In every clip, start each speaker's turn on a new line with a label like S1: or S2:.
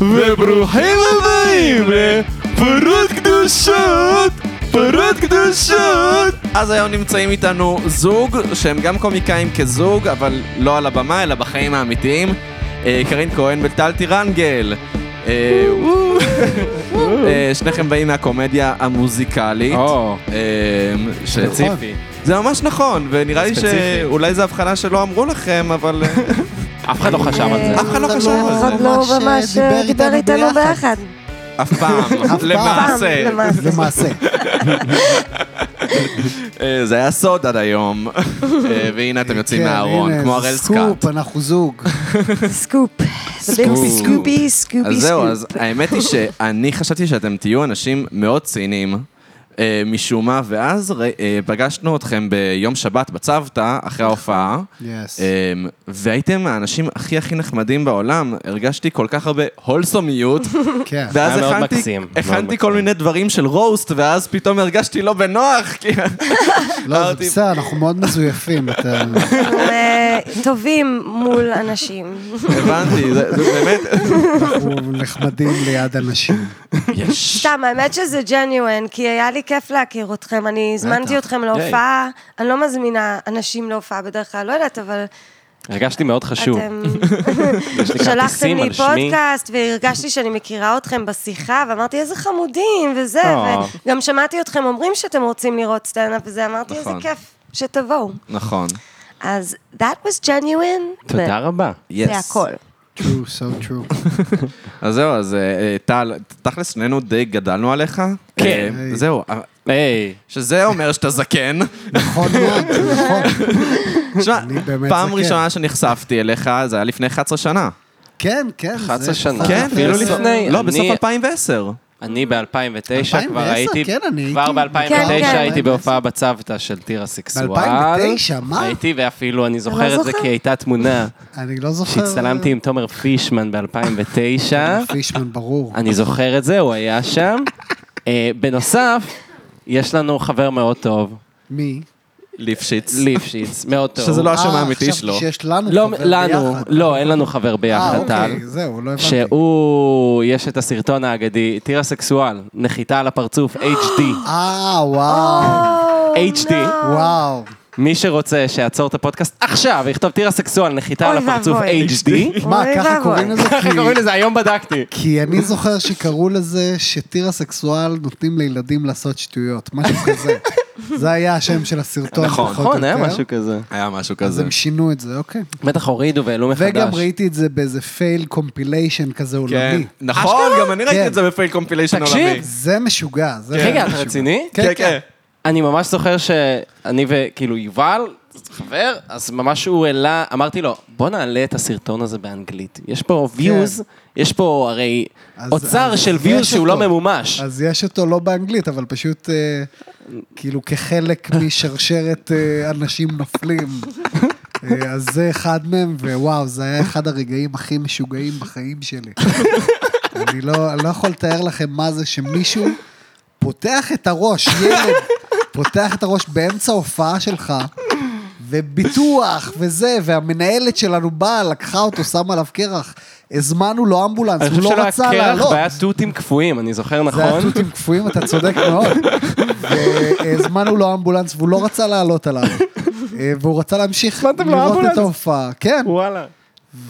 S1: וברוכים הבאים לפרות קדושות, פרות קדושות. אז היום נמצאים איתנו זוג שהם גם קומיקאים כזוג, אבל לא על הבמה, אלא בחיים האמיתיים. אה, קרין כהן וטל טירנגל. אה, וואו. אה, שניכם באים מהקומדיה המוזיקלית.
S2: או,
S1: אה, ש-
S2: ספציפי.
S1: זה ממש נכון, ונראה לי
S2: ספציפי.
S1: שאולי זו הבחנה שלא אמרו לכם, אבל... אה,
S2: אף אחד לא חשב על זה.
S1: אף אחד לא חשב על
S3: אף
S1: זה.
S3: אחד לא ממש אה, דיבר איתנו ביחד.
S1: אף פעם,
S4: פעם.
S1: למעשה.
S3: פעם, למעשה.
S4: למעשה.
S1: אה, זה היה סוד עד היום, אה, והנה אתם יוצאים
S4: כן,
S1: מהארון,
S4: הנה,
S1: כמו הראל סקאט.
S4: סקופ, אנחנו זוג.
S3: סקופ. סקופי, סקופי, סקופי,
S1: אז זהו, אז
S3: סקופ.
S1: האמת היא שאני חשבתי שאתם תהיו אנשים מאוד ציניים. אה, משום מה, ואז ר- אה, פגשנו אתכם ביום שבת בצוותא, אחרי ההופעה,
S4: יס.
S1: אה, והייתם האנשים הכי הכי נחמדים בעולם. הרגשתי כל כך הרבה הולסומיות,
S4: כן.
S1: ואז
S2: היה מאוד
S1: הכנתי-
S2: מקסים, מאוד
S1: הכנתי כל
S2: מקסים.
S1: מיני דברים של רוסט, ואז פתאום הרגשתי לא בנוח, כי...
S4: לא, זה
S1: אמרתי-
S4: בסדר, אנחנו מאוד מזויפים. אתה-
S3: אנחנו אה, טובים מול אנשים.
S1: הבנתי, זה זה באמת...
S4: אנחנו נחמדים ליד אנשים.
S1: יש.
S3: סתם, האמת שזה ג'ניואן, כי היה לי כיף להכיר אתכם. אני הזמנתי אתכם להופעה, אני לא מזמינה אנשים להופעה בדרך כלל, לא יודעת, אבל
S2: הרגשתי מאוד חשוב.
S3: אתם...
S2: יש לי
S3: שלחתם
S2: כרטיסים
S3: לי
S2: על שמי.
S3: פודקאסט, והרגשתי שאני מכירה אתכם בשיחה, ואמרתי, איזה חמודים, וזה,
S2: אה.
S3: וגם שמעתי אתכם אומרים שאתם רוצים לראות סטנדאפ, וזה, אמרתי, איזה
S1: נכון.
S3: כיף שתבואו.
S1: נכון.
S3: אז that was genuine.
S2: תודה רבה.
S1: Yes.
S3: זה הכל.
S4: true, so true.
S1: אז זהו, אז אה, אה, טל, תכלס שנינו די גדלנו עליך.
S2: כן.
S1: אה, זהו, אה,
S2: היי,
S1: שזה אומר שאתה זקן.
S4: נכון מאוד, נכון.
S1: תשמע,
S4: אני באמת
S1: פעם
S4: זקן.
S1: ראשונה שנחשפתי אליך, זה היה לפני 11 שנה.
S4: כן, כן. זה-
S2: 11 שנה.
S1: כן,
S2: אפילו
S1: בסוף-
S2: לפני.
S1: לא,
S2: אני-
S1: בסוף 2010.
S2: אני ב-2009 כבר
S4: 2010?
S2: הייתי,
S4: כן, אני
S2: כבר
S4: הייתי.
S3: כן,
S2: ב-2009
S3: כן.
S2: הייתי בהופעה בצוותא של טירה סקסואל.
S4: ב-2009, מה?
S2: הייתי, ואפילו אני
S3: לא
S2: זוכר את זה
S3: זוכר.
S2: כי הייתה תמונה
S4: אני לא זוכר.
S2: שהצטלמתי עם תומר פישמן ב-2009.
S4: פישמן,
S1: אה?
S4: ברור.
S2: אני זוכר את זה, הוא היה שם. אה, בנוסף, יש לנו חבר מאוד טוב,
S4: מי?
S1: ליפשיץ.
S2: ליפשיץ, מאוד טוב.
S1: שזה לא
S4: אה,
S1: השם האמיתי
S4: חשבתי
S1: שלו.
S4: שיש לנו
S2: לא,
S4: חבר
S2: לנו,
S4: ביחד.
S2: לא, אין לנו חבר
S4: אה,
S2: ביחד, טל.
S4: אוקיי, זהו, לא הבנתי.
S2: שהוא, יש את הסרטון האגדי, טירה סקסואל, נחיתה על הפרצוף, HD.
S4: אה, וואו. Oh,
S2: HD.
S4: וואו.
S2: מי שרוצה שיעצור את הפודקאסט עכשיו, יכתוב טירה סקסואל, נחיתה על
S3: אוי
S2: הפרצוף,
S3: ואבוי.
S2: HD.
S4: מה,
S3: אוי
S4: ככה
S3: ואבוי.
S4: קוראים לזה?
S2: ככה
S4: כי-
S2: קוראים לזה, היום בדקתי.
S4: כי אני זוכר שקראו לזה שטיר הסקסואל נותנים לילדים לעשות שטויות, משהו כזה. זה היה השם של הסרטון,
S1: נכון,
S4: פחות או
S2: נכון, היה
S4: יותר.
S2: משהו כזה.
S1: היה משהו
S4: אז
S1: כזה.
S4: הם שינו את זה, אוקיי.
S2: בטח הורידו והעלו מחדש.
S4: וגם ראיתי את זה באיזה פייל קומפיליישן כזה
S1: כן.
S4: עולמי.
S1: נכון, גם אני ראיתי
S4: כן.
S1: את זה בפייל קומפיליישן
S2: תקשיב.
S1: עולמי.
S4: זה משוגע, זה
S2: רגע, אתה
S4: משוגע.
S2: רציני?
S1: כן, כן.
S2: אני ממש זוכר שאני וכאילו יובל, חבר, אז ממש הוא העלה, אמרתי לו, בוא נעלה את הסרטון הזה באנגלית. יש פה views, יש פה הרי
S4: כן. אז-
S2: אוצר
S4: אז
S2: של
S4: יש
S2: views שהוא לא
S4: אותו.
S2: ממומש.
S4: אז יש אותו לא באנגלית, אבל פשוט אה, כאילו כחלק משרשרת אה, אנשים נופלים. אה, אז זה אחד מהם, ווואו, זה היה אחד הרגעים הכי משוגעים בחיים שלי. אני לא, אני לא יכול לתאר לכם מה זה שמישהו פותח את הראש, ילד פותח את הראש באמצע ההופעה שלך, וביטוח וזה, והמנהלת שלנו באה, לקחה אותו, שמה עליו קרח. הזמנו לו אמבולנס,
S2: אני
S4: הוא
S2: חושב
S4: לא
S2: שלא היה
S4: רצה
S2: קרח
S4: לעלות.
S2: והיה תותים קפואים, אני זוכר
S4: זה היה
S2: נכון?
S4: תותים קפואים, אתה צודק מאוד. והזמנו לו אמבולנס והוא לא רצה לעלות עליו. אה, והוא רצה להמשיך
S2: הזמנתם לו
S4: לראות
S2: אמבולנס?
S4: את ההופעה, כן.
S2: וואלה.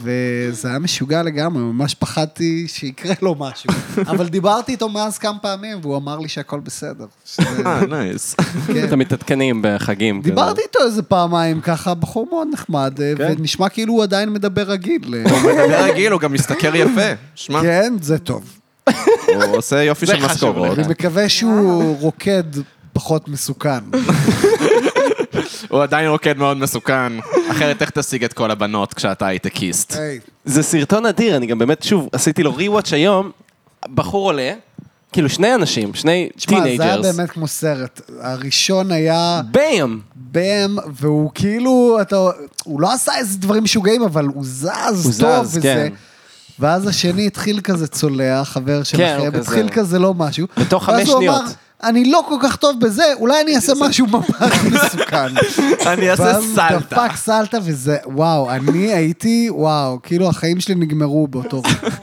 S4: וזה היה משוגע לגמרי, ממש פחדתי שיקרה לו משהו. אבל דיברתי איתו מאז כמה פעמים והוא אמר לי שהכל בסדר. שזה-
S1: אה, נייס.
S4: כן.
S2: אתם מתעדכנים בחגים. כאילו. כזה.
S4: דיברתי איתו איזה פעמיים ככה, בחור מאוד נחמד, אה,
S2: כן.
S4: ונשמע כאילו הוא עדיין מדבר רגיל. אה,
S1: הוא מדבר רגיל, הוא גם משתכר יפה. שמע,
S4: כן, זה טוב.
S1: הוא עושה יופי
S2: זה
S1: של
S2: חשוב
S1: משכורות.
S4: אני מקווה שהוא רוקד פחות מסוכן.
S1: הוא עדיין רוקד מאוד מסוכן. אחרת איך תשיג את כל הבנות כשאתה הייטקיסט?
S4: היי,
S2: זה סרטון אדיר, אני גם באמת, שוב, עשיתי לו rewatch היום, בחור עולה, כאילו שני אנשים, שני
S4: תשמע, זה היה
S2: טינג'רס.
S4: באמת כמו סרט. הראשון היה
S2: ביים!
S4: בם, והוא כאילו, אתה, הוא לא עשה איזה דברים משוגעים, אבל הוא זז
S2: הוא
S4: טוב
S2: זז,
S4: וזה.
S2: כן.
S4: ואז השני התחיל כזה צולע, חבר
S2: כן, הוא
S4: שלכם,
S2: כזה-
S4: התחיל כזה לא משהו.
S2: בתוך
S4: ואז
S2: חמש
S4: הוא אמר,
S2: שניות.
S4: אני לא כל כך טוב בזה, אולי אני אעשה משהו ממש מסוכן.
S1: אני אעשה
S4: ואז הוא
S1: סלטה.
S4: דפק סלטה וזה, וואו, אני הייתי, וואו, כאילו החיים שלי נגמרו באותו רגע.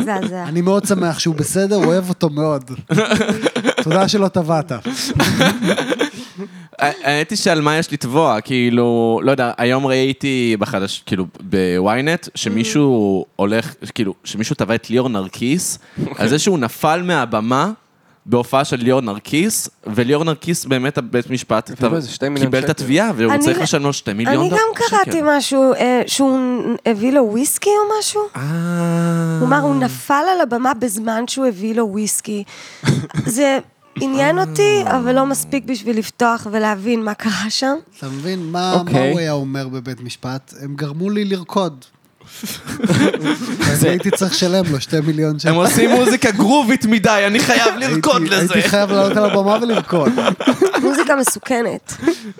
S3: מזעזע.
S4: אני מאוד שמח שהוא בסדר, אוהב אותו מאוד. תודה שלא טבעת.
S1: האמת היא שעל מה יש לתבוע, כאילו, לא יודע, היום ראיתי בחדש, כאילו, בוויינט, שמישהו הולך, כאילו, שמישהו תבע את ליאור נרקיס,
S2: אוקיי.
S1: על זה שהוא נפל מהבמה. בהופעה של ליאור נרקיס, וליאור נרקיס באמת הבית משפט
S2: אפילו איזה שתי מיליון
S1: קיבל את
S2: שקל.
S1: התביעה, והוא
S3: אני-
S1: צריך לשלם לו שתי
S3: אני
S1: מיליון דולר.
S3: גם קראתי משהו, אה, שהוא הביא לו וויסקי או משהו?
S1: אה...
S3: הוא אמר, הוא נפל על הבמה בזמן שהוא הביא לו וויסקי. זה עניין אותי, אבל לא מספיק בשביל לפתוח ולהבין מה קרה שם.
S4: אתה מבין מה מה
S2: אוקיי.
S4: הוא היה אומר בבית משפט? הם גרמו לי לרקוד. אז הייתי צריך לשלם לו שתי מיליון שקל.
S1: הם עושים מוזיקה גרובית מדי, אני חייב לרקוד
S4: הייתי-
S1: לזה.
S4: הייתי חייב לעלות על הבמה ולרקוד.
S3: מוזיקה מסוכנת.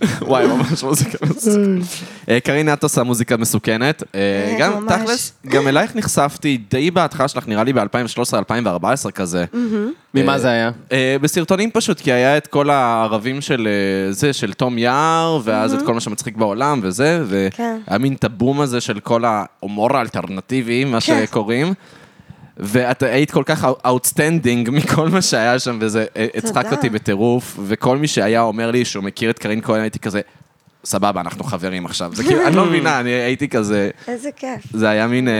S1: וואי, ממש מוזיקה מסוכנת. אה, קרינה, את עושה מוזיקה מסוכנת. אה,
S3: אה,
S1: גם,
S3: ממש.
S1: תכלס, גם אלייך נחשפתי די בהתחלה שלך, נראה לי ב-2013-2014 כזה.
S2: ממה זה היה?
S1: אה, בסרטונים פשוט, כי היה את כל הערבים של אה, זה, של תום יער, ואז את כל מה שמצחיק בעולם וזה,
S3: Mhm. כן.
S1: והיה מין את הבום הזה של כל ההומור האלטרנטיבי, מה
S3: כן.
S1: שקוראים. ואת היית כל כך אאוטסטנדינג מכל מה שהיה שם, וזה אה, הצחק
S3: תודה.
S1: אותי בטירוף, וכל מי שהיה אומר לי שהוא מכיר את קרין כהן, הייתי כזה, סבבה, אנחנו חברים עכשיו. זה כאילו, אני לא מבינה, אני הייתי כזה,
S3: איזה כיף.
S1: זה היה מין, אה,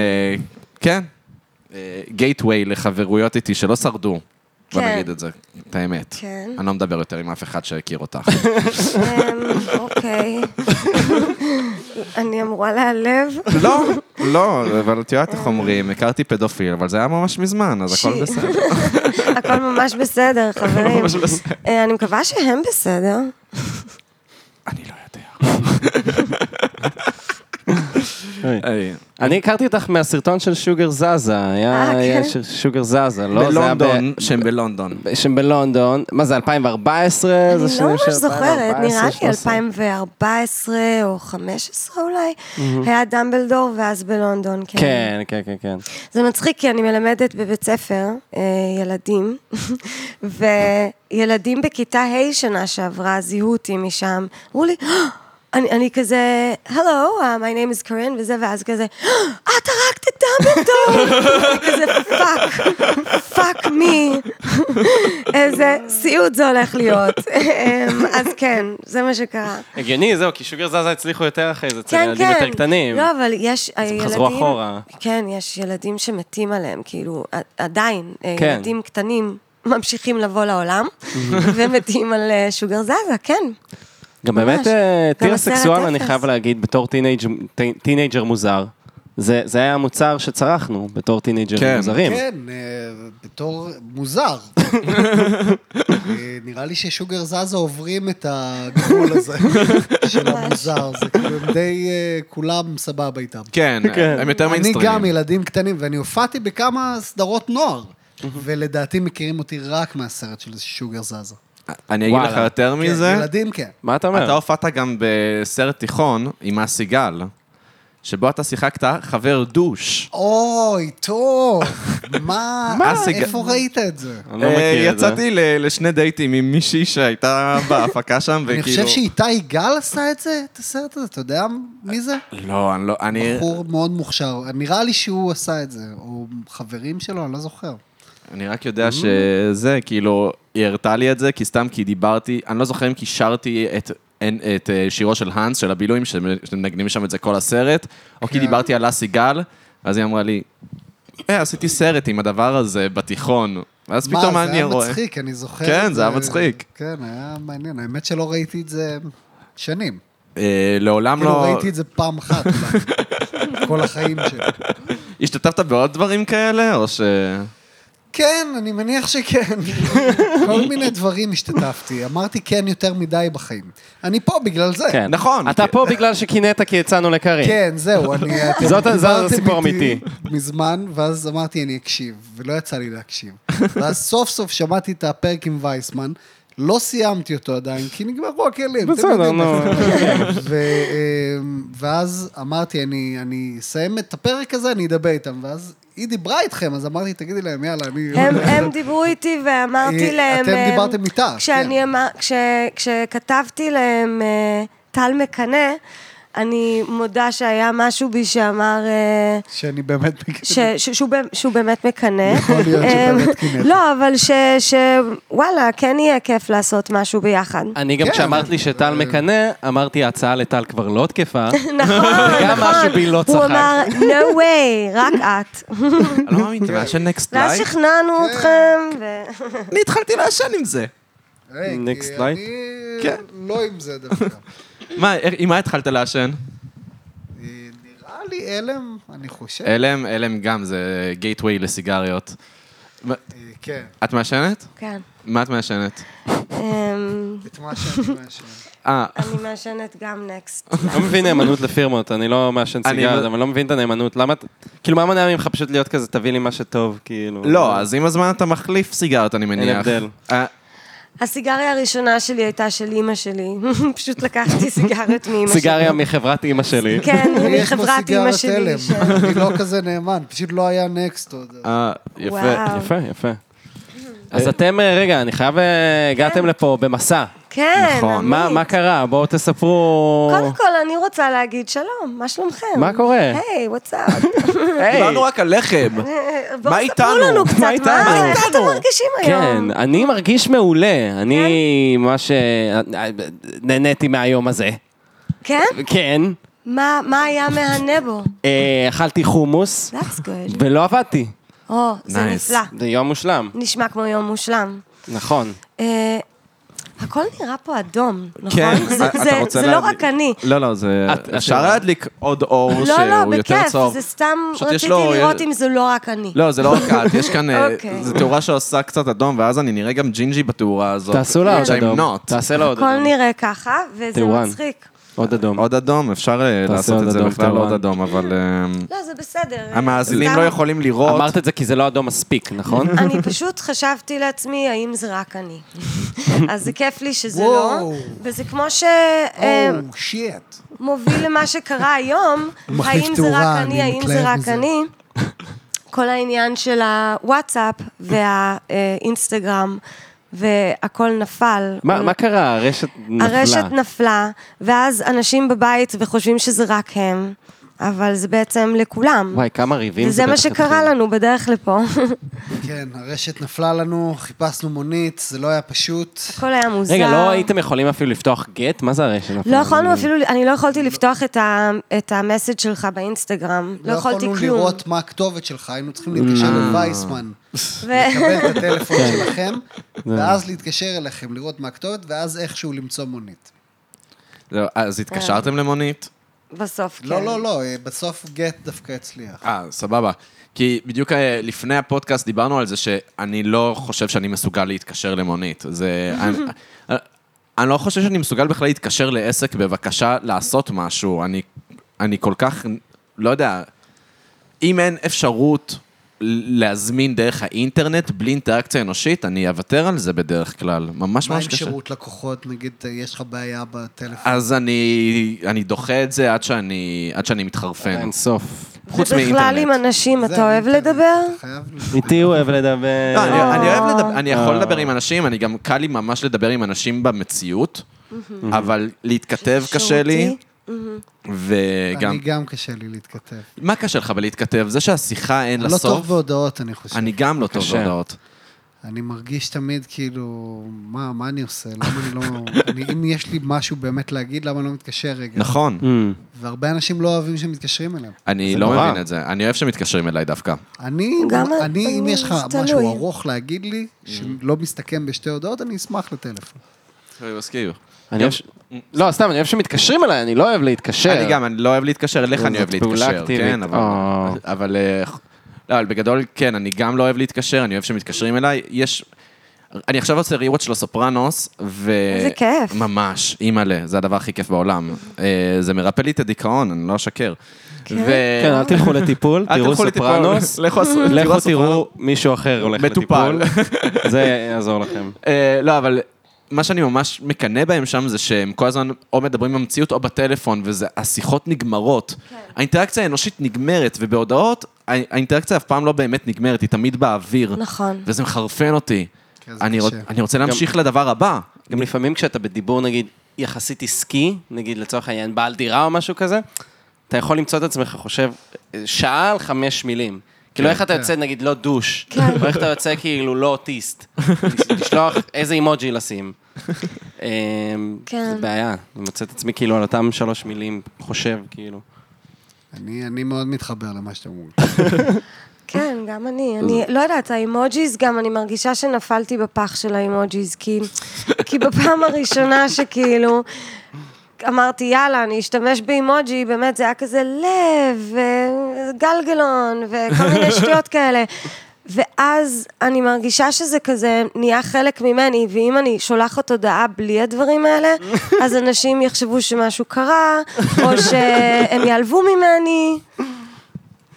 S1: כן, גייטווי לחברויות איתי שלא שרדו. בוא
S3: כן.
S1: נגיד את זה, את האמת.
S3: כן.
S1: אני לא מדבר יותר עם אף אחד שהכיר אותך.
S3: אמ, אוקיי. אני אמורה להיעלב.
S1: לא, לא, אבל את יודעת איך אומרים, הכרתי פדופיל, אבל זה היה ממש מזמן, אז הכל
S3: אה. שי.
S1: בסדר.
S3: הכל ממש בסדר, חברים.
S1: ממש בסדר.
S3: אה, אני מקווה שהם בסדר.
S1: אני לא יודע. אה,
S2: אני הכרתי אותך מהסרטון של שוגר זזה, היה
S3: אה,
S2: היה
S3: כן.
S2: של שוגר זזה, לא? זה היה ב-
S1: בלונדון, שהם בלונדון.
S2: שהם בלונדון, מה זה, 2014?
S3: אני
S2: זה
S3: לא
S2: שנים של
S3: ממש זוכרת,
S2: 2014,
S3: נראה לי
S2: 13.
S3: 2014 או 2015 אולי, היה דמבלדור ואז בלונדון, כן.
S2: כן, כן, כן, כן.
S3: זה מצחיק, כי אני מלמדת בבית ספר אה, ילדים, וילדים בכיתה ה' שנה שעברה זיהו אותי משם, אמרו לי, "אה!" אני, אני כזה, hello, uh, my name is Corinne, וזה, ואז כזה, "אה, את הרגת את דמבלדור! אני כזה, פאק, פאק מי. איזה סיוט זה הולך להיות. אמ, אז כן, זה מה שקרה.
S2: הגיוני, זהו, כי שוגר זזה הצליחו יותר אחרי זה, אצל
S3: כן,
S2: ילדים
S3: כן.
S2: יותר קטנים.
S3: לא, אבל יש ילדים...
S2: חזרו אחורה.
S3: כן, יש ילדים שמתים עליהם, כאילו, ע- עדיין, אה,
S2: כן.
S3: ילדים קטנים ממשיכים לבוא לעולם, ומתים על אה, שוגר זזה, כן.
S2: גם באמת
S3: ממש.
S2: אה,
S3: גם
S2: טיר
S3: הסרט
S2: סקסואל, אני
S3: אפס.
S2: חייב להגיד, בתור טינג'- טי- טינג'ר מוזר, זה זה היה המוצר שצרכנו בתור
S1: כן.
S2: טינג'רים מוזרים.
S4: כן, אה, בתור מוזר. אה, נראה לי ששוגר זזה עוברים את הגבול הזה של המוזר. זה כאילו הם די, אה, כולם סבבה איתם.
S1: כן, הם יותר
S4: אני
S1: מיינסטרימים.
S4: גם ילדים קטנים, ואני הופעתי בכמה סדרות נוער, ולדעתי מכירים אותי רק מהסרט של שוגר זזה.
S1: אני אגיד לך
S2: וואלה.
S1: יותר
S4: כן,
S1: מזה.
S4: ילדים כן.
S2: מה אתה
S1: אתה
S2: אומר?
S1: הופעת גם בסרט תיכון עם אסי גל, שבו אתה שיחקת חבר דוש.
S4: אוי, טוב, מה,
S1: מה?
S4: איפה ראית את זה?
S2: אני לא
S1: אה,
S2: מכיר את זה.
S1: יצאתי ל- לשני דייטים עם מישהי שהייתה בהפקה שם,
S4: אני
S1: וכאילו...
S4: חושב שאיתי יגאל עשה את זה, את הסרט הזה, אתה יודע מי זה?
S1: לא, אני לא... אני...
S4: בחור מאוד מוכשר, נראה לי שהוא עשה את זה, או חברים שלו, אני לא זוכר.
S1: אני רק
S4: Mm.
S1: יודע שזה, כאילו, היא הראתה לי את זה, כי סתם כי דיברתי, אני לא זוכר אם כי שרתי את... אין- את אה, שירו של האנס, של הבילויים, שמנגנים שם את זה כל הסרט, או כי
S4: כן.
S1: דיברתי על אסי גל, אז היא אמרה לי, אה, עשיתי סרט עם הדבר הזה בתיכון, ואז פתאום
S4: מה, זה
S1: אני
S4: היה
S1: רואה.
S4: מצחיק, אני זוכר.
S1: כן,
S4: את
S1: זה היה מצחיק.
S4: כן, היה מעניין, האמת שלא ראיתי את זה שנים.
S1: אה, לעולם
S4: כאילו
S1: לא...
S4: ראיתי את זה פעם אחת, אולי. כל החיים שלי.
S1: השתתפת בעוד דברים כאלה, או ש...
S4: כן, אני מניח שכן. כל מיני דברים השתתפתי, אמרתי כן יותר מדי בחיים. אני פה בגלל זה.
S2: כן.
S1: נכון,
S2: אתה
S1: כי-
S2: פה בגלל שקינאת כי יצאנו לקארין.
S4: כן, זהו, אני... אתם
S2: זאת- זה
S4: דיברתם
S2: הסיפור
S4: איתי
S2: האמיתי.
S4: מזמן, ואז אמרתי, אני אקשיב, ולא יצא לי להקשיב. ואז סוף סוף שמעתי את הפרק עם וייסמן, לא סיימתי אותו עדיין, כי נגמרו הכלים. אתם
S2: בסדר,
S4: יודעים
S2: נו.
S4: איך זה. ו- אמ, ואז אמרתי, אני אני אסיים את הפרק הזה, אני אדבר איתם. ואז היא דיברה איתכם, אז אמרתי, תגידי להם, יאללה, אני...
S3: הם, הם דיברו איתי ואמרתי
S4: לא. אה,
S3: להם...
S4: אתם
S3: אה,
S4: דיברתם איתה,
S3: כשאני
S4: כן.
S3: אמר, כש, כשכתבתי להם אה, טל מקנא, אני מודה שהיה משהו בי שאמר... אה,
S4: שאני באמת מכיר.
S3: ש- ש- שהוא באמת- שהוא באמת מקנא.
S4: יכול להיות שבאמת
S3: אמ,
S4: קינאת.
S3: לא, אבל ש- שוואלה, כן יהיה כיף לעשות משהו ביחד.
S2: אני גם
S4: כן,
S2: כשאמרת
S4: אבל-
S2: לי
S1: אה.
S2: שטל מקנא, אמרתי ההצעה לטל כבר לא תקפה.
S3: נכון, נכון.
S2: גם משהו בי לא
S3: הוא
S2: צחק.
S3: אמר, no way, רק את.
S1: אני לא מאמין, אתה מעשן נקסט
S3: ואז
S1: לייט?
S4: כן.
S3: שכנענו אתכם, ו...
S1: אני התחלתי לעשן עם זה.
S4: היי, כי
S2: Next slide.
S4: אני
S1: כן.
S4: לא עם זה דווקא.
S1: מה, איך- עם מה התחלת לעשן?
S4: אה, נראה לי הלם, אני חושב.
S1: אלם, אלם גם, זה גייטווי לסיגריות.
S4: אה, כן,
S1: את מעשנת?
S3: כן.
S1: מה את מעשנת?
S3: אמ,
S4: את מה שאני מאשר.
S1: אה,
S3: אני מעשנת גם נקסט.
S2: לא מבין נאמנות לפירמות, אני לא מעשן
S1: אני-
S2: סיגריות, אבל לא מבין את הנאמנות. למה... את- כאילו, מה מנע ממך פשוט להיות כזה, תביא לי מה שטוב, כאילו.
S1: לא, אז עם הזמן אתה מחליף סיגריות, אני מניח.
S2: הבדל.
S1: אה,
S3: הסיגריה הראשונה שלי הייתה של אימא שלי. פשוט לקחתי סיגריות מאימא שלי.
S2: סיגריה מחברת אימא שלי.
S3: כן,
S4: לי יש פה
S3: מחברת אימא
S4: סיגרת
S3: שלי.
S4: הלם.
S3: ש-
S4: אני לא כזה נאמן, פשוט לא היה נקסט עוד.
S1: אה, יפה.
S3: וואו.
S2: יפה, יפה. אז אתם, אה, רגע, אני חייב... אה, הגעתם לפה במסע.
S3: כן,
S1: נכון.
S3: עמית.
S2: מה מה קרה? בואו תספרו...
S3: קודם כל, אני רוצה להגיד שלום, מה שלומכם?
S2: מה קורה?
S3: היי, וואטסאפ.
S1: דיברנו רק על לחם. מה איתנו?
S3: בואו ספרו לנו
S1: מה
S3: קצת, מה
S2: איתנו?
S3: איתנו?
S2: מה
S3: איך אתם מרגישים היום?
S2: כן, אני מרגיש מעולה. אני ממש אה, אה, נהניתי מהיום הזה.
S3: כן?
S2: כן,
S3: מה מה היה מהנה בו?
S2: אה, אכלתי חומוס
S3: That's good.
S2: ולא עבדתי.
S3: או, זה
S1: Nice.
S3: נפלא.
S2: זה יום מושלם.
S3: נשמע כמו יום מושלם.
S2: נכון.
S3: אה, הכל נראה פה אדום, נכון?
S1: כן,
S3: זה-
S1: אתה
S3: זה-
S1: רוצה
S3: זה לא
S1: להדליק-
S3: רק אני.
S1: לא, לא, זה...
S2: את- את-
S1: אפשר להדליק עוד אור שהוא יותר
S3: לא,
S1: צהוב.
S3: לא, בכיף, זה סתם
S1: פשוט יש
S3: רציתי
S1: לו-
S3: לראות
S1: יש-
S3: אם זה לא רק אני.
S1: לא, זה לא רק את, יש כאן... אה,
S3: אוקיי.
S1: זו תאורה שעושה קצת אדום, ואז אני נראה גם ג'ינג'י בתאורה הזאת.
S2: תעשו לה עוד
S1: which I'm
S2: אדום.
S1: not.
S2: תעשה לה עוד
S3: הכל
S1: אה,
S2: אדום.
S3: נראה ככה, וזה
S2: טהורן.
S3: מצחיק.
S2: עוד אדום.
S1: עוד אדום, אפשר אה,
S2: תעשה
S1: לעשות
S2: עוד
S1: את זה
S2: אדום,
S1: בכלל
S2: כמובן.
S1: עוד אדום, אבל אה,
S3: לא, זה בסדר. אה,
S1: המאזינים
S3: סתם-
S1: לא יכולים לראות.
S2: אמרת את זה כי זה לא אדום מספיק, נכון?
S3: אני פשוט חשבתי לעצמי, האם זה רק אני. אז זה כיף לי שזה
S4: וואו.
S3: לא, וזה כמו שמוביל
S4: או, שיט.
S3: למה שקרה היום,
S4: מחליף
S3: האם זה רק
S4: תאורה, אני
S3: אני, האם זה
S4: מתלהב
S3: רק
S4: מזה.
S3: אני. כל העניין של הוואטסאפ והאינסטגרם, והכל נפל.
S2: מה מה קרה? הרשת נפלה.
S3: הרשת נפלה, ואז אנשים בבית וחושבים שזה רק הם, אבל זה בעצם לכולם.
S2: וואי, כמה ריבים
S3: וזה מה
S2: בטח
S3: שקרה
S2: התחיל.
S3: לנו בדרך לפה.
S4: כן, הרשת נפלה לנו, חיפשנו מונית, זה לא היה פשוט.
S3: הכל היה מוזר.
S2: רגע, לא הייתם יכולים אפילו לפתוח גט? מה זה הרשת נפלה?
S3: לא יכולנו אפילו, אני לא יכולתי לפתוח את ה- את המסאג' שלך באינסטגרם. לא יכולתי
S4: לא
S3: כלום.
S4: יכולנו לראות מה הכתובת שלך, היינו צריכים להתקשר לווייסמן,
S3: ו-
S4: לקבל את הטלפון שלכם, ואז להתקשר אליכם, לראות מה הכתובת, ואז איכשהו למצוא מונית.
S1: לא, אז התקשרתם למונית?
S3: בסוף, כן.
S4: לא, לא, לא, אה, בסוף גט דווקא הצליח.
S1: אה, סבבה. כי בדיוק אה, לפני הפודקאסט דיברנו על זה שאני לא חושב שאני מסוגל להתקשר למונית. זה... אני, אה, אני לא חושב שאני מסוגל בכלל להתקשר לעסק בבקשה לעשות משהו. אני, אני כל כך, לא יודע, אם אין אפשרות להזמין דרך האינטרנט בלי אינטראקציה אנושית, אני אוותר על זה בדרך כלל. ממש
S4: מה עם
S1: ממש קשה.
S4: שירות לקוחות, נגיד, אה, יש לך בעיה בטלפון?
S1: אז אני, אני דוחה את זה עד שאני, עד שאני מתחרפן.
S2: אין סוף.
S1: חוץ
S3: ובכלל עם
S1: מאינטרנט.
S3: אנשים,
S4: זה
S3: אתה אוהב
S4: האינטרנט,
S3: לדבר?
S4: אתה חייב ל-
S2: איתי הוא אוהב לדבר.
S1: לא,
S3: אה.
S1: אני, אני אוהב לדבר, אני יכול
S2: אה.
S1: לדבר עם אנשים, אני גם קל לי ממש לדבר עם אנשים במציאות, אבל להתכתב קשה לי,
S3: שירותי?
S1: וגם...
S4: אני גם קשה לי להתכתב.
S1: מה קשה לך בלהתכתב? זה שהשיחה אין
S4: אני לא טוב
S1: לסוף,
S4: בהודעות, אני חושב.
S1: אני גם לא טוב
S2: קשה.
S1: בהודעות.
S4: אני מרגיש תמיד כאילו, מה, מה אני עושה? למה אני לא... אני, אם יש לי משהו באמת להגיד, למה אני לא מתקשר רגע?
S1: נכון,
S2: אמ,
S4: והרבה אנשים לא אוהבים שמתקשרים אליהם.
S1: אני
S2: זה
S1: לא
S2: נורא.
S1: מבין את זה. אני אוהב שמתקשרים אליי דווקא.
S4: אני,
S3: גם
S4: אני אם
S3: אני
S4: יש לך
S3: תלוי.
S4: משהו ארוך להגיד לי,
S1: Mm.
S4: שלא מסתכם בשתי הודעות, אני אשמח לטלפון.
S2: אני אוהב ש- לא, סתם, אני אוהב שמתקשרים אליי, אני לא אוהב להתקשר.
S1: אני גם, אני לא אוהב להתקשר, אליך אני אוהב
S2: זאת פעולה
S1: להתקשר,
S2: אקטיבית.
S1: כן, אבל...
S2: אה.
S1: אבל... אה, לא, אבל בגדול, כן, אני גם לא אוהב להתקשר, אני אוהב שמתקשרים אליי. יש... אני עכשיו עושה ריוואט של הסופרנוס, ו...
S3: איזה כיף.
S1: ממש, אימא'לה, זה הדבר הכי כיף בעולם. אה, זה מרפא לי את הדיכאון, אני לא אשקר.
S3: כן?
S1: ו-
S2: כן, אל תלכו לטיפול,
S1: אל
S2: תראו
S1: תלכו לטיפול.
S2: סופרנוס.
S1: לכו הס- תראו
S2: לכו
S1: הסופרנוס.
S2: תראו מישהו אחר הולך
S1: מטופל.
S2: לטיפול. זה יעזור לכם.
S1: אה, לא, אבל מה שאני ממש מקנא בהם שם זה שהם כל הזמן או מדברים במציאות או בטלפון, והשיחות נגמרות. האינטראקציה האנושית נגמרת, ובהודעות הא- האינטראקציה אף פעם לא באמת נגמרת, היא תמיד באוויר.
S3: נכון.
S1: וזה מחרפן אותי.
S4: כן, זה
S1: אני
S4: קשה.
S1: רוצ- אני רוצה להמשיך לדבר הבא.
S2: גם לפעמים כשאתה בדיבור, נגיד, יחסית עסקי, נגיד לצורך העניין בעל דירה או משהו כזה, אתה יכול למצוא את עצמך חושב אה, שעה על חמש מילים. כאילו, איך אתה יוצא, נגיד, לא דוש,
S3: כן.
S2: או איך אתה יוצא כאילו לא אוטיסט. לשלוח איזה אימוג'י לשים. אה,
S3: כן.
S2: זה בעיה, אני מוצא את עצמי כאילו על אותם שלוש מילים, חושב, כאילו.
S4: אני אני מאוד מתחבר למה שאתם אומרים.
S3: כן, גם אני. אני לא יודעת, האימוג'יז, גם אני מרגישה שנפלתי בפח של האימוג'יז, כי, כי בפעם הראשונה שכאילו... אמרתי, יאללה, אני אשתמש באימוג'י, באמת, זה היה כזה לב, וגלגלון, וכל מיני שטויות כאלה. ואז אני מרגישה שזה כזה נהיה חלק ממני, ואם אני שולחת הודעה בלי הדברים האלה, אז אנשים יחשבו שמשהו קרה, או שהם ייעלבו ממני.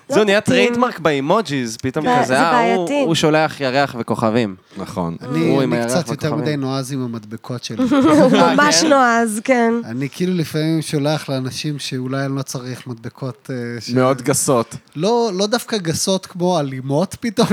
S2: זהו, נהיה
S3: מתאים.
S2: טריידמרק באימוג'יז, פתאום
S3: זה-
S2: כזה,
S3: לא כן, זה
S2: אה, הוא-
S3: בעייתי.
S2: הוא שולח ירח וכוכבים.
S1: נכון.
S4: אני
S2: הוא עם
S4: אני
S2: הירח
S4: קצת יותר
S2: והכוכבים.
S4: מדי נועז עם המדבקות שלי.
S3: הוא
S2: אה,
S3: ממש
S2: כן?
S3: נועז, כן.
S4: אני כאילו לפעמים שולח לאנשים שאולי אני לא צריך מדבקות... אה, ש-
S1: מאוד גסות.
S4: לא, לא דווקא גסות כמו אלימות פתאום,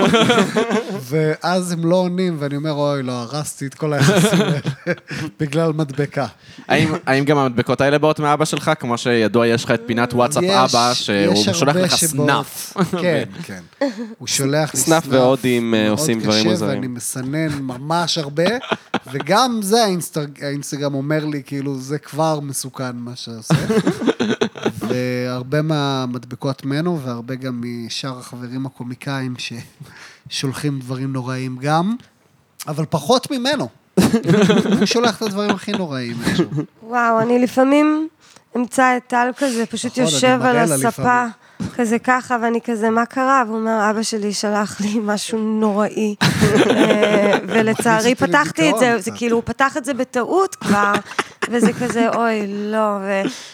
S4: ואז הם לא עונים, ואני אומר, אוי, לא, הרסתי את כל היחסים האלה בגלל מדבקה.
S1: האם, האם גם המדבקות האלה באות מאבא שלך? כמו שידוע, יש לך את פינת וואטסאפ
S4: יש-
S1: אבא,
S4: יש
S1: שהוא שולח
S4: הרבה
S1: לך
S4: שבאות-
S1: סנאף.
S4: כן, כן. הוא שולח לי
S2: סנאף והודים, אה,
S4: מאוד
S2: עושים דברים
S4: קשה,
S2: מוזרים.
S4: ואני מסנן ממש הרבה, וגם זה האינסטג- האינסטגרם אומר לי, כאילו, זה כבר מסוכן מה שעושה. והרבה מהמדבקות ממנו, והרבה גם משאר החברים הקומיקאים ששולחים דברים נוראים גם, אבל פחות ממנו. הוא שולח את הדברים הכי נוראים. יש לו.
S3: וואו, אני לפעמים אמצא את טל כזה, פשוט
S4: נכון, אני
S3: יושב על
S4: מראה לה
S3: הספה,
S4: לפעמים.
S3: כזה ככה, ואני כזה, מה קרה? והוא אומר, אבא שלי שלח לי משהו נוראי. אה, ולצערי
S4: מכניס אותי
S3: פתחתי את זה,
S4: לדיכאון
S3: זה
S4: קצת.
S3: כאילו, הוא פתח את זה בטעות כבר, וזה כזה, אוי, לא.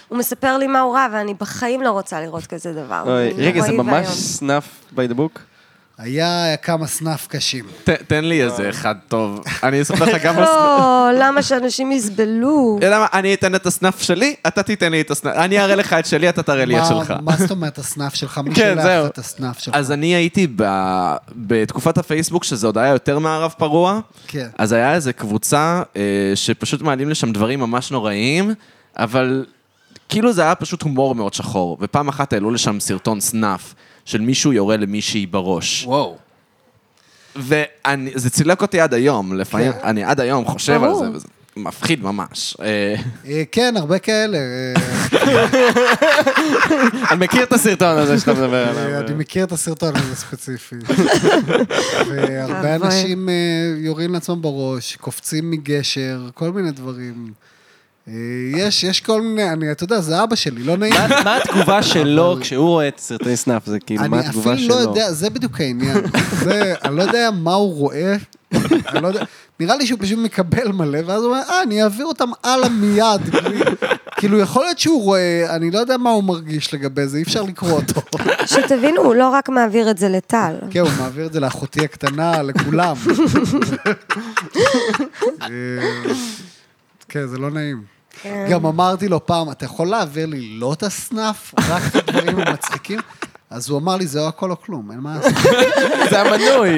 S3: והוא מספר לי מה הוא רע, ואני בחיים לא רוצה לראות כזה דבר. זה
S2: רגע, זה
S3: נוראי
S2: ממש
S3: ואיום.
S2: סנאף by the book?
S4: היה כמה סנאף קשים.
S1: ת, תן לי איזה אחד טוב. אני אספר לך גם על סנאף.
S3: לא, למה שאנשים יסבלו?
S1: אתה יודע מה, אני אתן את הסנאף שלי, אתה תיתן לי את הסנאף. אני אראה לך את שלי, אתה תראה לי את
S4: מה-
S1: שלך.
S4: מה זאת אומרת הסנאף שלך? מי
S1: כן,
S4: שולח
S1: זהו.
S4: את הסנאף שלך?
S1: אז אני הייתי ב... בתקופת הפייסבוק, שזה עוד היה יותר מערב פרוע,
S4: כן.
S1: אז היה איזו קבוצה אה, שפשוט מעלים לשם דברים ממש נוראים, אבל כאילו זה היה פשוט הומור מאוד שחור, ופעם אחת העלו לשם סרטון סנאף של מישהו יורה למישהי בראש.
S2: וואו.
S1: וזה צילק אותי עד היום, לפעמים,
S4: כן.
S1: אני עד היום חושב על
S3: ברור.
S1: זה, וזה מפחיד ממש. אה,
S4: אה, כן, הרבה כאלה. אה,
S2: אני מכיר את הסרטון הזה לא שאתה מדבר
S4: אה, אני
S2: עליו.
S4: מכיר את הסרטון הזה ספציפי. והרבה
S3: אוי.
S4: אנשים אה, יורים לעצמם בראש, קופצים מגשר, כל מיני דברים. אה, יש, יש כל מיני, אני, אתה יודע, זה אבא שלי, לא נעים.
S2: מה- מה התגובה שלו כשהוא רואה את סרטי סנאף? זה כאילו, מה
S4: אני
S2: התגובה
S4: אפילו לא
S2: שלו?
S4: יודע, זה בדיוק העניין. זה, אני לא יודע מה הוא רואה. אני לא יודע, נראה לי שהוא פשוט מקבל מלא, ואז הוא אומר, אה, אני אעביר אותם הלאה מיד. בלי- כאילו, יכול להיות שהוא רואה, אני לא יודע מה הוא מרגיש לגבי זה, אי אפשר לקרוא אותו.
S3: שתבינו, הוא לא רק מעביר את זה לטל.
S4: כן, הוא מעביר את זה לאחותי הקטנה, לכולם. אה, כן, זה לא נעים.
S3: כן.
S4: גם אמרתי לו פעם, אתה יכול להעביר לי לא את הסנאף, רק את הדברים המצחיקים? אז הוא אמר לי, זה או הכל או כלום, אין מה לעשות.
S2: זה המנוי.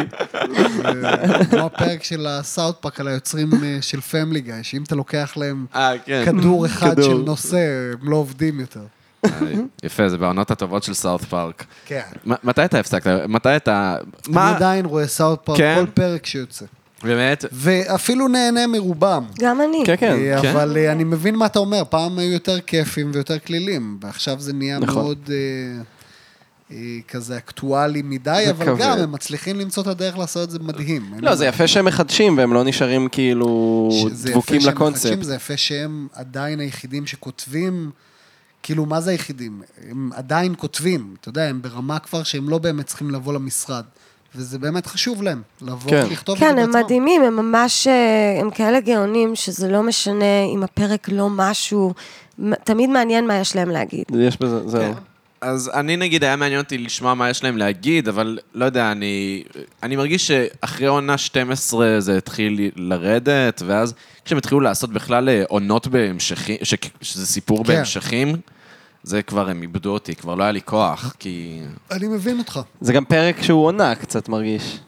S4: זה כמו הפרק של הסאוטפאק על היוצרים אה, של פמילי גיא, שאם אתה לוקח להם
S1: אה, כן.
S4: כדור אחד
S1: כדור.
S4: של נושא, הם לא עובדים יותר.
S1: יפה, זה בעונות הטובות של סאוף פארק.
S4: כן.
S1: מ- מתי אתה הפסקת? מתי אתה...
S4: אני
S1: מה?
S4: עדיין רואה סאוטפאק
S1: כן?
S4: כל פרק שיוצא.
S1: באמת?
S4: ואפילו נהנה מרובם.
S3: גם אני.
S2: כן, כן.
S4: אה,
S1: כן.
S4: אבל אה, אני מבין מה אתה אומר, פעם היו יותר כיפים ויותר כלילים, ועכשיו זה נהיה
S2: נכון.
S4: מאוד אה, אה, כזה אקטואלי מדי,
S2: זה
S4: אבל
S2: כבד.
S4: גם הם מצליחים למצוא את הדרך לעשות את זה מדהים. אין
S2: לא,
S4: לי
S2: זה
S4: מה-
S2: יפה שהם מחדשים והם לא נשארים כאילו
S4: שזה יפה
S2: דבוקים
S4: שהם
S2: לקונספט.
S4: מחדשים, זה יפה שהם עדיין היחידים שכותבים, כאילו, מה זה היחידים? הם עדיין כותבים, אתה יודע, הם ברמה כבר שהם לא באמת צריכים לבוא למשרד. וזה באמת חשוב להם, לבוא
S2: כן.
S4: לכתוב את זה
S3: כן,
S4: בעצמם.
S3: הם מדהימים, הם ממש, אה, הם כאלה גאונים, שזה לא משנה אם הפרק לא משהו, מ- תמיד מעניין מה יש להם להגיד.
S2: יש בזה, זהו.
S4: כן.
S1: אז אני נגיד, היה מעניין אותי לשמוע מה יש להם להגיד, אבל לא יודע, אני... אני מרגיש שאחרי עונה 12 זה התחיל לרדת, ואז כשהם התחילו לעשות בכלל אה, עונות בהמשכים, ש... שזה סיפור
S4: כן.
S1: בהמשכים, זה כבר, הם איבדו אותי, כבר לא היה לי כוח, כי...
S4: אני מבין אותך.
S2: זה גם פרק שהוא עונה קצת מרגיש.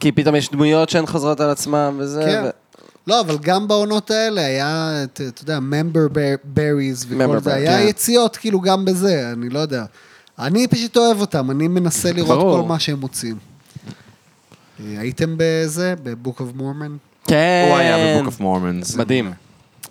S2: כי פתאום יש דמויות שהן חוזרות על עצמן וזה.
S4: כן.
S2: אה, ו-
S4: לא, אבל גם בעונות האלה היה, את- אתה יודע, member ber- berries וכל
S2: Member
S4: זה,
S2: ber-
S4: היה
S2: כן.
S4: יציאות כאילו גם בזה, אני לא יודע. אני פשוט אוהב אותם, אני מנסה לראות
S2: ברור.
S4: כל מה שהם מוצאים. אה, הייתם בזה, ב-Book of Mormon?
S2: כן.
S1: הוא היה ב-Book of Mormons.
S2: מדהים.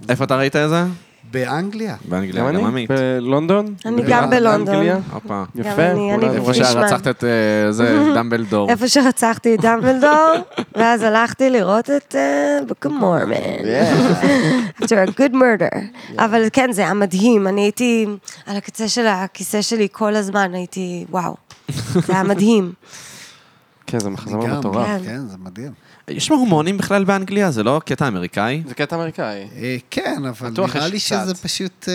S1: איפה אתה ראית את זה?
S4: באנגליה.
S1: באנגליה, גם
S2: אני?
S1: עמית.
S2: בלונדון?
S3: אני גם בלונדון.
S2: באנגליה?
S1: הופה.
S2: יפה.
S3: אני- אני
S2: אולי-
S1: איפה
S3: בפרישמן.
S1: שרצחת את אה, זה, דמבלדור.
S3: איפה שרצחתי את דמבלדור, ואז הלכתי לראות את אה, בוק מורמן.
S2: כן.
S3: after a good murder. אבל כן, זה היה מדהים, אני הייתי על הקצה של הכיסא שלי כל הזמן, הייתי, וואו, זה היה מדהים.
S2: כן, זה מחזמר
S4: גם,
S2: מטורף.
S3: כן.
S4: כן, זה מדהים.
S1: יש מורמונים בכלל באנגליה? זה לא קטע אמריקאי?
S2: זה קטע אמריקאי.
S4: אה, כן, אבל
S2: בטוח
S4: נראה
S2: יש
S4: לי
S2: קצת.
S4: שזה פשוט, אה,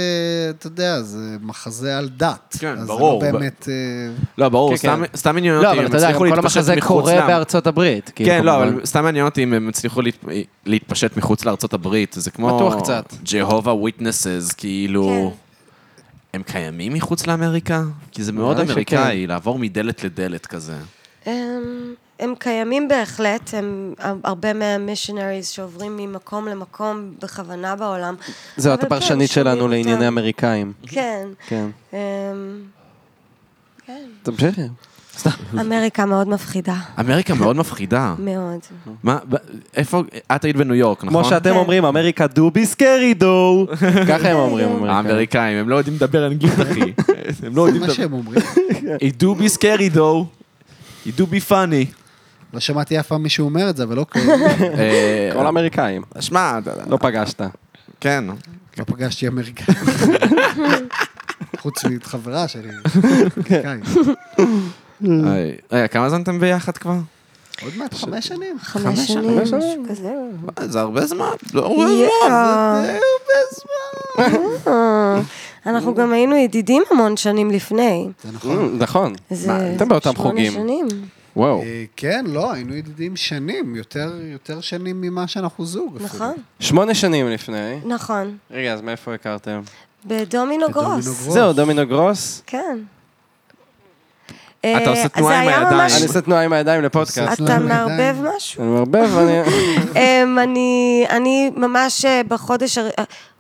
S4: אתה יודע, זה מחזה על דת.
S1: כן,
S4: אז
S1: ברור.
S4: זה לא באמת... אה,
S1: לא, ברור,
S2: כן,
S1: סתם-
S2: כן.
S1: סתם עניין אותי.
S2: לא, אבל
S1: אם
S2: אתה יודע,
S1: הצליחו
S2: כל
S1: להתפשט
S2: המחזה
S1: מחוץ
S2: קורה
S1: לעם.
S2: בארצות הברית. כאילו,
S1: כן, לא,
S2: כמובן.
S1: אבל סתם מעניין אותי אם הם הצליחו להת- להתפשט מחוץ לארצות הברית. זה כמו...
S2: בטוח קצת.
S1: ג'הובה וויטנסס, כאילו...
S4: כן.
S1: הם קיימים מחוץ לאמריקה? כי זה מאוד
S2: נראה לי
S1: אמריקאי, לעבור מדלת לדלת כזה.
S3: הם, הם קיימים בהחלט, הם הרבה מהמישונריז שעוברים ממקום למקום בכוונה בעולם.
S2: זהו, את
S3: אבל כן,
S2: הפרשנית
S3: שומעים
S2: שלנו
S3: אותם.
S2: לענייני אמריקאים.
S3: כן.
S2: כן.
S3: אמ, כן.
S2: תמשיכי.
S3: אמריקה מאוד מפחידה,
S1: אמריקה מאוד מפחידה.
S3: מאוד.
S1: מה, ב- איפה, את היית בניו יורק, נכון?
S2: כמו
S3: כן.
S2: שאתם אומרים, אמריקה דו בי סקרי דו. ככה הם אומרים, אמריקאים.
S1: האמריקאים, הם לא יודעים לדבר אנגלית, אחי. הם לא
S4: זה
S1: יודעים
S4: מה
S1: לדבר.
S4: שהם אומרים.
S1: It do be scary though. It do be funny.
S4: לא שמעתי אף פעם מישהו אומר את זה, אבל אוקיי.
S1: אה,
S2: כל האמריקאים.
S1: שמע, אתה יודע,
S2: לא פגשת.
S1: כן.
S4: לא פגשתי אמריקאים. חוץ מאת חברה שלי.
S2: כן.
S4: כן. אמריקאית.
S1: אה, רגע, כמה זמן אתם ביחד כבר?
S4: עוד מעט חמש שנים.
S3: חמש שנים, משהו כזה.
S1: מה, זה הרבה זמן. לא הרבה
S3: יואו.
S1: זה הרבה זמן.
S3: אה, אנחנו גם היינו ידידים המון שנים לפני.
S4: זה נכון.
S2: נכון.
S3: זה
S2: אתם באותם חוגים.
S3: שמונה שנים.
S2: וואו.
S4: אה, כן, לא, היינו ידידים שנים, יותר יותר שנים ממה שאנחנו זוג אפילו.
S3: נכון,
S2: שמונה שנים לפני.
S3: נכון.
S2: רגע, אז מאיפה הכרתם?
S3: בדומינו
S4: בדומינו
S3: גרוס.
S4: גרוס.
S2: זהו, דומינו גרוס.
S3: כן. אה,
S1: אתה עושה תנועה עם הידיים.
S2: אני עושה תנועה עם הידיים לפודקאסט.
S3: אתה
S4: עם
S3: מערבב
S4: הידיים.
S3: משהו?
S2: אני מערבב, אני...
S3: אמ, אני, אני ממש אה, בחודש, הר-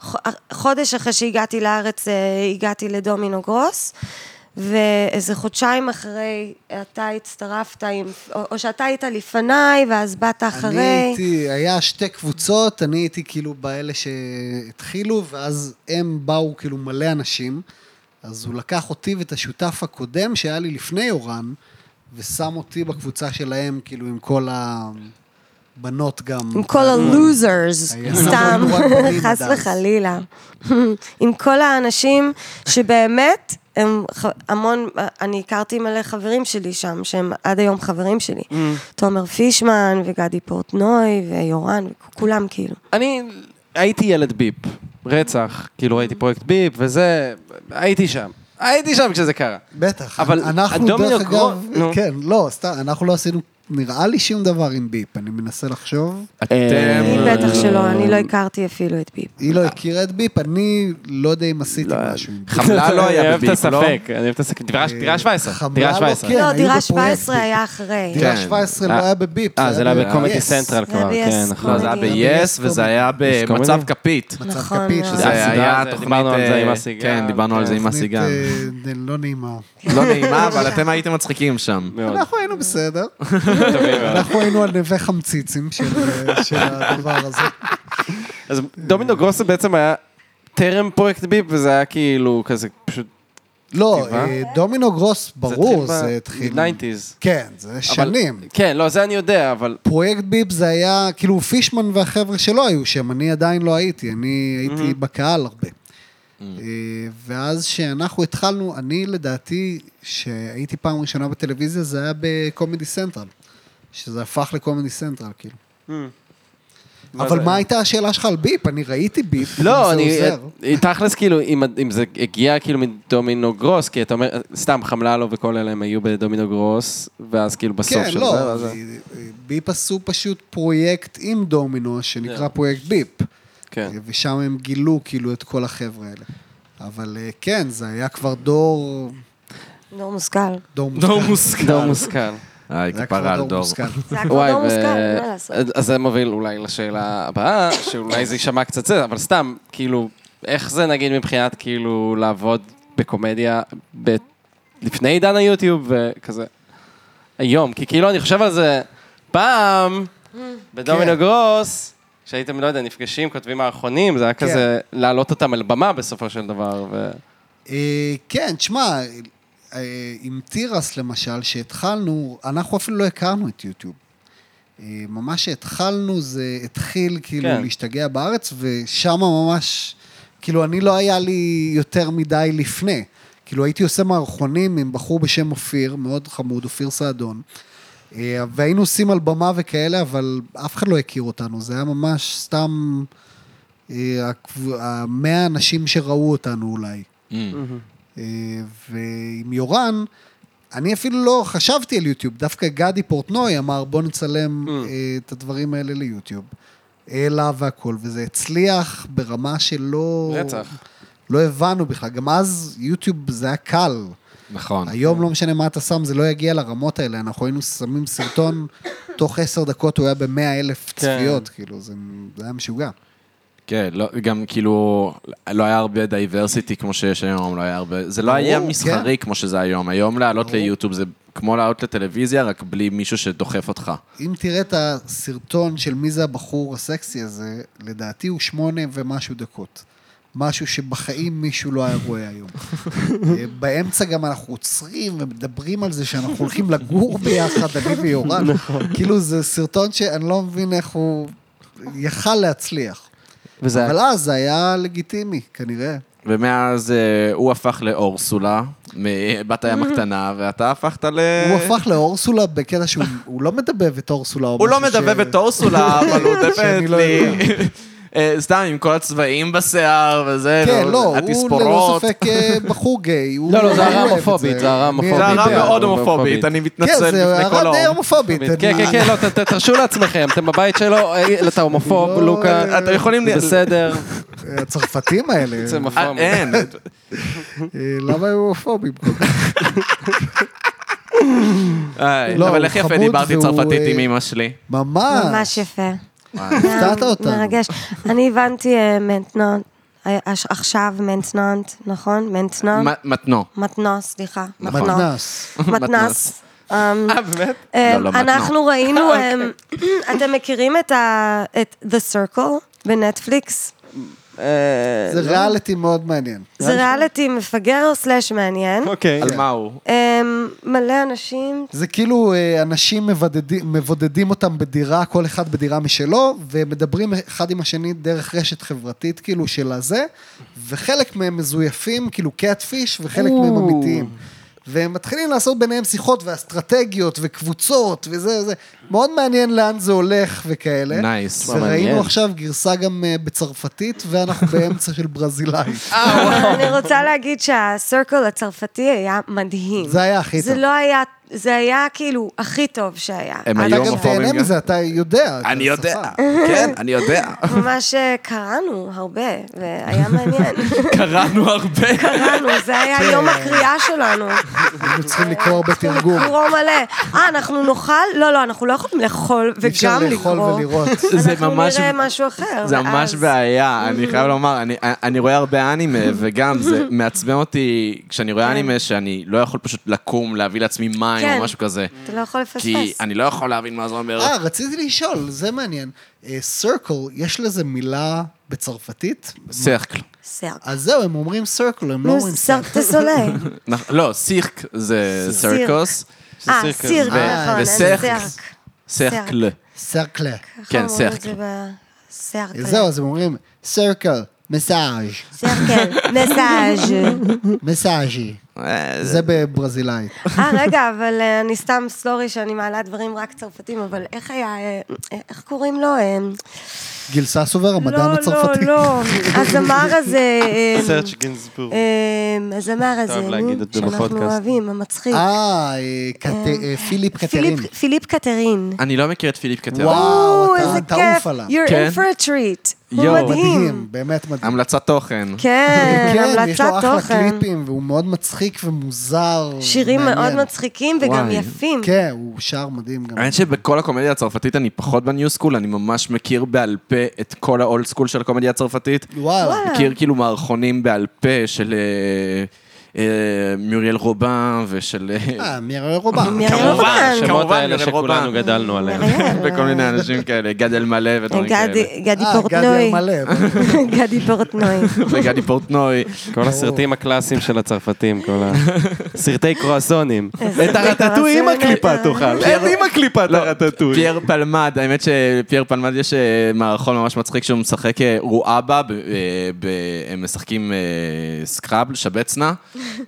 S3: ח- חודש אחרי שהגעתי לארץ, אה, הגעתי לדומינו גרוס, ואיזה חודשיים אחרי, אתה הצטרפת עם, או, או שאתה היית לפניי, ואז באת
S4: אני
S3: אחרי.
S4: הייתי, היה שתי קבוצות, אני הייתי כאילו באלה שהתחילו, ואז הם באו כאילו מלא אנשים, אז הוא לקח אותי ואת השותף הקודם שהיה לי לפני יורן, ושם אותי בקבוצה שלהם, כאילו עם כל הבנות גם.
S3: עם כל הלוזרס,
S4: היה
S3: סתם,
S4: נורא פריד
S3: חס
S4: עד אז.
S3: וחלילה. עם כל האנשים שבאמת, הם ח- המון, אני הכרתי מלא חברים שלי שם, שהם עד היום חברים שלי. תומר פישמן, וגדי פורטנוי, ויורן, כולם כאילו.
S2: אני הייתי ילד ביפ, רצח, כאילו ראיתי פרויקט ביפ וזה, הייתי שם, הייתי שם כשזה קרה.
S4: בטח.
S2: אבל
S4: אנחנו,
S2: הדומינו
S4: דרך
S2: גרו-
S4: אגב,
S2: נו.
S4: כן, לא, סתם, אנחנו לא עשינו, נראה לי שום דבר עם ביפ, אני מנסה לחשוב.
S1: אתם...
S3: אני בטח שלא, אני לא הכרתי אפילו את ביב.
S4: היא לא הכירה את ביפ, אני לא יודע אם עשיתי משהו עם ביפ.
S1: חמלה לא היה
S2: אני אוהב את
S1: בביפ, לא?
S2: הספק, אני אוהב את הספק, דירה- דירה 17,
S4: אה, חמלה
S2: דירה
S4: לא,
S2: 17.
S4: כן,
S3: לא,
S4: היו
S3: דירה
S4: בפרויקט
S3: 17
S4: ביפ.
S3: היה אחרי.
S4: דירה
S1: כן.
S4: 17 לא
S2: אה,
S4: היה בביפ.
S2: אה, זה לא היה בקומדי
S4: ב-Yes.
S2: סנטרל
S3: זה היה
S2: כבר,
S3: ב-Yes,
S2: כן, נכון.
S1: לא, זה היה ב-yes
S4: Yes,
S1: וזה היה
S2: יש כל
S1: במצב
S2: מיני.
S1: כפית.
S4: מצב
S3: נכון,
S4: כפית,
S3: מאוד.
S4: שזה
S1: זה
S2: הסדרה,
S1: היה
S2: זה-
S1: תוכנית...
S2: דיברנו על זה
S1: אה,
S2: עם הסיגל.
S1: כן, דיברנו על זה עם
S4: תוכנית
S1: הסיגל.
S4: אה, לא נעימה.
S1: לא נעימה, אבל אתם הייתם מצחיקים שם.
S2: מאוד.
S4: אנחנו היינו בסדר.
S2: טובים מאוד.
S4: אנחנו היינו על נווה חמציצים של אה, של הדבר הזה.
S2: אז דומינו גרוסה בעצם היה טרם פרויקט ביפ, וזה היה כאילו כזה פשוט,
S4: לא,
S2: טיבה?
S4: אה, דומינו גרוס, ברור,
S2: ב-
S4: זה התחיל...
S2: mid-nineties.
S4: כן, זה
S2: אבל-
S4: שנים.
S2: כן, לא, זה אני יודע, אבל
S4: פרויקט ביפ זה היה, כאילו פישמן והחבר'ה שלו היו שם, אני עדיין לא הייתי, אני הייתי בקהל הרבה. אה, ואז שאנחנו התחלנו, אני לדעתי, שהייתי פעם ראשונה בטלוויזיה, זה היה בקומדי סנטרל. שזה הפך לקומדי סנטרל, כאילו. אבל
S2: זה-
S4: מה הייתה השאלה שלך על ביפ? אני ראיתי ביפ,
S2: לא,
S4: זה
S2: אני...
S4: עוזר.
S2: אה, תכלס, כאילו, אם- אם זה הגיע כאילו מדומינו גרוס, כי אתה אומר, סתם, חמללו וכל אלה הם היו בדומינו גרוס, ואז כאילו בסוף
S4: כן,
S2: של זה,
S4: לא,
S2: ואז-
S4: ביפ עשו פשוט פרויקט עם דומינו, שנקרא פרויקט ביפ.
S2: כן.
S4: ושם הם גילו כאילו את כל החבר'ה האלה. אבל אה, כן, זה היה כבר דור...
S3: נור מושכל.
S4: דור מושכל.
S1: דור מושכל.
S4: לא
S2: דור לא מושכל.
S1: היי,
S4: זה היה
S1: כפרה על
S4: כבוד
S1: דור.
S4: מושכל.
S3: זה היה כבר לא
S2: ו-
S3: מושכל, אין מה לעשות.
S2: אז זה מוביל אולי לשאלה הבאה, שאולי זה יישמע קצת זה, אבל סתם, כאילו, איך זה נגיד מבחינת כאילו לעבוד בקומדיה ב... לפני עידן היוטיוב וכזה היום? כי כאילו אני חושב על זה, פעם, בדומינו
S4: כן.
S2: גרוס, כשהייתם, לא יודע, נפגשים, כותבים מערכונים, זה היה כזה להעלות אותם אל במה בסופו של דבר, ו...
S4: אה, כן, תשמע, אה, עם תירס למשל, שהתחלנו, אנחנו אפילו לא הכרנו את יוטיוב. אה, ממש שהתחלנו, זה התחיל כאילו
S2: כן.
S4: כן. להשתגע בארץ, ושם ממש, כאילו, אני לא היה לי יותר מדי לפני. כאילו, הייתי עושה מערכונים עם בחור בשם אופיר, מאוד חמוד, אופיר סעדון. אה, והיינו עושים על במה וכאלה, אבל אף אחד לא הכיר אותנו, זה היה ממש סתם אה, הקב- המאה אנשים שראו אותנו אולי. אה, ועם יורן, אני אפילו לא חשבתי על יוטיוב, דווקא גדי פורטנוי אמר בוא נצלם אה, את הדברים האלה ליוטיוב. העלה והכל, וזה הצליח ברמה שלא...
S2: רצח.
S4: לא הבנו בכלל, גם אז יוטיוב זה היה קל.
S1: נכון.
S4: היום לא משנה מה אתה שם, זה לא יגיע לרמות האלה. אנחנו היינו שמים סרטון, תוך עשר דקות הוא היה במאה אלף צפיות, כאילו, זה זה היה משוגע.
S1: כן, לא, גם כאילו, לא היה הרבה דייברסיטי כמו שיש היום, לא היה הרבה... זה לא היה
S4: ברור, כן.
S1: מסחרי כמו שזה היום. היום לעלות ליוטיוב זה כמו לעלות לטלוויזיה, רק בלי מישהו שדוחף אותך.
S4: אם תראה את הסרטון של מי זה הבחור הסקסי הזה, לדעתי הוא שמונה ומשהו דקות. משהו שבחיים מישהו לא היה רואה היום. אה, באמצע גם אנחנו עוצרים ומדברים על זה שאנחנו הולכים לגור ביחד, אני ויורן. כאילו, זה סרטון שאני לא מבין איך הוא יכל להצליח.
S2: וזה
S4: אבל אז זה היה לגיטימי, כנראה.
S1: ומאז אה, הוא הפך לאורסולה, מבת הים הקטנה, ואתה הפכת ל...
S4: Mm-hmm. הוא הפך לאורסולה בקטע שהוא הוא לא מדבב את אורסולה. או
S1: הוא לא
S4: משהו ש-
S1: מדבב את אורסולה, אבל הוא דבב
S4: שאני לא
S1: לי...
S4: יודע.
S1: אה, סתם, עם כל הצבעים בשיער וזה,
S4: כן,
S1: והוא-
S4: לא, הוא ללא
S1: התספורות.
S4: ספק אה, בחור גיי. הוא-
S2: לא, לא, זה
S4: אני
S2: הערה
S4: אוהב את
S2: הומופובית, זה הערה הומופובית.
S1: זה
S4: אני יודע.
S1: הערה
S2: הומופובית.
S1: מאוד
S2: הומופובית.
S1: הומופובית, אני
S4: כן,
S1: מתנצל
S4: זה
S1: בפני כל
S4: הערה די
S1: האור.
S4: הומופובית.
S2: כן,
S4: אני-
S2: כן, כן, לא, ת- ת- תרשו לעצמכם, אתם בבית שלו, אה, אתה הומופוב,
S4: לא,
S2: לוקה,
S1: אתם יכולים ל-
S2: בסדר. כן.
S4: הצרפתים האלה,
S2: זה
S1: אה,
S2: מפרם.
S1: אין,
S4: אה, למה הם הומופובים? כל כך?
S1: אה,
S4: לא,
S1: אבל
S4: הוא
S1: איך יפה
S4: חמוד
S1: דיברתי
S4: והוא,
S1: צרפתית
S4: אה,
S1: עם אמא שלי.
S4: ממש.
S3: ממש יפה.
S4: אה,
S3: אה,
S4: הפתעת אותנו.
S3: מרגש. אני הבנתי אה, מנטנון, אה, הש- עכשיו מנטנונט, נכון? מנטנון?
S1: מ- מתנו.
S3: מתנוס, סליחה.
S1: נכון.
S3: מתנוס.
S4: מתנס.
S1: מתנס.
S3: מתנס. אמ,
S2: אה, באמת?
S3: אמ,
S1: לא, לא,
S3: אנחנו ראינו, אמ, אתם מכירים את ה- את The Circle בנטפליקס?
S2: אה,
S4: זה ריאליטי מאוד מעניין.
S3: זה ריאליטי מפגר או סלאש מעניין.
S2: אוקיי.
S1: על מה הוא?
S3: אמ, מלא אנשים,
S4: זה כאילו אה, אנשים מבודדים- מבודדים אותם בדירה, כל אחד בדירה משלו, ומדברים אחד עם השני דרך רשת חברתית כאילו של הזה, וחלק מהם מזויפים, כאילו קאטפיש, וחלק מהם
S2: או.
S4: אמיתיים. והם מתחילים לעשות ביניהם שיחות ואסטרטגיות וקבוצות וזה וזה. מאוד מעניין לאן זה הולך וכאלה.
S1: נייס.
S2: מעניין.
S4: וראינו עכשיו גרסה גם אה, בצרפתית, ואנחנו באמצע של ברזילאית.
S3: אה, אני רוצה להגיד שהסרקל הצרפתי היה מדהים.
S4: זה היה הכי
S3: זה
S4: טוב.
S3: לא היה, זה היה כאילו הכי טוב שהיה.
S1: הם
S3: עד
S1: היו
S4: אתה
S3: עכשיו.
S4: גם
S1: הומופובים
S4: תהנה
S1: גם?
S4: מזה, אתה יודע. אתה
S1: אני יודע,
S4: שפה.
S1: כן, אני יודע.
S3: ממש אה, קראנו הרבה, והיה מעניין.
S1: קראנו הרבה.
S3: קראנו, זה היה יום הקריאה שלנו.
S4: היינו צריכים לקרוא הרבה תרגום.
S3: לקרוא מלא. אה, אנחנו נאכל? לא, לא, אנחנו לא יכולים לאכול
S4: אי אפשר
S3: וגם
S4: לאכול
S3: לקרוא.
S4: ולראות.
S1: זה
S3: אנחנו
S1: ממש-
S3: נראה משהו אחר.
S1: זה ממש
S3: ואז-
S1: בעיה, אני חייב לומר, אני- אני רואה הרבה אנימה, וגם זה מעצבן אותי כשאני רואה אנימה שאני לא יכול פשוט לקום, להביא לעצמי מים
S3: כן.
S1: או משהו כזה.
S3: אתה לא יכול לפספס.
S1: כי אני לא יכול להבין מה זה אומר.
S4: אה, רציתי לשאול, זה מעניין. סרקל, יש לזה מילה בצרפתית?
S1: סירקל.
S3: סרק.
S4: אז זהו, הם אומרים סרקל, הם אה, לא
S3: נו,
S4: אומרים
S3: סרק
S4: circle.
S3: תסולי.
S1: נכ- לא, סירק זה סרקוס.
S3: אה,
S2: סירק.
S3: סירק,
S1: ו-
S3: נכון,
S1: וסרק.
S3: סרק.
S1: סרקל.
S4: סרקלה.
S3: איך
S1: כן,
S3: אומרים את
S1: סרקל.
S3: זה בסרקל?
S4: זהו, אז הם אומרים סרקל, מסאז',
S3: סרקל, כן. מסאז'.
S4: מסאז'י.
S1: אה, זה-
S4: זה בברזילאית.
S3: אה, רגע, אבל אה, אני סתם סלורי שאני מעלה דברים רק צרפתים, אבל איך היה, אה, איך קוראים לו? אה,
S4: גיל ססובר, המדען הצרפתי.
S3: לא, לא, לא. הזמר הזה... אה,
S2: סרצ' גינזבורג.
S3: אה, הזמר הזה,
S2: אוהב להגיד את זה
S3: שאנחנו
S2: בפודקאסט.
S3: אוהבים, המצחיק.
S4: אה, אה, קט- אה, פיליפ קטרין.
S3: פיליפ- פיליפ קטרין.
S1: אני לא מכיר את פיליפ קטר.
S4: וואו,
S3: או, איזה
S4: אתה תעוף
S3: כיף.
S4: עליו.
S3: You're
S1: כן.
S3: in for a treat. הוא
S1: יואו.
S3: מדהים.
S4: מדהים, באמת מדהים.
S1: המלצת תוכן.
S3: כן,
S4: כן, יש
S3: המלצת
S4: לו אחלה
S3: תוכן.
S4: קליפים, והוא מאוד מצחיק מצחיק ומוזר.
S3: אה. שירים מאוד
S4: מעניין.
S3: מצחיקים וגם
S1: וואי,
S3: יפים.
S4: כן, הוא שר מדהים גם.
S1: האמת שבכל הקומדיה הצרפתית אני פחות בניו סקול, אני ממש מכיר בעל פה את כל האולד סקול של הקומדיה הצרפתית.
S4: וואלה.
S3: וואלה.
S1: מכיר כאילו מערכונים בעל פה של אה, אה, מוריאל רובין ושל... אה,
S4: אה, מירי רובה.
S3: מירי
S2: כמובן,
S3: כמובן,
S2: השמות
S1: כמובן,
S2: האלה
S1: יובל רובן.
S2: שכולנו גדלנו עליהם.
S3: מריאל,
S1: וכל מיני אנשים כאלה, גד אלמלא ודברים כאלה.
S3: גדי- גדי
S4: אה, גדי
S3: פורטנוי.
S4: מלא.
S3: גדי פורטנוי.
S1: וגדי פורטנוי.
S2: כל הסרטים הקלאסיים של הצרפתים, כל ה... סרטי קרואסונים. כן.
S3: איזה
S2: את הרטטוי עם
S3: קרואסון,
S2: הקליפה
S3: אה.
S2: תאכל. אין עם הקליפה את הרטטוי.
S1: פייר פלמד, האמת שפייר פלמד יש אה, מערכון ממש מצחיק שהוא משחק אה, רואבה, ב- אה, ב- הם משחקים אה, סקראבל, שבצנה,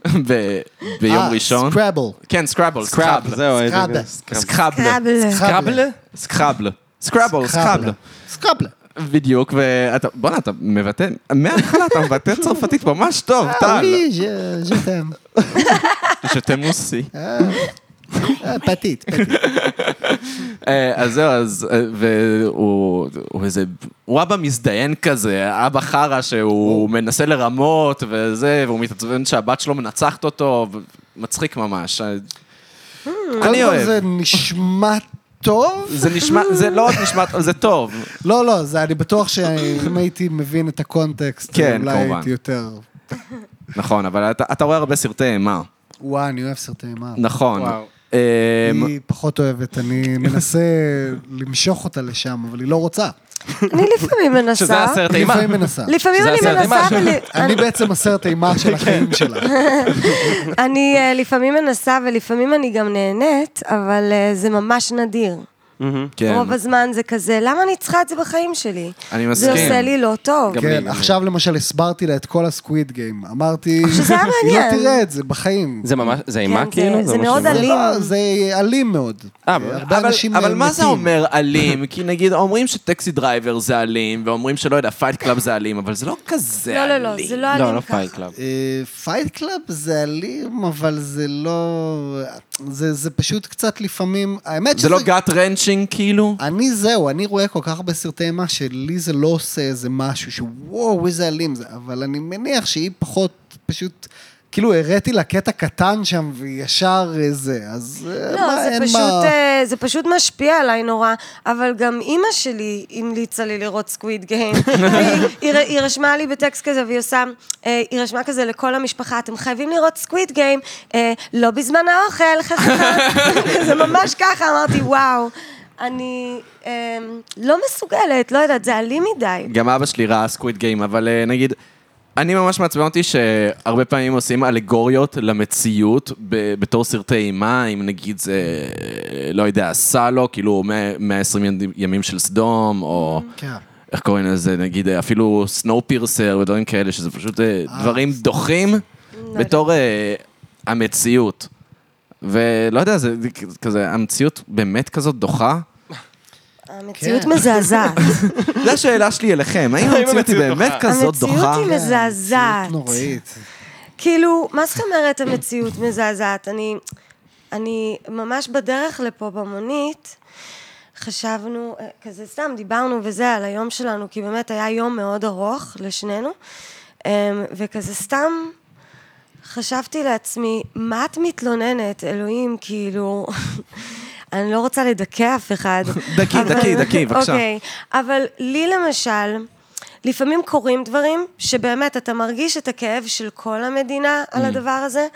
S1: ב- ביום
S4: אה,
S1: ראשון.
S4: סקראבל.
S1: כן, סקראבל,
S2: סקראב,
S1: סקראבל.
S2: זהו. איזה-
S1: סקראבל.
S4: סקראבל.
S3: קרבל.
S4: סקראבל.
S1: סקראבל. סקראבל, סקראבל.
S4: סקראבל. סקראבל.
S1: בדיוק, ואתה, בואנה, אתה מבטא, מההתחלה אתה מבטא צרפתית ממש טוב,
S4: אה,
S1: טל.
S4: oui, je- je t'aime.
S1: שאתה מוסי.
S4: אה, פתית, פתית.
S1: אה, אז זהו, אז, אה, והוא הוא איזה, הוא אבא מזדיין כזה, אבא חרא שהוא מנסה לרמות וזה, והוא מתעצבן שהבת שלו מנצחת אותו, ו- מצחיק ממש. אה, אני
S4: קודם כל זה
S1: אוהב.
S4: נשמע טוב.
S1: זה נשמע, זה לא רק נשמע, זה טוב.
S4: לא, לא, זה, אני בטוח שאם הייתי מבין את הקונטקסט,
S1: כן,
S4: אולי
S1: כמובן.
S4: הייתי יותר...
S1: נכון, אבל אתה אתה רואה הרבה סרטי אימה.
S4: וואי, אני אוהב סרטי אימה.
S1: נכון.
S2: וואו.
S1: אה,
S4: היא פחות אוהבת, אני מנסה למשוך אותה לשם, אבל היא לא רוצה.
S3: אני לפעמים
S2: שזה
S3: מנסה.
S2: הסרט
S4: היא
S2: אימה.
S4: לפעמים מנסה.
S3: לפעמים
S2: שזה
S3: אני
S2: הסרט
S3: מנסה,
S2: אימה
S3: אבל...
S4: אני בעצם הסרט אימה של
S1: כן.
S4: החיים שלה.
S3: אני אה, לפעמים מנסה ולפעמים אני גם נהנית, אבל אה, זה ממש נדיר.
S1: כן.
S3: רוב הזמן זה כזה, למה אני צריכה את זה בחיים שלי?
S1: אני
S3: זה
S1: מסכים.
S3: עושה לי לא טוב.
S2: גם-
S4: כן,
S2: לי.
S4: עכשיו למשל הסברתי לה את כל הסקוויד גיים. אמרתי,
S3: אה, שזה היה
S4: היא
S3: מעניין.
S4: לא תראה את זה בחיים.
S2: זה ממש, זה אימה
S3: כן,
S2: כאילו?
S3: זה- זה
S2: מה
S3: מאוד
S2: שזה-
S4: זה לא-
S3: אלים.
S4: זה אלים מאוד.
S2: אה,
S4: הרבה
S1: אבל-
S4: אנשים
S1: אבל מה זה
S4: מתים.
S1: אומר אלים? כי נגיד, אומרים שטקסי דרייבר זה אלים, ואומרים שלא יודע, פייט קלאב זה אלים, אבל זה לא כזה
S3: לא,
S1: אלים.
S3: לא, לא, זה לא
S2: לא, לא
S3: אלים
S2: פייט
S3: ככה.
S2: קלאב.
S4: פייט קלאב אה, זה אלים, אבל זה לא... זה, זה פשוט קצת לפעמים... האמת
S1: זה
S4: שזה...
S1: לא גאט רנצ'ינג כאילו?
S4: אני זהו, אני רואה כל כך הרבה סרטי אימה שלי זה לא עושה איזה משהו שוואו, איזה אלים זה, אבל אני מניח שהיא פחות, פשוט... כאילו, הראתי לה קטע קטן שם, והיא ישר אה, זה, אז... אה,
S3: לא,
S4: מה,
S3: זה
S4: אין
S3: פשוט,
S4: מה...
S3: אה, זה פשוט משפיע עליי נורא, אבל גם אימא שלי המליצה לי לראות סקוויד גיים. והיא- היא ר- היא רשמה לי בטקסט כזה, והיא עושה, אה, היא רשמה כזה לכל המשפחה, אתם חייבים לראות סקוויד גיים, אה, לא בזמן האוכל, חככה. זה ממש ככה, אמרתי, וואו. אני אה, לא מסוגלת, לא יודעת, זה אלים מדי.
S4: כן.
S1: גם אבא שלי ראה סקוויד גיים, אבל אה, נגיד, אני ממש מעצבן אותי שהרבה פעמים עושים אלגוריות למציאות ב- בתור סרטי אימה, אם נגיד זה, אה, לא יודע, סאלו, כאילו 100 120 ימים של סדום, או...
S3: Mm.
S4: כן.
S1: איך קוראים לזה, נגיד אה, אפילו סנואו פירסר ודברים כאלה, שזה פשוט אה, דברים דוחים בתור אה, המציאות. ולא יודע, זה זה כ- כזה, המציאות באמת כזאת דוחה?
S3: המציאות
S4: כן.
S3: מזעזעת.
S1: זו השאלה שלי אליכם, האם המציאות היא באמת כזאת
S3: המציאות
S1: דוחה?
S3: היא מזעזעת.
S4: כן, נוראית.
S3: כאילו, מה זאת אומרת המציאות מזעזעת? אני, אני ממש בדרך לפה במונית, חשבנו, אה, כזה סתם דיברנו וזה על היום שלנו, כי באמת היה יום מאוד ארוך לשנינו, אמ, וכזה סתם חשבתי לעצמי, מה את מתלוננת, אלוהים, כאילו... אני לא רוצה לדכא אף אחד.
S1: דכי,
S3: אבל-
S1: דכי, דכי, בבקשה.
S3: אוקיי, אבל לי למשל, לפעמים קורים דברים שבאמת אתה מרגיש את הכאב של כל המדינה על הדבר הזה.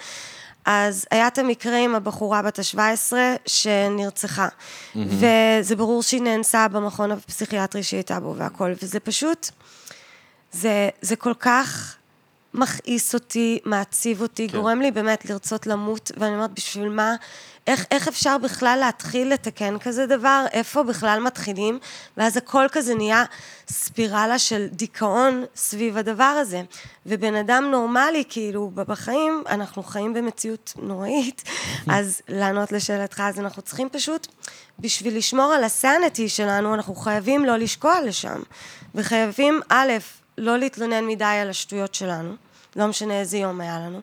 S3: אז היה את המקרה עם הבחורה בת ה-17 שנרצחה. וזה ברור שהיא נאנסה במכון הפסיכיאטרי שהיא הייתה בו והכל, וזה פשוט, זה, זה כל כך מכעיס אותי, מעציב אותי, כן. גורם לי באמת לרצות למות, ואני אומרת, בשביל מה? איך, איך אפשר בכלל להתחיל לתקן כזה דבר? איפה בכלל מתחילים? ואז הכל כזה נהיה ספירלה של דיכאון סביב הדבר הזה. ובן אדם נורמלי, כאילו, ב- בחיים, אנחנו חיים במציאות נוראית, אז לענות לשאלתך, אז אנחנו צריכים פשוט, בשביל לשמור על הסנטי שלנו, אנחנו חייבים לא לשקוע לשם. וחייבים, א', לא להתלונן מדי על השטויות שלנו, לא משנה איזה יום היה לנו,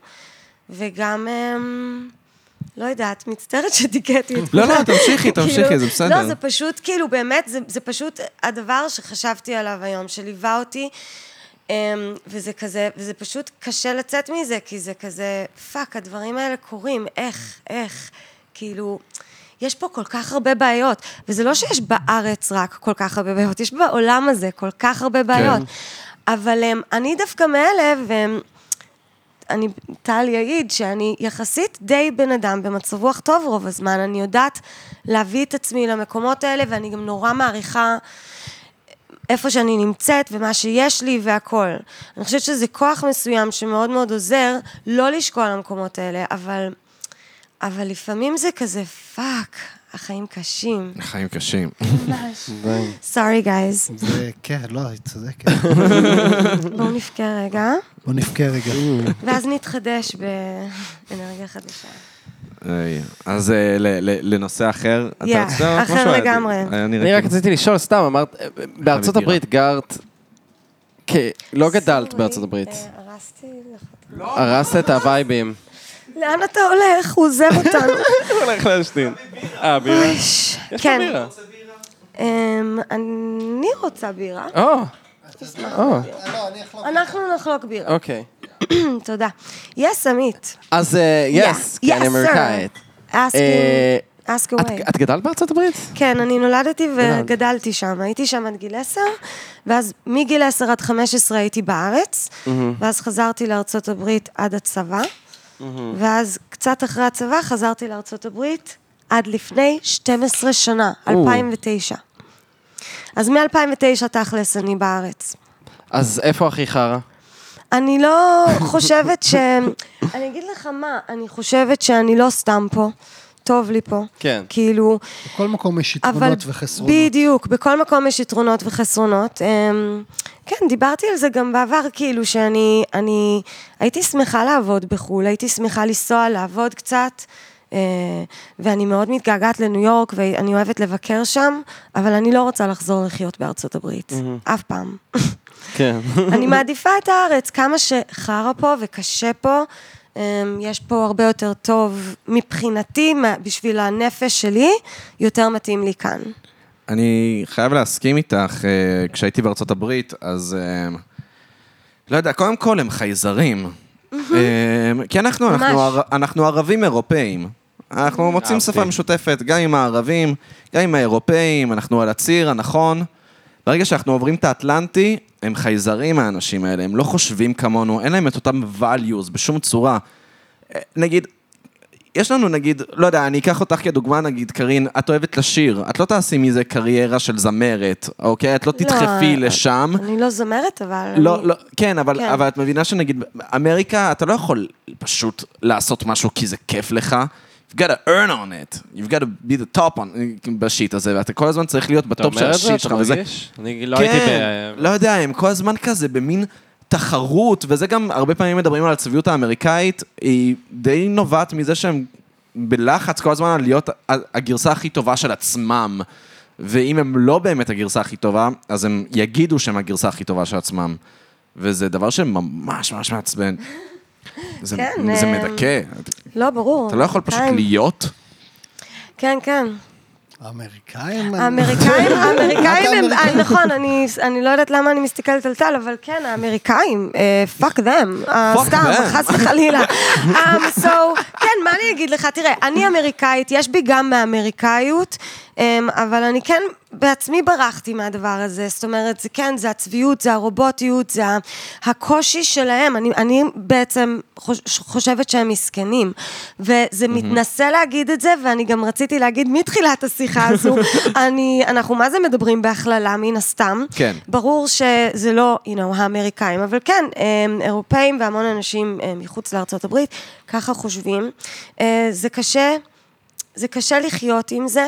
S3: וגם, אמ, לא יודעת, מצטערת שדיכאתי את
S1: לא, לא,
S3: כולם.
S1: תמשיכי, תמשיכי,
S3: כאילו,
S1: זה בסדר.
S3: לא, זה פשוט, כאילו, באמת, זה, זה פשוט הדבר שחשבתי עליו היום, שליווה אותי. אמ, אמ, וזה כזה, וזה פשוט קשה לצאת מזה, כי זה כזה, פאק, הדברים האלה קורים, איך, איך, כאילו... יש פה כל כך הרבה בעיות, וזה לא שיש בארץ רק כל כך הרבה בעיות, יש בעולם הזה כל כך הרבה בעיות. כן. אבל הם, אני דווקא אמ, מאלה, והם, אני, טל יעיד שאני יחסית די בן אדם במצב רוח טוב רוב הזמן, אני יודעת להביא את עצמי למקומות האלה, ואני גם נורא מעריכה איפה שאני נמצאת ומה שיש לי והכול. אני חושבת שזה כוח מסוים שמאוד מאוד עוזר לא לשקוע למקומות האלה, אבל, אבל לפעמים זה כזה, פאק, החיים קשים.
S1: חיים קשים.
S3: סורי גייז,
S4: זה, כן, לא, היא צודקת.
S3: בואו נבכה רגע,
S4: בוא נבכה רגע.
S3: ואז נתחדש באנרגיה חדשה.
S1: איי. אז אה, ל- ל- לנושא אחר, אתה
S3: יא,
S1: רצית לומר
S3: אחר
S1: משהו? אה,
S3: לגמרי.
S1: אני-
S2: אני רק רציתי לשאול, סתם, אמרת, אה, בארצות
S1: בירה.
S2: הברית גרת... כ- לא גדלת
S3: סורי,
S2: בארצות הברית.
S3: אה, הרסתי לך.
S2: הרסת את הווייבים.
S3: לאן אתה הולך? הוא עוזב אותנו.
S2: הולך להשתין. אה, בירה.
S3: אויש.
S2: יש פה
S3: כן.
S2: בירה.
S3: אמ, אני רוצה בירה.
S2: או, או, אה.
S3: אנחנו נחלוק בירה.
S2: אוקיי.
S3: תודה. יס, עמית.
S2: אז אה, יס,
S3: Yeah.
S2: כי
S3: Yes,
S2: אני
S3: sir.
S2: אמריקאית.
S3: Ask
S2: אה,
S3: him- ask
S2: את-
S3: away.
S2: את גדלת בארצות הברית?
S3: כן, אני נולדתי
S2: גדלת.
S3: וגדלתי שם. הייתי שם עד גיל 10, ואז מגיל 10 עד 15 הייתי בארץ, ואז חזרתי לארצות הברית עד הצבא, ואז קצת אחרי הצבא חזרתי לארצות הברית עד לפני 12 שנה, 2009. אז מ-2009 תכלס אני בארץ.
S2: אז איפה הכי חרא?
S3: אני לא חושבת ש... אני אגיד לך מה, אני חושבת שאני לא סתם פה. טוב לי פה.
S2: כן.
S3: כאילו,
S4: בכל מקום יש
S3: אבל...
S4: יתרונות וחסרונות.
S3: בדיוק, בכל מקום יש יתרונות וחסרונות. אמ, כן, דיברתי על זה גם בעבר, כאילו, שאני... אני הייתי שמחה לעבוד בחו"ל, הייתי שמחה לנסוע, לעבוד קצת. אה, ואני מאוד מתגעגעת לניו יורק ואני אוהבת לבקר שם, אבל אני לא רוצה לחזור לחיות בארצות הברית, אף פעם.
S2: כן.
S3: אני מעדיפה את הארץ, כמה שחרא פה וקשה פה, אמ, יש פה הרבה יותר טוב מבחינתי, מה- בשביל הנפש שלי, יותר מתאים לי כאן.
S1: אני חייב להסכים איתך, אה, כשהייתי בארצות הברית, אז... אה, לא יודע, קודם כל הם חייזרים. אה, כי אנחנו,
S3: ממש.
S1: אנחנו, ער- אנחנו ערבים אירופאים. אנחנו מוצאים
S2: אהבתי.
S1: שפה משותפת גם עם הערבים, גם עם האירופאים, אנחנו על הציר הנכון. ברגע שאנחנו עוברים את האטלנטי, הם חייזרים האנשים האלה, הם לא חושבים כמונו, אין להם את אותם values בשום צורה. אה, נגיד, יש לנו נגיד, לא יודע, אני אקח אותך כדוגמה נגיד, קארין, את אוהבת לשיר, את לא תעשי מזה קריירה של זמרת, אוקיי? את לא תדחפי
S3: אה,
S1: לשם.
S3: אני לא זמרת, אבל...
S1: לא,
S3: אני-
S1: לא, כן, אבל,
S3: כן.
S1: אבל את מבינה שנגיד, אמריקה, אתה לא יכול פשוט לעשות משהו כי זה כיף לך. You've got to earn on it, you've got to be the top on, בשיט הזה, ואתה כל הזמן צריך להיות
S2: אתה
S1: בטופ של
S2: אומר את זה?
S1: השיט
S2: אתה
S1: שלך, וזה...
S2: מרגיש? אני לא הייתי
S1: כן,
S2: ב...
S1: לא יודע, הם כל הזמן כזה במין תחרות, וזה גם, הרבה פעמים מדברים על הצביעות האמריקאית, היא די נובעת מזה שהם בלחץ כל הזמן על להיות ה- הגרסה הכי טובה של עצמם. ואם הם לא באמת הגרסה הכי טובה, אז הם יגידו שהם הגרסה הכי טובה של עצמם. וזה דבר שממש ממש מעצבן. זה,
S3: כן,
S1: זה
S3: אה, כן.
S1: מדכא.
S3: לא, ברור.
S1: אתה לא יכול פשוט
S3: אמריקאים.
S1: להיות.
S3: כן, כן.
S4: האמריקאים...
S3: האמריקאים, האמריקאים הם...
S4: רק האמריקאים.
S3: אה, נכון, אני- אני לא יודעת למה אני מסתכלת על טל, אבל כן, האמריקאים, פאק them. אה,
S1: Fuck
S3: סתם,
S1: them.
S3: חס וחלילה. Um, so, כן, מה אני אגיד לך? תראה, אני אמריקאית, יש בי גם מאמריקאיות, um, אבל אני כן בעצמי ברחתי מהדבר הזה. זאת אומרת, זה כן, זה הצביעות, זה הרובוטיות, זה ה- הקושי שלהם. אני, אני בעצם חוש, חושבת שהם מסכנים, וזה מתנשא להגיד את זה, ואני גם רציתי להגיד מתחילת השיחה הזו, אני, אנחנו מה זה מדברים בהכללה מן הסתם.
S1: כן.
S3: ברור שזה לא, you know, האמריקאים, אבל כן, אמ, אירופאים והמון אנשים אמ, מחוץ לארצות הברית ככה חושבים. אה, זה קשה, זה קשה לחיות עם זה,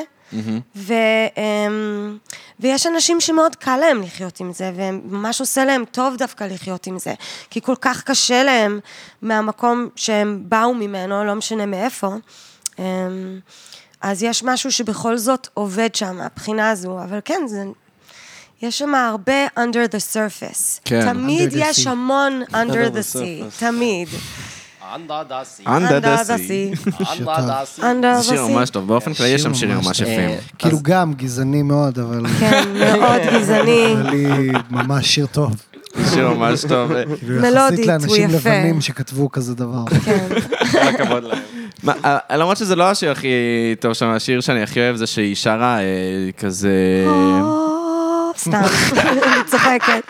S3: ו, אמ, ויש אנשים שמאוד קל להם לחיות עם זה, וממש עושה להם טוב דווקא לחיות עם זה, כי כל כך קשה להם מהמקום שהם באו ממנו, לא משנה מאיפה. אמ, אז יש משהו שבכל זאת עובד שם, מהבחינה הזו, אבל כן, זה יש שם הרבה under the surface.
S1: כן,
S3: תמיד
S4: under the
S3: יש
S4: sea.
S3: המון under
S2: the
S3: the sea, תמיד.
S2: אנדה דסי.
S3: לא
S1: Under the sea.
S3: under
S1: זה שיר
S3: the
S1: ממש
S3: sea.
S1: טוב, באופן כללי יש שם שירים ממש יפים.
S2: אה,
S4: כאילו גם גזעני מאוד, אבל...
S3: כן, מאוד גזעני.
S4: אבל היא ממש שיר טוב.
S1: שיר ממש טוב.
S3: מלודית,
S4: יחסית
S3: הוא
S4: לאנשים
S3: יפה.
S4: לבנים שכתבו כזה דבר.
S3: כן.
S2: כל הכבוד להם.
S1: מה, אה, למרות שזה לא השיר הכי טוב שם, השיר שאני הכי אוהב זה שהיא שרה אה, כזה...
S3: או, סתם, אני צוחקת.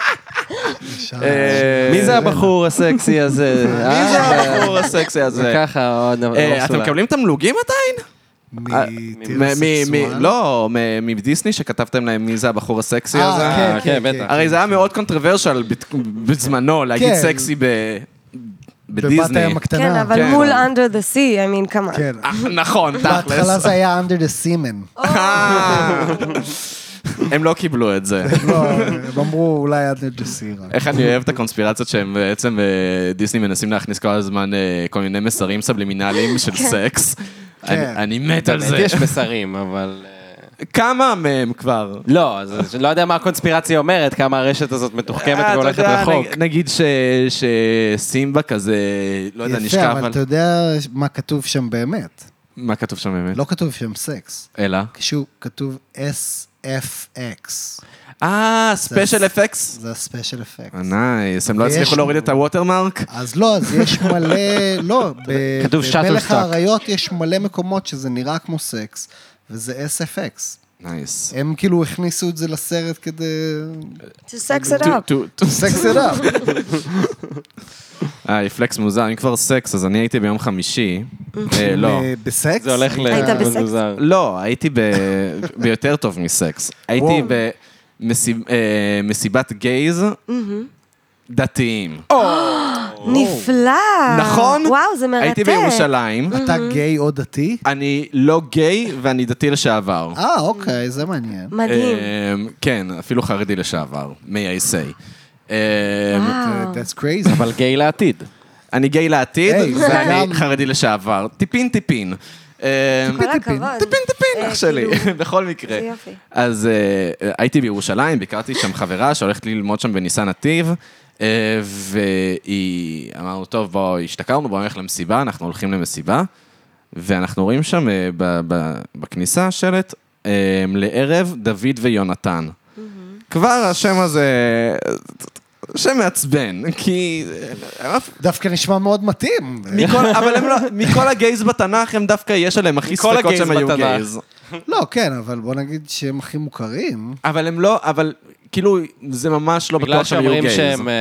S1: אה,
S2: מי זה הבחור הסקסי הזה? אה,
S1: מי זה הבחור הסקסי
S2: לא
S1: הזה?
S2: ככה, לא עוד
S1: אה, אתם
S2: כן,
S1: מקבלים תמלוגים עדיין? אה, מ- מ- מ-
S4: מטרוסקסואל?
S1: לא, מ- מדיסני שכתבתם להם מי זה הבחור הסקסי
S4: אה,
S1: הזה?
S4: כן, כן,
S2: כן,
S4: כן.
S2: בטח.
S1: הרי זה היה מאוד קונטרוברשל בת- בזמנו להגיד
S4: כן.
S1: סקסי ב-
S4: בבת
S1: בדיסני.
S4: הים הקטנה.
S3: כן, אבל
S1: כן.
S3: מול under the sea, I mean, come on.
S4: כן.
S1: אה, נכון,
S4: בהתחלה
S1: תכלס.
S4: זה היה under the semen.
S1: אה. הם לא קיבלו את זה.
S3: אוקיי.
S4: לא, הם אמרו אולי under the sea רק.
S1: איך אני אוהב את הקונספירציות שהם בעצם אה, דיסני מנסים להכניס כל הזמן אה, כל מיני מסרים סבלימינליים
S4: כן.
S1: של סקס. אני אני מת על
S2: באמת
S1: זה.
S2: יש מסרים, אבל... אה,
S1: כמה מהם כבר?
S2: לא, אז אני לא יודע מה הקונספירציה אומרת, כמה הרשת הזאת מתוחכמת
S1: אה, אתה
S2: והולכת
S1: יודע,
S2: רחוק.
S1: נג- נגיד ש- שסימבה כזה, לא יודע,
S4: יפה,
S1: נשכב
S4: אבל
S1: על...
S4: אתה יודע מה כתוב שם באמת.
S1: מה כתוב שם באמת?
S4: לא כתוב שם סקס.
S1: אלא?
S4: כשהוא כתוב SFX.
S1: אה, ספיישל אפקס?
S4: זה הספיישל אפקט.
S1: נייס, הם לא הצליחו
S4: ויש-
S1: להוריד את הווטרמרק?
S4: אז לא, אז יש מלא, לא, ב-
S2: כתוב
S4: במלך
S2: Shutterstock.
S4: האריות יש מלא מקומות שזה נראה כמו סקס, וזה SFX.
S1: נייס.
S4: הם כאילו הכניסו את זה לסרט כדי...
S3: To sex it up.
S4: סקס it up.
S1: היי, אה, פלקס מוזר, אם כבר סקס, אז אני הייתי ביום חמישי. אה, לא.
S4: אה, בסקס?
S2: זה הולך ל...
S3: היית בסקס?
S2: מוזר.
S1: לא, הייתי ב... ביותר טוב מסקס. הייתי
S4: וואו.
S1: במסיבת גייז דתיים.
S4: Oh.
S3: נפלא.
S1: נכון?
S3: וואו, זה מרתק.
S1: הייתי בירושלים,
S4: אתה גיי או דתי?
S1: אני לא גיי ואני דתי לשעבר.
S4: אה, אוקיי, זה מעניין.
S3: מדהים.
S1: אמ, כן, אפילו חרדי לשעבר, may I say. אמ,
S4: אה?
S3: וואו.
S4: That's crazy.
S2: אבל גיי לעתיד.
S1: אני גיי לעתיד,
S4: היי, זה
S1: ואני
S4: גם-
S1: חרדי לשעבר. טיפין טיפין. אמ,
S3: כל הכבוד.
S1: טיפין טיפין,
S3: אה,
S1: אח שלי,
S3: כאילו-
S1: בכל מקרה.
S3: זה יופי.
S1: אז אה, הייתי בירושלים, ביקרתי שם חברה שהולכת ללמוד שם בניסן נתיב, אה, והיא, אמרנו, טוב, בואו, השתכרנו, בואו נלך למסיבה, אנחנו הולכים למסיבה, ואנחנו רואים שם אה, ב- ב- בכניסה שלט אה, לערב דוד ויונתן. כבר השם הזה, שם מעצבן, כי... אה,
S4: דווקא נשמע מאוד מתאים.
S1: מכל, אבל הם לא, מכל הגייז בתנ"ך הם דווקא יש עליהם הכי
S2: מכל
S1: ספקות
S2: הגייז
S1: שהם היו
S2: בתנ"ך.
S1: גייז.
S4: לא, כן, אבל בוא נגיד שהם הכי מוכרים.
S1: אבל הם לא, אבל כאילו זה ממש לא
S2: בגלל
S1: בטוח שהם היו
S2: שאומרים
S1: גייז.
S2: שהם... אה,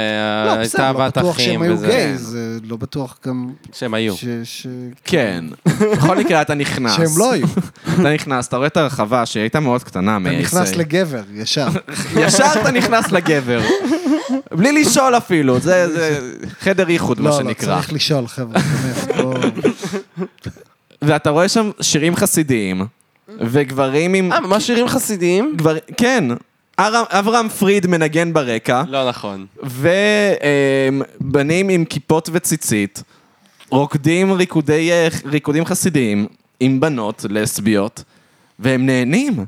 S4: לא,
S2: הייתה
S4: בסדר, לא
S2: אהבת
S4: בטוח
S2: אחים
S4: שהם היו
S2: וזה.
S4: גיי, זה לא בטוח גם
S2: שהם היו.
S4: ש- ש-
S1: כן. בכל מקרה אתה נכנס.
S4: שהם לא היו.
S1: אתה נכנס, אתה רואה את הרחבה שהיא הייתה מאוד קטנה
S4: אתה
S1: מ-ASA.
S4: נכנס לגבר, ישר.
S1: ישר אתה נכנס לגבר. בלי לשאול אפילו, זה זה חדר איחוד מה
S4: לא, לא,
S1: שנקרא.
S4: צריך לשאול, חבר'ה, באמת, בואו.
S1: ואתה רואה שם שירים חסידיים, וגברים עם...
S2: אה, ממש שירים חסידיים?
S1: גבר- כן. אברהם- אברהם פריד מנגן ברקע.
S2: לא נכון.
S1: ובנים עם כיפות וציצית, רוקדים ריקודי, אה, ריקודים חסידיים עם בנות לסביות, והם נהנים.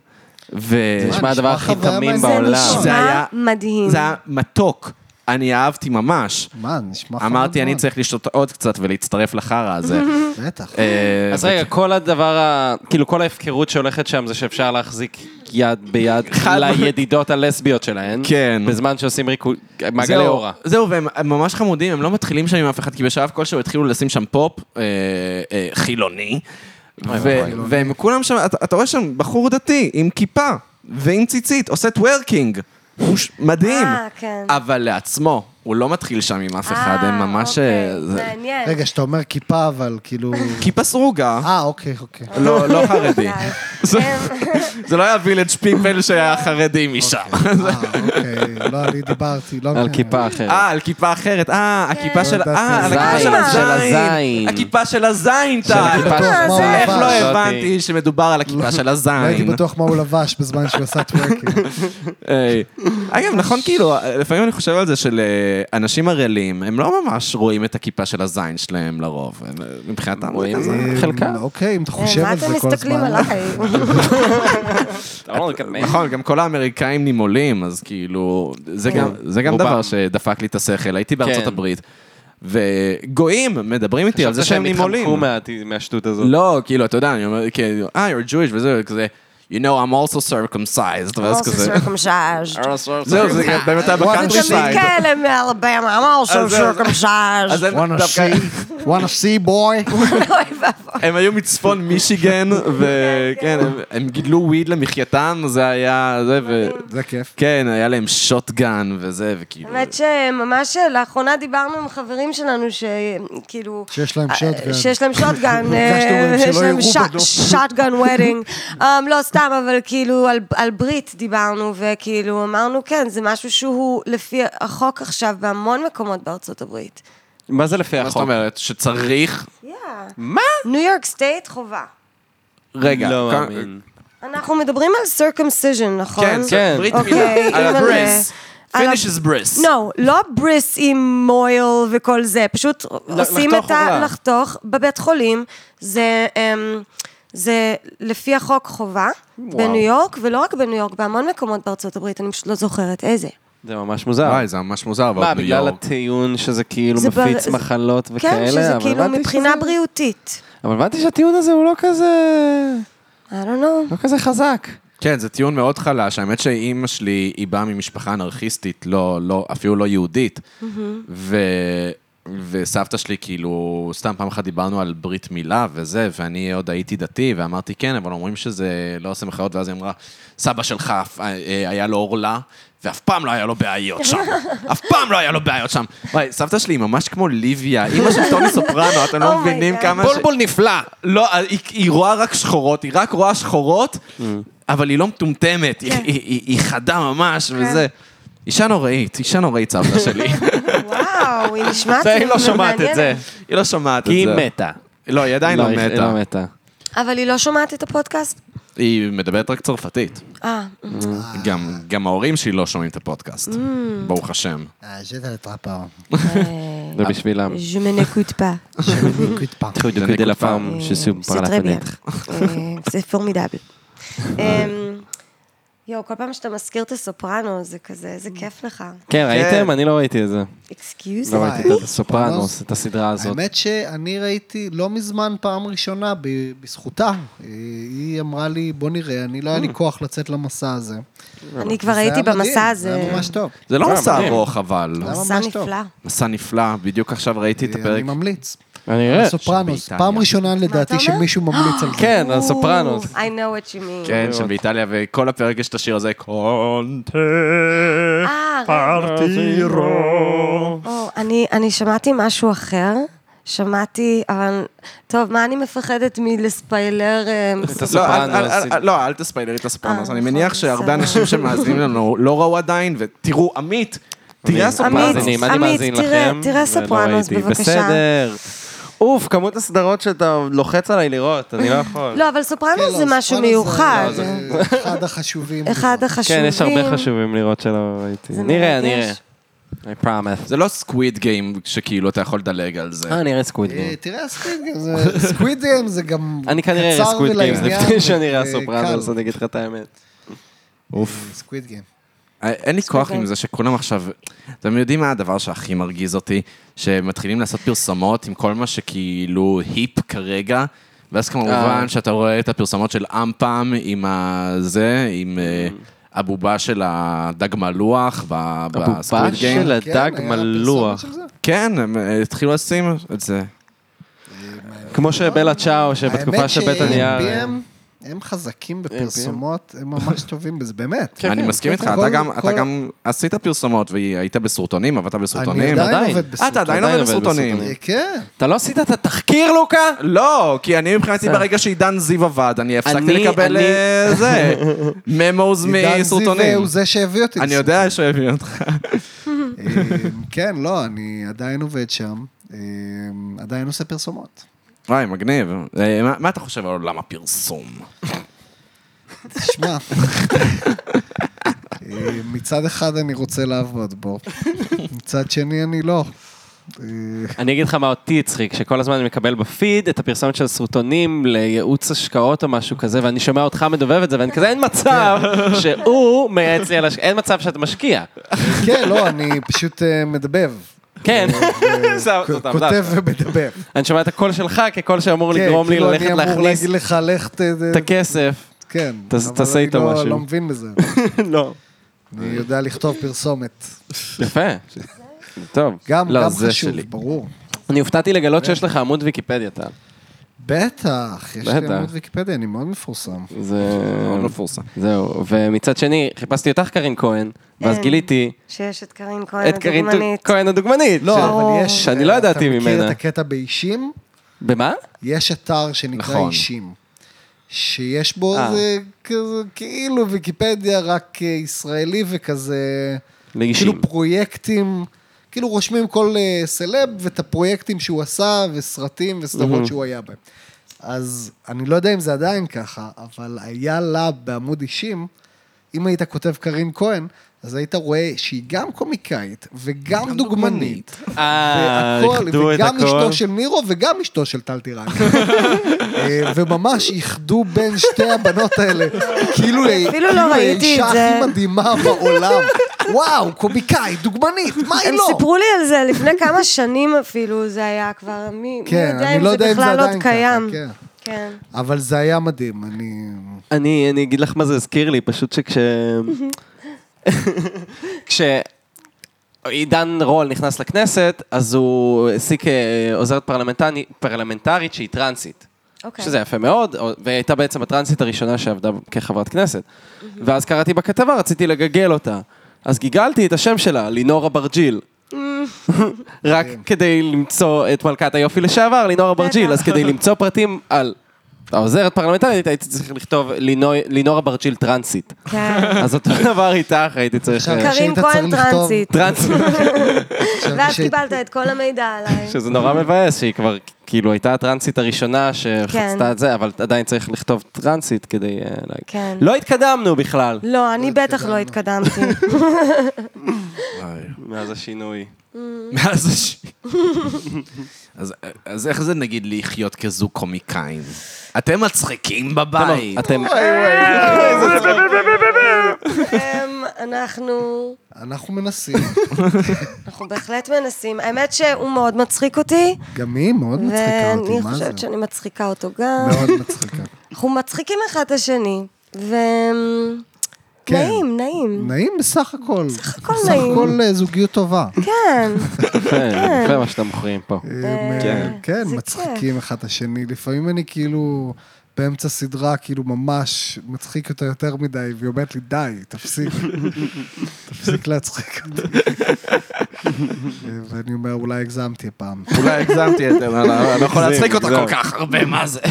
S1: ו...
S2: זה נשמע
S4: נשמע
S2: אה, הדבר הכי
S4: חוויה מעניינת.
S2: תמים
S3: זה
S2: בעולם.
S1: זה היה-
S3: נשמע מדהים.
S1: זה היה מתוק, אני אהבתי ממש.
S4: מה, נשמע חמוד
S1: אמרתי, אני
S4: מאוד.
S1: צריך לשתות עוד קצת ולהצטרף לחרא הזה.
S4: בטח.
S1: אה,
S2: אז רגע, כל הדבר ה... כאילו, כל ההפקרות שהולכת שם זה שאפשר להחזיק יד ביד
S1: חד-
S2: לידידות הלסביות שלהן.
S1: כן.
S2: בזמן שעושים ריקוד... מעגלי
S1: זהו,
S2: אורה.
S1: זהו, והם הם ממש חמודים, הם לא מתחילים שם עם אף אחד, כי בשלב כלשהו התחילו לשים שם פופ אה, אה, חילוני, ו- והם כולם שם, אתה, אתה רואה שם בחור דתי עם כיפה ועם ציצית, עושה טוורקינג, הוא ש- מדהים,
S3: אה, כן.
S1: אבל לעצמו, הוא לא מתחיל שם עם אף אחד, הם
S3: אה,
S1: ממש...
S3: אוקיי,
S1: אה, זה-
S3: מעניין.
S4: רגע, שאתה אומר כיפה, אבל כאילו...
S1: כיפה סרוגה,
S4: אה, אוקיי, אוקיי.
S1: לא לא חרדי.
S3: די. אה, הם-
S1: זה לא היה וילג' פיפל שהיה חרדי משם.
S2: אוקיי.
S4: אה, אוקיי, לא, אני דיברתי, לא...
S2: על
S4: כן.
S2: כיפה אחרת.
S1: אה, על כיפה אחרת, אה, הכיפה של... אה, על הכיפה של
S3: כן. זין.
S2: של
S1: הזין.
S2: הזין.
S1: הכיפה של הזין, טל.
S2: הכיפה
S4: בטוח מה
S3: אה,
S4: הוא
S3: זה-
S1: איך לא
S4: לבש.
S2: הבנתי.
S1: הבנתי שמדובר על הכיפה של
S4: לא הייתי
S1: הזין?
S4: בטוח מה הוא לבש בזמן שהוא עשה טוורקינג.
S1: היי. אגב, נכון, כאילו, לפעמים אני חושב על זה של אה, אנשים ערלים, הם לא ממש רואים את הכיפה של הזין שלהם לרוב. הם, אה, מבחינתם רואים את זה.
S4: אה,
S2: חלקם.
S4: אוקיי, אם אתה חושב
S3: אה, מה
S4: על זה
S3: אתם
S4: כל
S3: מסתכלים
S4: הזמן.
S3: עליי?
S2: לא
S1: נכון, גם כל האמריקאים נימולים, אז כאילו, זה גם- זה גם
S2: כן. רובם.
S1: דבר שדפק לי את השכל. הייתי בארצות
S2: כן.
S1: הברית, וגויים מדברים איתי על זה שהם
S2: חשבת שהם
S1: נימולים.
S2: התחמקו מה- מהשטות הזאת.
S1: כן, לא, כאילו, אתה יודע, אני אומר, כאילו, אה, you're Jewish וזה, כזה, you you know, I'm also circumcised, ואז
S3: Also
S1: כזה.
S3: circumcised.
S1: זהו, לא,
S2: לא,
S1: זה גם באמת היה
S4: וואלה,
S1: בקאנטרי
S3: זה תמיד
S1: סייד.
S3: כאלה מאלבמה, I'm also
S1: אז זהו.
S3: circumcised.
S1: אז הם
S4: wanna
S1: דווקא-
S4: see, wanna see boy.
S3: אוי ואבוי.
S1: הם היו מצפון מישיגן, וכן, הם- הם גידלו וויד למחייתם, זה היה זה, ו...
S4: זה כיף.
S1: כן, היה להם שוטגן וזה, וכאילו...
S3: האמת שממש אה, לאחרונה דיברנו עם חברים שלנו שכאילו...
S4: שיש להם שוטגן.
S3: שיש להם שוטגן.
S4: הרגשנו להם שלא
S3: יש להם
S4: יראו
S3: ש-
S4: בדוח.
S3: שוטגן וודינג. Um, לא, סתם, אבל כאילו על, על ברית דיברנו, וכאילו אמרנו, כן, זה משהו שהוא לפי החוק עכשיו בהמון מקומות בארצות הברית.
S2: מה זה לפי
S1: מה זאת
S2: החוק?
S1: אומרת? שצריך...
S2: מה?
S3: ניו יורק סטייט חובה.
S1: רגע.
S2: לא
S1: כמה-
S2: מאמין.
S3: אנחנו מדברים על circumcision, נכון?
S1: כן,
S2: כן.
S1: ברית
S3: אוקיי,
S1: מילה. על
S3: אימא'לה.
S1: הבריס.
S3: על ה-
S1: פיניש is בריס.
S3: לא, לא בריס עם מויל וכל זה, פשוט עושים
S2: לחתוך
S3: את ה...
S2: אורלה.
S3: לחתוך בבית חולים, זה, אמ, זה לפי החוק חובה בניו יורק, ולא רק בניו יורק, בהמון מקומות בארצות הברית, אני פשוט לא זוכרת איזה.
S2: זה ממש מוזר.
S1: וואי, זה ממש מוזר, אבל
S2: מה,
S1: בניו
S2: בגלל
S1: יורק.
S2: הטיעון שזה כאילו
S3: זה בר-
S2: מפיץ
S3: זה-
S2: מחלות וכאלה?
S3: כן, שזה
S2: אבל
S3: כאילו
S2: הבנתי
S3: מבחינה
S2: שזה-
S3: בריאותית.
S2: אבל הבנתי שהטיעון הזה הוא לא כזה...
S3: I don't know.
S2: לא כזה חזק.
S3: אה,
S1: כן, זה טיעון מאוד חלש. האמת שאימא שלי, היא באה ממשפחה אנרכיסטית, לא, לא, אפילו לא יהודית. ו... וסבתא שלי, כאילו, סתם פעם אחת דיברנו על ברית מילה וזה, ואני עוד הייתי דתי, ואמרתי כן, אבל אומרים שזה לא עושה מחאות, ואז היא אמרה, סבא שלך אה, אה, היה לו עורלה, ואף פעם לא היה לו בעיות שם. אף פעם לא היה לו בעיות שם. וואי, סבתא שלי היא ממש כמו ליביה, אימא של טוני סופרנו, אתם לא
S3: Oh my
S1: מבינים
S3: God.
S1: כמה... ש-
S2: בולבול נפלא!
S1: לא, היא, היא רואה רק שחורות, היא רק רואה שחורות,
S2: Mm.
S1: אבל היא לא מטומטמת, היא, היא, היא, היא חדה ממש וזה. אישה נוראית, אישה נוראית סבתא שלי.
S3: וואו, היא נשמעת כאילו
S2: זה, היא לא שומעת את זה.
S1: היא לא שומעת את זה.
S2: היא מתה.
S1: לא, היא עדיין לא
S2: היא- היא
S1: מתה.
S2: לא מתה.
S3: אבל היא לא שומעת את הפודקאסט?
S1: היא מדברת רק צרפתית.
S2: Mm.
S3: אה,
S1: גם, גם ההורים שלי לא שומעים את הפודקאסט, ברוך השם.
S4: אה, זה לטראפר.
S3: אה,
S2: זה בשבילם.
S3: je me n'écoute pas.
S2: Truc de la
S3: אה,
S2: femme, je suis par
S3: C'est
S2: la
S3: très bien.
S2: fenêtre.
S3: אה, זה פורמידבל.
S2: אה.
S3: אמ, יואו, כל פעם שאתה מזכיר את הסופרנו, זה כזה, איזה כיף לך.
S2: כן, ראיתם? אני לא ראיתי את זה.
S3: אקסקיוז.
S2: לא
S4: וואי,
S3: אה,
S2: ראיתי את
S4: הסופרנוס.
S2: הסופרנוס, את הסדרה הזאת.
S4: האמת שאני ראיתי לא מזמן פעם ראשונה ב- בזכותה. אה, היא אמרה לי, בוא נראה, אני לא היה לי
S2: Mm.
S4: כוח לצאת למסע הזה.
S2: לא,
S3: אני כבר
S4: זה היה
S3: הייתי במסע
S4: מדהים, זה
S3: הזה.
S4: היה ממש טוב.
S1: זה לא
S2: אה,
S1: מסע
S2: מדהים.
S1: ארוך, אבל.
S4: למה?
S3: מסע
S4: ממש טוב.
S3: נפלא.
S1: מסע נפלא, בדיוק עכשיו ראיתי את
S4: אני
S1: הפרק.
S4: ממליץ.
S2: אני
S3: אה,
S2: אראה.
S4: סופרנוס,
S1: שבאיטליה.
S4: פעם ראשונה לדעתי
S3: אומר?
S4: שמישהו ממליץ על זה.
S2: כן, הסופרנוס.
S3: Ooh, I know what you mean.
S1: כן, שבאיטליה, וכל הפרק יש את השיר הזה, קונטה
S3: אה,
S1: פרטירו.
S3: או, אני- אני שמעתי משהו אחר. שמעתי, אבל... טוב, מה אני מפחדת מלספיילר? אמ,
S2: הסופרנוס.
S1: לא, אל- אל- אל- אל- לא, אל תספיילרי את הסופרנוס.
S3: אה,
S1: אני
S3: נכון,
S1: מניח שהרבה
S3: בסדר.
S1: אנשים שמאזינים לנו לא ראו עדיין, ותראו, עמית, תראה הסופרנוס.
S3: עמית,
S2: מאזינים, אני מאזין
S3: תראה-
S2: לכם,
S3: תראה
S2: ולא
S3: סופרנוס,
S2: ראיתי.
S3: בבקשה.
S2: בסדר. אוף, כמות הסדרות שאתה לוחץ עליי לראות, אני לא יכול.
S3: לא, אבל סופרנוס
S4: לא,
S3: זה משהו
S4: סופרנוס
S3: מיוחד.
S4: זה אחד החשובים.
S3: אחד החשובים.
S2: כן, יש הרבה חשובים לראות שלא ראיתי.
S3: זה
S2: נראה, נראה.
S3: מרגש.
S2: I promise.
S1: זה לא סקוויד גיים שכאילו אתה יכול לדלג על זה.
S2: אה, אני אראה סקוויד
S4: אה,
S2: גיים.
S4: תראה סקוויד גיים, זה- סקוויד גיים זה גם
S2: אני כנראה אראה
S4: קצר
S2: סקוויד גיימס
S4: ולעניין.
S2: לפני שאני אראה
S4: ו-
S2: סופרנוס,
S4: אה, קל.
S2: אני אגיד לך את האמת.
S1: אוף.
S4: סקוויד גיים.
S1: אה, אין לי כוח
S3: גיים.
S1: עם זה שכולם עכשיו... אתם יודעים מה הדבר שהכי מרגיז אותי? שמתחילים לעשות פרסומות עם כל מה שכאילו היפ כרגע. ואז כמובן
S2: אה.
S1: שאתה רואה את הפרסומות של אמפם עם הזה, עם אה, הבובה של הדג מלוח ב-
S2: הבובה
S1: בסקוויד גיים.
S2: של
S4: כן,
S2: הדג
S4: היה
S2: מלוח.
S4: פרסומת של זה.
S1: כן, הם אה, התחילו לשים את זה.
S2: כמו שבלה צ'או, שבתקופה
S4: אה, האמת
S2: שבית הנייר...
S4: ש-AMPM, הם חזקים בפרסומות, הם ממש טובים בזה, באמת.
S1: אני מסכים איתך,
S4: כן.
S1: אתה
S4: כל-
S1: גם- אתה
S4: כל-
S1: גם עשית פרסומות והיית בסרטונים, עבדת בסרטונים.
S4: עדיין
S2: כן, עדיין.
S4: עובד
S1: אה, אתה
S4: בסרטונים.
S1: עדיין
S2: עדיין
S1: עובד
S2: עובד
S1: בסרטונים.
S2: בסרטונים.
S4: כן.
S2: אתה לא עשית את התחקיר, לוקה?
S1: לא, כי אני מבחינתי ברגע שעידן זיו עבד, אני הפסקתי
S2: אני-
S1: לקבל
S2: אני-
S1: אה, זה, ממוז
S4: עידן זיו
S1: מסרטונים.
S4: הוא זה שהביא אותי.
S1: אני
S4: לסרט.
S1: יודע שהביא אותך.
S4: אמ, כן, לא, אני עדיין עובד שם. אמ, עדיין עושה פרסומות.
S1: וואי, מגניב. אה, מה- מה אתה חושב על עולם הפרסום?
S4: תשמע. אה, מצד אחד אני רוצה לעבוד בו, מצד שני אני לא. אה,
S2: אני אגיד לך מה אותי הצחיק, שכל הזמן אני מקבל בפיד את הפרסומת של סרטונים לייעוץ השקעות או משהו כזה, ואני שומע אותך מדובב את זה, ואני כזה, אין מצב שהוא מייעץ לי על השקעה, אין מצב שאתה משקיע.
S4: כן, לא, אני פשוט אה, מדבב.
S2: כן, לא, זאת- זאת העבודה
S4: אה, כותב
S2: שלך.
S4: ומדבר.
S2: אני שומע את הקול שלך כקול שאמור
S4: כן,
S2: לגרום לי
S4: כאילו
S2: ללכת
S4: אני אמור
S2: להכניס
S4: להגיד לך, לך ת...
S2: את הכסף.
S4: כן.
S1: ת- תעשה איתו
S4: אבל
S1: משהו.
S4: אני לא- לא מבין בזה.
S2: לא.
S4: אני יודע לכתוב פרסומת.
S2: יפה. טוב.
S4: גם
S2: לא,
S4: גם
S2: זה
S4: חשוב, כן.
S2: שלי.
S4: ברור.
S2: אני הופתעתי לגלות שיש לך עמוד ויקיפדיה, טל.
S4: בטח, יש לי
S2: בטח.
S4: עמוד ויקיפדיה, אני מאוד מפורסם.
S2: זה...
S1: מאוד מפורסם.
S2: זהו. ומצד שני, חיפשתי אותך, קרין כהן, ואז
S3: כן. אה,
S2: גיליתי
S3: שיש את קרין כהן
S2: את קרין
S3: הדוגמנית.
S2: כהן הדוגמנית.
S4: לא,
S2: ש-
S4: אבל יש...
S2: שאני לא
S4: אה,
S2: ידעתי
S4: אתה מכיר
S2: ממנה.
S4: את הקטע באישים?
S2: במה?
S4: יש אתר שנקרא
S1: נכון.
S4: אישים. שיש בו
S2: אה.
S4: זה כזה, כאילו ויקיפדיה רק אה, ישראלי וכזה...
S2: לאישים.
S4: כאילו פרויקטים, כאילו רושמים כל אה, סלב ואת הפרויקטים שהוא עשה וסרטים וסדרות שהוא היה בהם. אז אני לא יודע אם זה עדיין ככה, אבל היה לה בעמוד אישים, אם היית כותב קרין כהן, אז היית רואה שהיא גם קומיקאית וגם דוגמנית.
S2: אה,
S4: והכל,
S2: איחדו את
S4: וגם
S2: הכל.
S4: אשתו של נירו וגם אשתו של טל טירן. אה, וממש איחדו בין שתי הבנות האלה. כאילו היא
S3: אפילו לא
S4: כאילו היא
S3: ראיתי את
S4: האישה
S3: זה.
S4: הכי מדהימה בעולם. וואו, קומיקאית, דוגמנית, מה היא
S3: הם
S4: לא?
S3: סיפרו לי על זה לפני כמה שנים אפילו, זה היה כבר, מי מי
S4: כן,
S3: יודע
S4: אני
S3: אם
S4: לא
S3: זה
S4: יודע אם זה
S3: בכלל
S4: עדיין
S3: עוד קיים.
S4: ככה, כן.
S3: כן.
S4: אבל זה היה מדהים, אני...
S2: אני, אני אגיד לך מה זה הזכיר לי, פשוט שכש... כש... עידן רול נכנס לכנסת, אז הוא העסיק אה, עוזרת פרלמנטני- פרלמנטרית שהיא טרנסית.
S3: אוקיי.
S2: שזה יפה מאוד, או- והיא הייתה בעצם הטרנסית הראשונה שעבדה כחברת כנסת. ואז קראתי בכתבה, רציתי לגגל אותה. אז גיגלתי את השם שלה, לינור אברג'יל. רק כדי למצוא את מלכת היופי לשעבר, לינור אברג'יל. אז כדי למצוא פרטים על העוזרת פרלמנטרית, הייתי צריך לכתוב "לינו- לינור אברג'יל טרנסית.
S3: כן.
S2: אז אותו דבר איתך, הייתי צריך...
S4: עכשיו,
S2: אה,
S4: שהיית
S3: קרין
S4: צריך
S3: כהן
S4: לכתוב-
S3: טרנסית.
S2: טרנסית,
S3: ואז
S4: ש-
S3: קיבלת את כל המידע עליי.
S2: שזה נורא מבאס, שהיא כבר כאילו הייתה הטרנסית הראשונה שחצתה את זה, אבל עדיין צריך לכתוב טרנסית כדי אה, להגיד.
S3: כן.
S2: לא התקדמנו בכלל.
S3: לא, אני בטח לא התקדמתי.
S2: מאז השינוי.
S1: מאז הש... אז- אה, אז איך זה נגיד לחיות כזוג קומיקאים? אתם מצחיקים בבית.
S2: אתם...
S3: כן. אמ, אנחנו...
S4: אנחנו מנסים.
S3: אנחנו בהחלט מנסים. האמת שהוא מאוד מצחיק אותי,
S4: גם היא מאוד מצחיקה אותי,
S3: ואני
S4: מה
S3: חושבת
S4: זה?
S3: שאני מצחיקה אותו גם.
S4: מאוד מצחיקה.
S3: אנחנו מצחיקים אחד את השני, ו...
S4: כן.
S3: נעים, נעים.
S4: נעים בסך הכל. בסך
S3: הכל
S4: בסך
S3: נעים.
S4: הכל אה, זוגיות טובה.
S3: כן,
S2: יפה, יפה מה שאתם מוכרים פה.
S4: הם,
S2: כן.
S4: אה, כן,
S3: זה
S4: מצחיקים אחד את השני. לפעמים אני כאילו באמצע סדרה, כאילו ממש מצחיק אותה יותר מדי, והיא אומרת לי, די, תפסיק. תפסיק להצחיק אותי. אה, ואני אומר, אולי הגזמתי הפעם.
S1: אולי הגזמתי, אתם, אני לא- אני לא יכול
S2: הגזים,
S1: להצחיק אותה
S2: הגזם.
S1: כל כך הרבה, מה זה?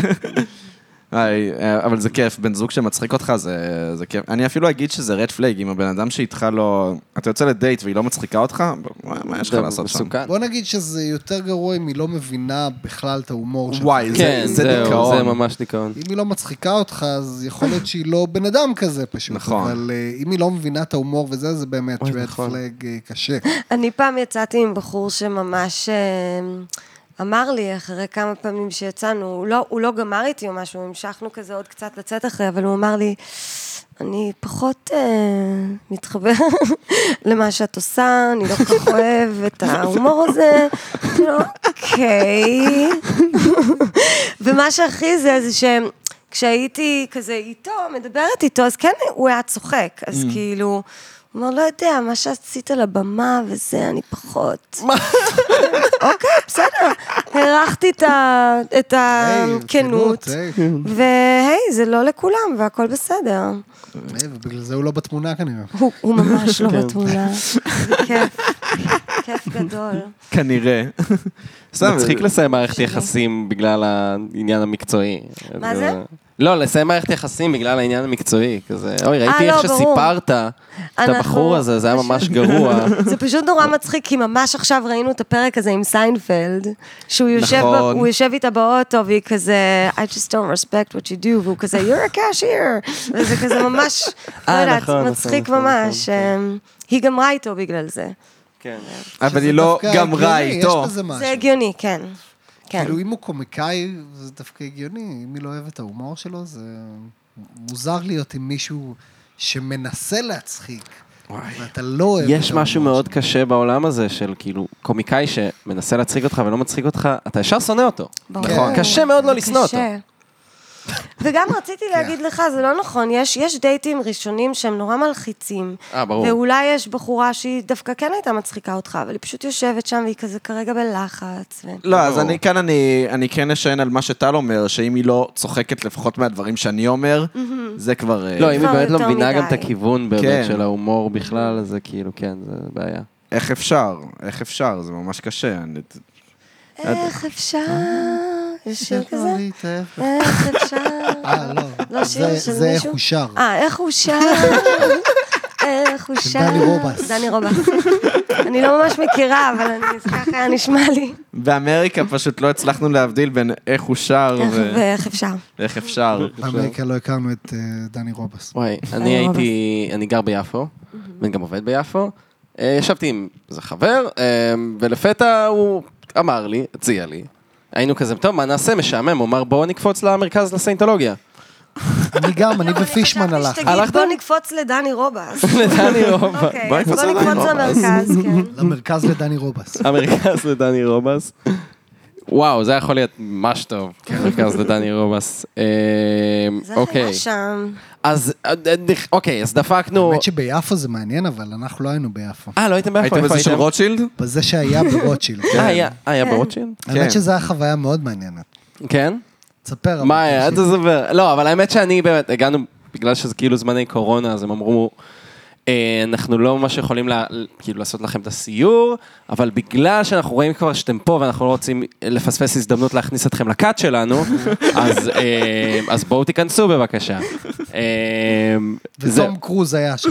S1: היי, אה, אבל זה כיף, בן זוג שמצחיק אותך זה, זה כיף. אני אפילו אגיד שזה רד פלייג, אם הבן אדם שאיתך לא... אתה יוצא לדייט והיא לא מצחיקה אותך, מה, מה יש לך
S2: זה
S1: לעשות שם?
S2: מסוכן.
S4: בוא נגיד שזה יותר גרוע אם היא לא מבינה בכלל את ההומור שלך.
S1: וואי,
S2: כן,
S1: זה, זה
S2: זהו,
S1: דיכאון.
S2: זה ממש דיכאון.
S4: אם היא לא מצחיקה אותך, אז יכול להיות שהיא לא בן אדם כזה פשוט.
S1: נכון.
S4: אבל אה, אם היא לא מבינה את ההומור וזה, זה באמת
S2: אוי,
S4: רד
S2: נכון.
S4: פלג אה, קשה.
S3: אני פעם יצאתי עם בחור שממש אמ, אמר לי, אחרי כמה פעמים שיצאנו, הוא לא, הוא לא גמר איתי או משהו, המשכנו כזה עוד קצת לצאת אחרי, אבל הוא אמר לי, אני פחות אה, מתחבר למה שאת עושה, אני לא כל כך אוהב את ההומור הזה. אמרתי לו, אוקיי. ומה שהכי זה, זה שהם... כשהייתי כזה איתו, מדברת איתו, אז כן, הוא היה צוחק. אז כאילו, הוא אמר, לא יודע, מה שעשית על הבמה וזה, אני פחות. אוקיי, בסדר. הערכתי את ה- את
S4: היי,
S3: הכנות,
S4: היי,
S3: והי, זה לא לכולם, והכל בסדר.
S4: היי, ובגלל זה הוא לא בתמונה כנראה.
S3: הוא הוא ממש לא
S2: כן.
S3: בתמונה. זה כיף, כיף גדול.
S1: כנראה. סתם,
S2: מצחיק
S1: זה-
S2: לסיים מערכת יחסים בגלל העניין המקצועי.
S3: מה זה?
S2: לא, לסיים מערכת יחסים בגלל העניין המקצועי, כזה. אוי, ראיתי
S3: לא,
S2: איך
S3: ברור.
S2: שסיפרת את
S3: אנחנו-
S2: הבחור הזה, זה היה ממש גרוע.
S3: זה פשוט נורא מצחיק, כי ממש עכשיו ראינו את הפרק הזה עם סיינפלד, שהוא יושב,
S1: נכון.
S3: ב, הוא יושב איתה באוטו, והיא כזה, I just don't respect what you do, והוא כזה, you're a cashier, וזה כזה ממש, לא
S2: אה,
S3: יודעת,
S2: נכון, נכון,
S3: מצחיק
S2: נכון,
S3: ממש. אמ, היא גמרה איתו בגלל זה.
S2: כן.
S1: אבל
S4: שזה
S1: היא לא
S4: דווקא
S1: גמרה
S4: הגיוני,
S1: איתו.
S4: יש בזה משהו.
S3: זה הגיוני, כן. כן.
S4: כאילו, אם הוא קומיקאי, זה דווקא הגיוני. אם היא לא אוהבת את ההומור שלו, זה מוזר להיות עם מישהו שמנסה להצחיק, ואתה לא אוהב את ההומור
S2: יש משהו מאוד קשה בעולם הזה של כאילו קומיקאי שמנסה להצחיק אותך ולא מצחיק אותך, אתה ישר שונא אותו. כן.
S3: ברור.
S4: נכון.
S2: קשה מאוד לא
S3: זה
S2: לשנוא אותו.
S3: קשה. וגם רציתי להגיד לך, זה לא נכון, יש, יש דייטים ראשונים שהם נורא מלחיצים.
S2: אה, ברור.
S3: ואולי יש בחורה שהיא דווקא כן הייתה מצחיקה אותך, אבל היא פשוט יושבת שם והיא כזה כרגע בלחץ. ו...
S1: לא, אז אני כאן, אני, אני כן אשען על מה שטל אומר, שאם היא לא צוחקת לפחות מהדברים שאני אומר, זה כבר... אה,
S2: לא, אם היא
S3: כבר
S2: באמת לא
S3: יותר
S2: מבינה גם את
S3: מדי.
S2: הכיוון
S1: כן.
S2: באמת של ההומור בכלל, אז זה כאילו, כן, זה בעיה.
S1: איך אפשר? איך אפשר? זה ממש קשה. אני...
S3: איך אפשר? יש שיר
S4: לא,
S3: כזה?
S4: אני אתאהב.
S3: איך אפשר?
S4: אה, לא.
S3: לא שיר
S4: זה-
S3: של
S4: זה איך
S3: מישהו?
S4: הוא שר.
S3: אה, איך הוא שר? איך הוא
S4: של
S3: שר?
S4: דני רובס.
S3: דני רובס. אני לא ממש מכירה, אבל אני- זה ככה היה נשמע לי.
S1: באמריקה פשוט לא הצלחנו להבדיל בין איך הוא שר
S3: איך-
S1: ו-
S3: ואיך אפשר?
S1: ואיך אפשר.
S4: באמריקה לא הכרנו את אה, דני רובס.
S2: וואי, אני
S3: אה, ממש.
S2: הייתי, אני גר ביפו, ואני גם עובד ביפו. אה, ישבתי עם איזה חבר, אה, ולפתע הוא אמר לי, הציע לי. היינו כזה, טוב, מה נעשה? משעמם. הוא אמר, בואו נקפוץ למרכז לסיינטולוגיה.
S4: אני גם, אני ופישמן
S3: לא, חשבתי
S4: הלכנו.
S3: שתגיד,
S2: הלכת?
S3: בוא נקפוץ לדני רובס.
S2: לדני רובס.
S3: אוקיי,
S1: בוא
S3: אז בוא
S1: נקפוץ לדני
S3: נקפוץ
S1: רובס.
S3: למרכז, כן.
S4: למרכז לדני רובס.
S2: המרכז לדני רובס. וואו, זה יכול להיות ממש טוב, המרכז לדני רובס. אה,
S3: זה
S2: אוקיי,
S3: היה שם.
S2: אז אה, אה, אוקיי, אז
S1: לא.
S2: דפקנו...
S4: האמת שביפו זה מעניין, אבל אנחנו לא היינו ביפו.
S2: אה, לא הייתם ביפו,
S1: הייתם
S2: איפה
S1: בזה של
S2: הייתם?
S1: רוטשילד?
S4: בזה שהיה ברוטשילד.
S2: אה, היה- אה, היה ברוטשילד?
S1: כן.
S4: האמת שזו הייתה חוויה מאוד מעניינת.
S2: כן?
S4: תספר. אבל
S2: מה היה?
S4: תמשיך.
S2: אתה זוכר. לא, אבל האמת שאני באמת, הגענו, בגלל שזה כאילו זמני קורונה, אז הם אמרו, "אה, אנחנו לא ממש יכולים לה- כאילו לעשות לכם את הסיור, אבל בגלל שאנחנו רואים כבר שאתם פה ואנחנו לא רוצים לפספס הזדמנות להכניס אתכם לכת שלנו, אז, אה, אז בואו תיכנסו בבקשה. אה, זה-
S4: וטום קרוז היה שם.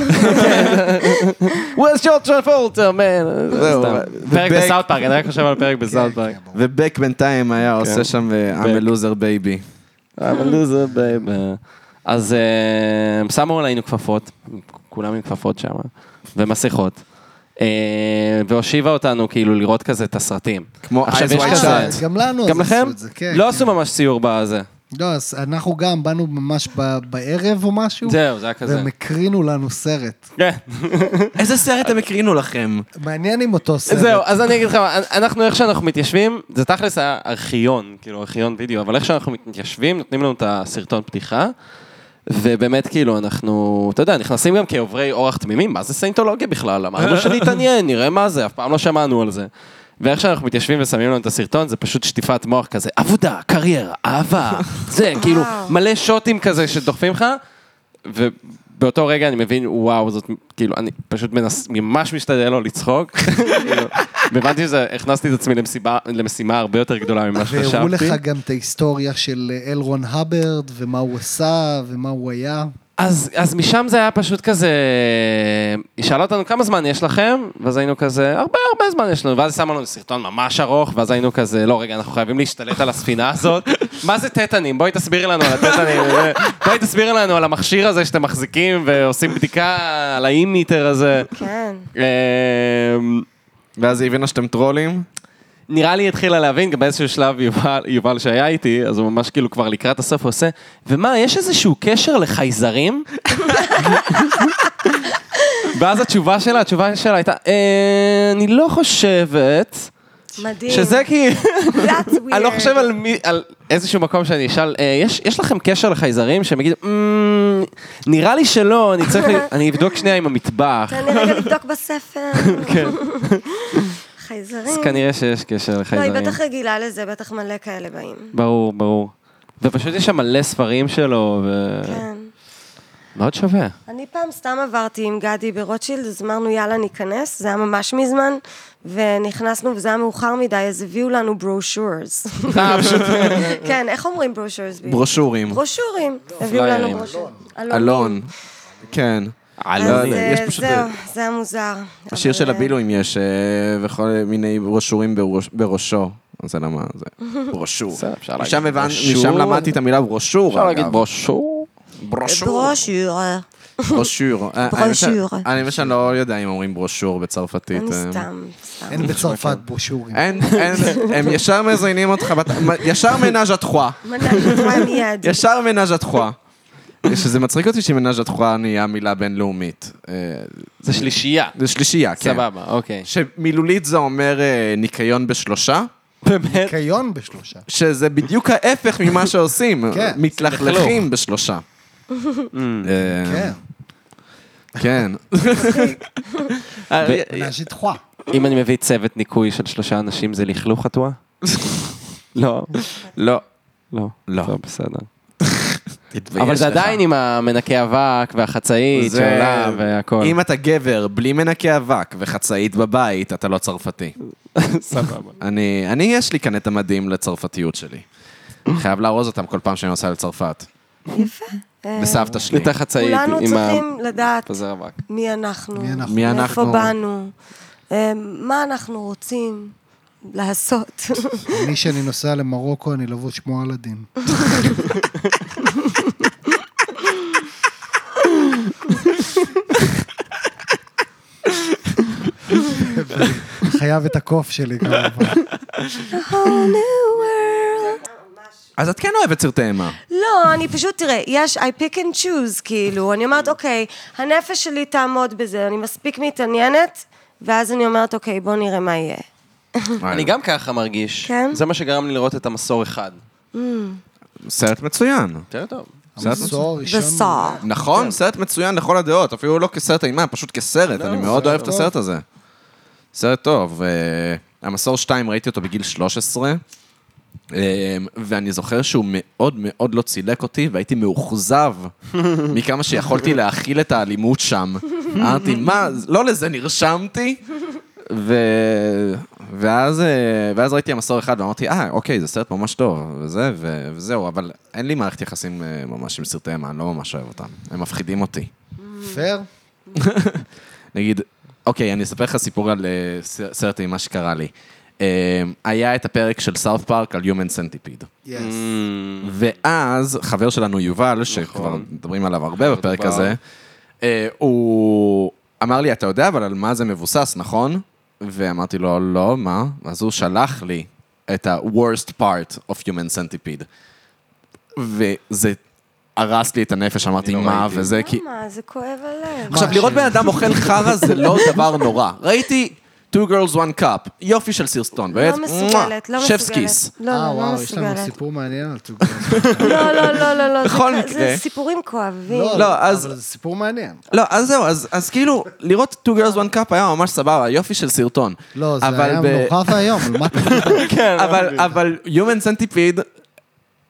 S2: Where's your Travolta, man?
S1: זהו,
S2: סתם.
S1: ו-
S2: פרק
S1: ו-
S2: בסאוט פארק, אני רק חושב על פרק בסאוט פארק.
S1: ובק בינתיים היה עושה שם אה, I'm a loser baby.
S2: אבל לוזר בייב. אז אה, הם שמו עלינו כפפות, כולם עם כפפות שם, ומסכות. אה, והושיבה אותנו כאילו לראות כזה את הסרטים.
S1: כמו
S2: עכשיו,
S1: Eyes
S2: יש
S1: Wide
S2: כזה-
S1: Shut.
S4: כן, גם לנו
S2: גם
S4: אז
S2: לכם?
S4: עשו את זה, כן.
S2: לא
S4: כן.
S2: עשו ממש סיור בזה.
S4: לא, אז אנחנו גם באנו ממש ב- בערב או משהו,
S2: זהו, זה היה כזה.
S4: והם הקרינו לנו סרט.
S2: כן.
S1: איזה סרט הם הקרינו לכם?
S4: מעניין אם אותו סרט.
S2: זהו, אז אני אגיד לך, מה, אנחנו איך שאנחנו מתיישבים, זה תכלס היה ארכיון, כאילו ארכיון וידאו, אבל איך שאנחנו מתיישבים, נותנים לנו את הסרטון פתיחה, ובאמת כאילו אנחנו, אתה יודע, נכנסים גם כעוברי אורח תמימים, מה זה סיינטולוגיה בכלל? אמרנו שנתעניין, נראה מה זה, אף פעם לא שמענו על זה. ואיך שאנחנו מתיישבים ושמים לנו את הסרטון, זה פשוט שטיפת מוח כזה, עבודה, קריירה, אהבה, זה, כאילו,
S3: וואו.
S2: מלא שוטים כזה שדוחפים לך, ובאותו רגע אני מבין, וואו, זאת, כאילו, אני פשוט מנס, ממש משתדל לא לצחוק. כאילו, והבנתי שהכנסתי את עצמי למסיבה, למשימה הרבה יותר גדולה ממה שחשבתי.
S4: והראו לך גם את ההיסטוריה של אלרון הברד, ומה הוא עשה, ומה הוא היה.
S2: אז, אז משם זה היה פשוט כזה, היא שאלה אותנו כמה זמן יש לכם, ואז היינו כזה, הרבה הרבה זמן יש לנו, ואז היא שמה לנו סרטון ממש ארוך, ואז היינו כזה, לא רגע, אנחנו חייבים להשתלט על הספינה הזאת. מה זה טטנים? בואי תסבירי לנו על הטטנים, בואי תסבירי לנו על המכשיר הזה שאתם מחזיקים ועושים בדיקה על האימיטר הזה.
S3: כן.
S2: אמ,
S1: ואז היא הבינה שאתם טרולים?
S2: נראה לי התחילה להבין, גם באיזשהו שלב יובל, יובל שהיה איתי, אז הוא ממש כאילו כבר לקראת הסוף הוא עושה, ומה, יש איזשהו קשר לחייזרים? ואז התשובה שלה, התשובה שלה הייתה, "אה, אני לא חושבת,
S3: מדהים.
S2: שזה כאילו,
S3: That's weird.
S2: אני לא חושב על, מי, על איזשהו מקום שאני אשאל, "אה, יש, יש לכם קשר לחייזרים? שהם יגידו, "אמ, נראה לי שלא, אני צריך, ל- אני אבדוק שנייה עם המטבח.
S3: תן לי רגע לבדוק בספר.
S2: כן.
S3: חייזרים.
S2: אז כנראה שיש קשר
S3: לא, היא
S2: לחייזרים.
S3: בטח רגילה לזה, בטח מלא כאלה באים.
S2: ברור, ברור. ופשוט יש שם מלא ספרים שלו, ו...
S3: כן.
S2: מאוד שווה.
S3: אני פעם סתם עברתי עם גדי ברוטשילד, אז אמרנו יאללה ניכנס, זה היה ממש מזמן, ונכנסנו וזה היה מאוחר מדי, אז הביאו לנו ברושורס.
S2: אה,
S3: כן, איך אומרים ברושורס?
S1: ברושורים.
S3: ברושורים. הביאו לנו
S2: פליירים.
S3: ברושורים.
S1: אלון. כן.
S2: לא.
S3: אז
S1: אלון.
S3: אה,
S1: יש פשוט...
S3: זהו, זה היה מוזר.
S1: השיר
S3: אבל,
S1: של
S3: אה,
S1: הבילויים יש, אה, וכל מיני ברושורים בראש- בראשו. אז למה זה? ברושור.
S2: בסדר, אפשר להגיד
S1: משם הבנ-
S2: ברושור.
S1: משם למדתי את המילה ברושור,
S2: אפשר
S1: אגב.
S2: להגיד ברושור?
S1: ברושור.
S3: ברושור.
S1: ברושור. אה, אני מבין ש-
S3: ברושור.
S1: אני מבין שאני לא יודע אם אומרים ברושור בצרפתית.
S3: אני
S1: אה,
S3: כן, סתם, סתם.
S4: אין בצרפת ברושורים.
S2: אה,
S1: אין, אין, הם ישר מזיינים אותך, בת- ישר מנאז' התחואה.
S3: מנה מיד.
S1: ישר מנאז' התחואה. שזה מצחיק אותי שמנאז' התחואה נהיה מילה בינלאומית. אה,
S2: זה שלישייה.
S1: זה שלישייה, כן.
S2: סבבה, אוקיי.
S1: שמילולית זה אומר אה, ניקיון בשלושה,
S2: באמת?
S4: ניקיון בשלושה.
S1: שזה בדיוק ההפך ממה שעושים.
S4: כן.
S1: מתלכלכים בשלושה.
S2: Mm.
S1: אה,
S4: כן,
S1: כן.
S2: אה,
S4: מנאז'י תחועה.
S2: אם אני מביא צוות ניקוי של שלושה אנשים, זה לכלוך התואה? לא.
S1: לא.
S2: לא.
S1: לא.
S2: טוב, בסדר. אבל
S1: ויש
S2: זה
S1: לך.
S2: עדיין עם המנקי אבק והחצאית
S1: זה-
S2: שעולה והכל.
S1: אם אתה גבר בלי מנקי אבק וחצאית בבית, אתה לא צרפתי.
S2: סבבה.
S1: אני, אני יש לי כאן את המדים לצרפתיות שלי. חייב לארוז אותם כל פעם שאני נוסע לצרפת. כן.
S3: אה,
S1: לסבתא שלי.
S2: את החצאית
S3: כולנו
S2: עם
S3: צריכים לדעת
S2: הפזר אבק.
S3: מי אנחנו,
S4: מי אנחנו.
S1: מי
S3: מאיפה
S1: אנחנו?
S3: באנו, אה, מה אנחנו רוצים לעשות.
S4: אני, שאני נוסע למרוקו, אני לבוש כמו אלאדין. חייב את הקוף שלי כמובן.
S3: A whole new world.
S1: אז את כן אוהבת סרטי אימה.
S3: לא, אני פשוט, תראה, יש I pick and choose, כאילו, אני אומרת, אוקיי, הנפש שלי תעמוד בזה, אני מספיק מתעניינת, ואז אני אומרת, אוקיי, בוא נראה מה יהיה.
S2: אני גם ככה מרגיש.
S3: כן?
S2: זה מה שגרם לי לראות את המסור אחד.
S1: סרט מצוין.
S2: יותר טוב.
S4: המסור
S3: The
S4: הראשון.
S3: saw.
S1: נכון, סרט מצוין לכל הדעות, אפילו לא כסרט אימה, פשוט כסרט, אני מאוד
S2: סרט
S1: אוהב את
S2: טוב.
S1: הסרט הזה. סרט טוב. אה, המסור 2, ראיתי אותו בגיל 13, אה, ואני זוכר שהוא מאוד מאוד לא צילק אותי, והייתי מאוכזב מכמה שיכולתי להכיל את האלימות שם. אמרתי, מה, לא לזה נרשמתי? ו... ואז, אה, ואז ראיתי המסור אחד ואמרתי, אה, אוקיי, זה סרט ממש טוב, וזה, ו... וזהו, אבל אין לי מערכת יחסים אה, ממש עם סרטי אימה, אני לא ממש אוהב אותם. הם מפחידים אותי.
S4: פייר?
S1: Mm. נגיד, אוקיי, אני אספר לך סיפור על אה, ס- סרט אימה שקרה לי. אה, היה את הפרק של סאוף פארק על Human Centipede.
S4: יס.
S3: לא,
S2: Mm.
S1: ואז חבר שלנו יובל, שכבר
S2: נכון.
S1: מדברים עליו הרבה בפרק
S2: כבר.
S1: הזה, אה, הוא אמר לי, אתה יודע אבל על מה זה מבוסס, נכון? ואמרתי לו, לא, מה? אז הוא שלח לי את ה-worst part of human centipede. וזה הרס לי את הנפש, אמרתי,
S2: לא
S1: מה,
S2: ראיתי."
S1: וזה כי...
S3: למה? זה כואב הלב.
S1: עכשיו,
S4: מה,
S1: לראות
S4: ש-
S1: בן אדם אוכל חרא זה לא דבר נורא. ראיתי... Two Girls One Cup, יופי של סרטון,
S3: לא מסוגלת, לא מסוגלת.
S1: שפס כיס.
S3: לא,
S4: אה,
S3: לא, לא
S4: וואו, יש לנו
S3: מסוגלת.
S4: סיפור מעניין על טוגו.
S3: לא, לא, לא, לא, לא. זה
S1: בכל
S3: כ-
S1: מקרה.
S3: זה סיפורים כואבים.
S4: לא,
S1: לא, אז-
S4: אבל זה סיפור מעניין.
S1: לא, אז זהו, אז, אז כאילו, לראות Two Girls One Cup היה ממש סבבה, יופי של סרטון.
S4: לא, זה
S1: אבל
S4: היה
S1: ב-
S4: נורא ואיום, על מה אתה מדבר?
S1: אבל, אבל Human Centipede,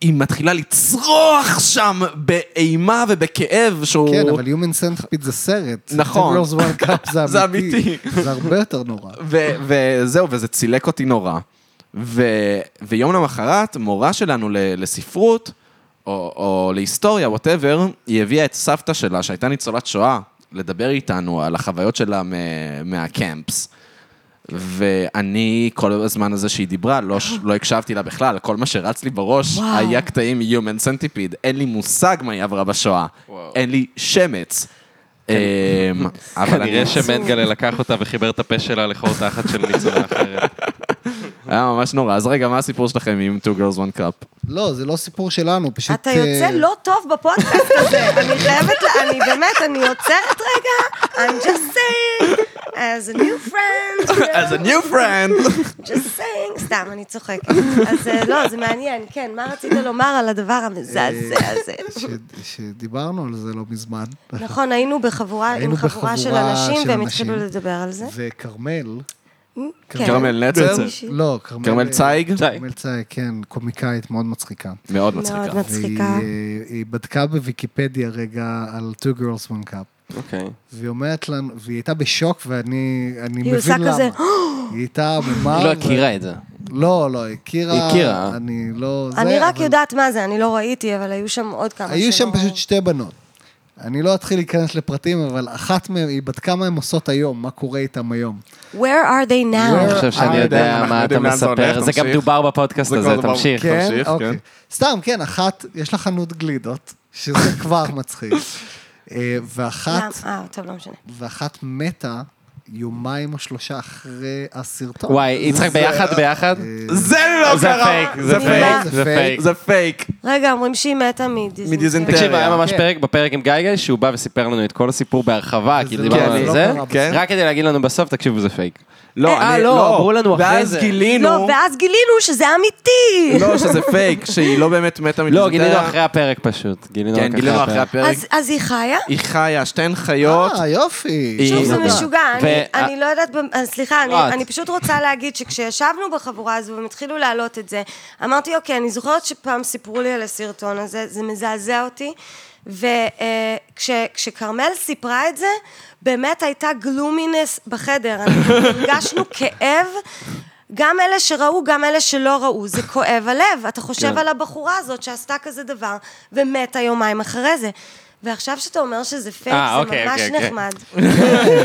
S1: היא מתחילה לצרוח שם באימה ובכאב שהוא...
S4: כן, אבל Human Centipede זה סרט.
S1: נכון.
S4: Two Girls One Cup זה
S1: זה
S4: אמיתי.
S1: אמיתי.
S4: זה הרבה יותר נורא.
S1: ו- וזהו, וזה צילק אותי נורא. ו- ויום למחרת, מורה שלנו ל- לספרות, או, או להיסטוריה, וואטאבר, היא הביאה את סבתא שלה, שהייתה ניצולת שואה, לדבר איתנו על החוויות שלה מ- מהקמפס. ואני, כל הזמן הזה שהיא דיברה, לא, ש- לא הקשבתי לה בכלל, כל מה שרץ לי בראש
S3: וואו.
S1: היה קטעים מ-Human Centipede, אין לי מושג מה היא עברה בשואה,
S2: וואו. אין
S1: אין לי שמץ. אמ, אבל אני...
S5: כנראה שמנגלה לקח אותה וחיבר את הפה שלה לחור תחת של ניצולה אחרת.
S1: היה ממש נורא. אז רגע, מה הסיפור שלכם עם Two Girls One Cup?
S4: לא, זה לא סיפור שלנו, פשוט...
S3: אתה יוצא
S4: אה,
S3: לא טוב בפודקאסט הזה. אני חייבת, לה- אני באמת, אני עוצרת רגע. I'm just saying, as a new friend. you know,
S1: As a new friend!
S3: just saying. סתם, אני צוחקת. אז אה, לא, זה מעניין, כן. מה רצית לומר על הדבר המזעזע
S4: אה,
S3: הזה?
S4: ש- שדיברנו על זה לא מזמן.
S3: נכון, היינו בחבורה, עם
S4: היינו
S3: חבורה של
S4: בחבורה
S3: אנשים,
S4: של
S3: והם
S4: אנשים.
S3: התחילו לדבר על זה.
S4: וכרמל,
S3: כן.
S1: כרמל נצר?
S3: מישהי.
S4: לא, כרמל...
S1: כרמל צייג?
S4: כרמל צייג, כן, קומיקאית מאוד מצחיקה.
S1: מאוד
S3: מאוד
S1: מצחיקה.
S3: מצחיקה.
S4: והיא, אה, היא בדקה בוויקיפדיה רגע על Two Girls One Cup.
S2: אוקיי.
S4: והיא אומרת לנו, והיא הייתה בשוק, ואני אני
S3: היא
S4: מבין
S3: עושה
S4: למה.
S3: כזה,
S4: היא הייתה עמומה.
S2: היא לא
S4: ו-
S2: הכירה את זה.
S4: לא, לא, היא הכירה.
S2: היא הכירה.
S4: אני לא... זה,
S3: אני רק
S4: אבל-
S3: יודעת מה זה, אני לא ראיתי, אבל היו שם עוד כמה
S4: היו שם
S3: שלא-
S4: פשוט שתי בנות. אני לא אתחיל להיכנס לפרטים, אבל אחת מהן, היא בדקה מה הן עושות היום, מה קורה איתן היום.
S3: Where are they
S4: Where-
S3: now?
S2: אני חושב שאני יודע
S1: אנחנו
S2: מה אתה
S1: יודעים לאן זה
S2: מספר.
S1: הולך,
S2: זה גם
S1: תמשיך.
S2: דובר בפודקאסט
S1: זה
S2: הזה,
S1: כבר דובר.
S2: תמשיך.
S4: כן,
S1: תמשיך,
S4: אוקיי.
S1: כן.
S4: סתם, כן, אחת, יש לה חנות גלידות, שזה כבר מצחיק. אה, ואחת,
S3: למה? אה, טוב, לא משנה.
S4: ואחת מתה יומיים או שלושה אחרי הסרטון.
S2: וואי, יצחק ביחד ביחד?
S1: זה לא
S2: זה
S1: קרה!
S2: פייק, זה
S3: זה
S2: פייק,
S4: פייק.
S2: זה פייק.
S1: זה פייק.
S3: רגע, אומרים שהיא מתה מדיזנטריה.
S1: מדיזנטריה.
S2: תקשיב, היה ממש
S4: כן.
S2: פרק בפרק עם גיא גיא, שהוא בא וסיפר לנו את כל הסיפור בהרחבה, כאילו
S4: לא-
S2: דיברנו
S1: כן,
S2: על
S1: לא
S2: זה,
S4: קרה בסוף.
S2: רק כדי להגיד לנו בסוף, תקשיבו, זה פייק.
S1: לא,
S2: אה,
S1: אני-
S2: לא, אמרו לנו אחרי
S1: ואז
S2: זה.
S1: גילינו,
S3: לא, ואז גילינו שזה אמיתי.
S1: לא, שזה פייק, שהיא לא באמת מתה מזה.
S2: לא, גילינו אחרי הפרק פשוט. גילינו
S1: כן,
S2: רק
S1: גילינו אחרי הפרק.
S3: אז- אז היא חיה?
S1: היא חיה, שתיהן חיות.
S4: אה, יופי.
S1: היא-
S3: שוב,
S1: היא
S3: זה
S1: נורא.
S3: משוגע, אני-
S2: ו-
S3: אני לא יודעת, במ- אה, סליחה, אני-
S2: את.
S3: אני פשוט רוצה להגיד שכשישבנו בחבורה הזו והם התחילו להעלות את זה, אמרתי, אוקיי, אני זוכרת שפעם סיפרו לי על הסרטון הזה, זה מזעזע אותי, וכשכרמל סיפרה את זה, באמת הייתה גלומינס בחדר, אנחנו הרגשנו כאב. גם אלה שראו, גם אלה שלא ראו, זה כואב הלב. אתה חושב
S2: כן.
S3: על הבחורה הזאת שעשתה כזה דבר, ומתה יומיים אחרי זה. ועכשיו שאתה אומר שזה פייק,
S2: אה,
S3: זה
S2: אוקיי,
S3: ממש
S2: אוקיי, אוקיי.
S3: נחמד.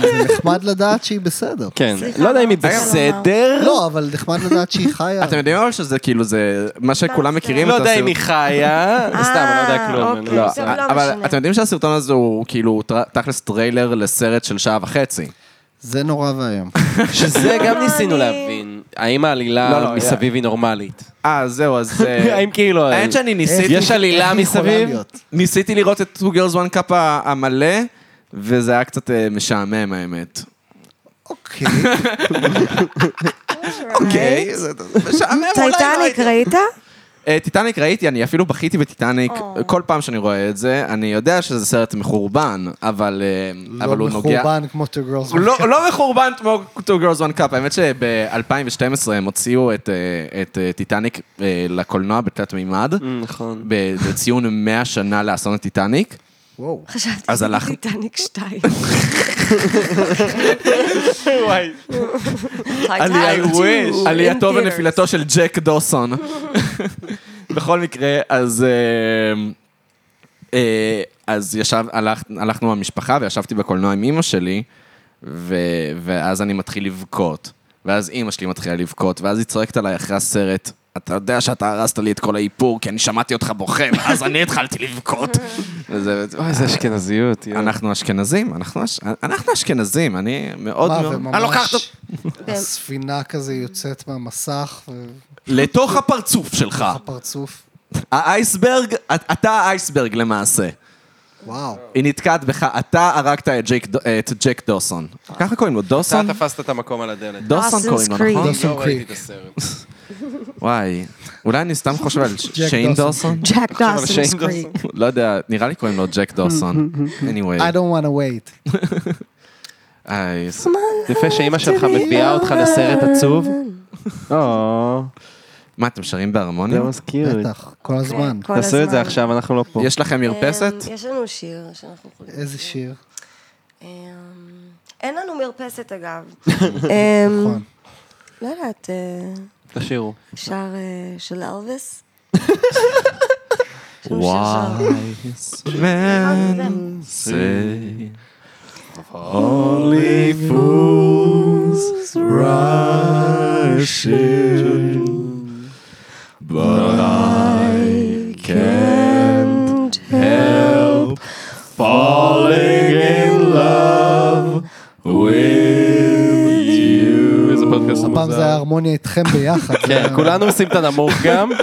S4: זה נחמד לדעת שהיא בסדר.
S2: כן.
S3: סליחה,
S2: לא יודע אם היא
S3: לא.
S2: בסדר.
S4: לא, אבל נחמד לדעת שהיא חיה.
S1: אתם יודעים אבל שזה כאילו, זה מה שכולם
S3: זה?
S1: מכירים.
S2: לא
S1: את
S2: יודע
S1: הסרט.
S2: אם היא חיה. סתם, אני לא יודע
S3: אה,
S2: כלום.
S3: אוקיי.
S2: לא.
S3: טוב, לא
S1: אבל
S3: משנה.
S1: אתם יודעים שהסרטון הזה הוא כאילו טר- תכלס טריילר לסרט של שעה וחצי.
S4: זה נורא ואיום.
S2: שזה גם ניסינו
S3: לא, אני-
S2: להבין. האם
S1: לא, לא,
S2: העלילה
S1: לא.
S2: מסביב היא נורמלית?
S1: אה, זהו, אז... אה,
S2: האם כאילו...
S1: האמת שאני ניסיתי...
S2: יש עלילה
S4: איך היא יכולה
S2: מסביב?
S4: להיות?
S1: ניסיתי לראות את 2 Girls 1 Cup ה- המלא, וזה היה קצת אה, משעמם האמת.
S4: אוקיי.
S1: אוקיי, זה משעמם אולי.
S3: אה,
S1: לא
S3: טייטניק ראית?
S1: ראית? טיטניק אה, ראיתי, אני אפילו בכיתי בטיטניק.
S3: או.
S1: כל פעם שאני רואה את זה, אני יודע שזה סרט מחורבן, אבל אה, אבל
S4: לא
S1: הוא נוגע...
S4: מחורבן כמו two girls.
S1: הוא לא לא מחורבן כמו 2 Girls 1 Cup, האמת שב-2012 הם הוציאו את, אה, את אה, טיטניק אה, לקולנוע בתלת מימד,
S2: נכון.
S1: ב- בציון 100 שנה לאסון הטיטניק.
S4: וואו.
S3: חשבתי
S1: אז
S3: שזה
S1: הלכנו-
S3: טייטניק 2.
S1: וואי. עלייתו ונפילתו של ג'ק דוסון. בכל מקרה, אז... אה, אה, אז ישב, הלך, הלכנו במשפחה וישבתי בקולנוע עם אימא שלי, ו, ואז אני מתחיל לבכות. ואז אימא שלי מתחילה לבכות, ואז היא צועקת עליי אחרי הסרט, אתה יודע שאתה הרסת לי את כל האיפור, כי אני שמעתי אותך בוכה, ואז אני התחלתי לבכות. וזה,
S2: אוי, זה אשכנזיות. יואו.
S1: אנחנו אשכנזים, אנחנו, אש- אנחנו אשכנזים, אני מאוד
S4: מה,
S1: מאוד... אני לוקחת
S4: וממש הספינה כזה יוצאת מהמסך
S1: לתוך הפרצוף שלך.
S4: והפרצוף.
S1: האייסברג, את- אתה האייסברג למעשה.
S4: וואו.
S1: היא נתקעת בך, אתה הרגת את ג'ק ד- את ג'ק דוסון. ככה קוראים לו, דוסון?
S2: אתה תפסת את המקום על הדלת.
S1: דוסון
S3: Dawson's
S1: קוראים לו,
S3: Creek.
S1: נכון?
S4: דוסון.
S2: לא ראיתי
S4: קריק.
S2: את הסרט.
S1: וואי, אולי אני סתם חושב על ש-
S4: ג'ק
S1: שיין
S4: דוסון.
S1: דוסון?
S3: ג'ק דוסונס
S2: שיין
S3: קריק.
S1: לא יודע, נראה לי קוראים לו ג'ק דוסון. anyway.
S2: אה.
S4: I don't want to wait.
S1: איי, ס-
S2: יפה שאימא שלך מביאה אותך לסרט עצוב. או,
S1: מה, אתם שרים בהרמוניה?
S2: מזכיר.
S4: בטח, כל הזמן.
S3: כל
S2: תעשו את זה
S3: הזמן.
S2: עכשיו, אנחנו לא פה.
S1: יש לכם מרפסת?
S3: אמ, יש לנו שיר שאנחנו יכולים...
S4: איזה שיר.
S2: כן.
S3: אמ, אין לנו מרפסת, אגב. אמ,
S4: נכון.
S3: לא יודעת, אה,
S2: תשאירו.
S3: שר אה, של אלוויס?
S1: וואי.
S3: אמ, אה, Man
S1: say only fools rush in, but I can't help falling in love with you.
S5: איזה פודקאסט
S4: הפעם זה היה
S5: מוזר.
S4: הרמוניה איתכם ביחד.
S2: כן, כולנו עושים את הנמוך גם.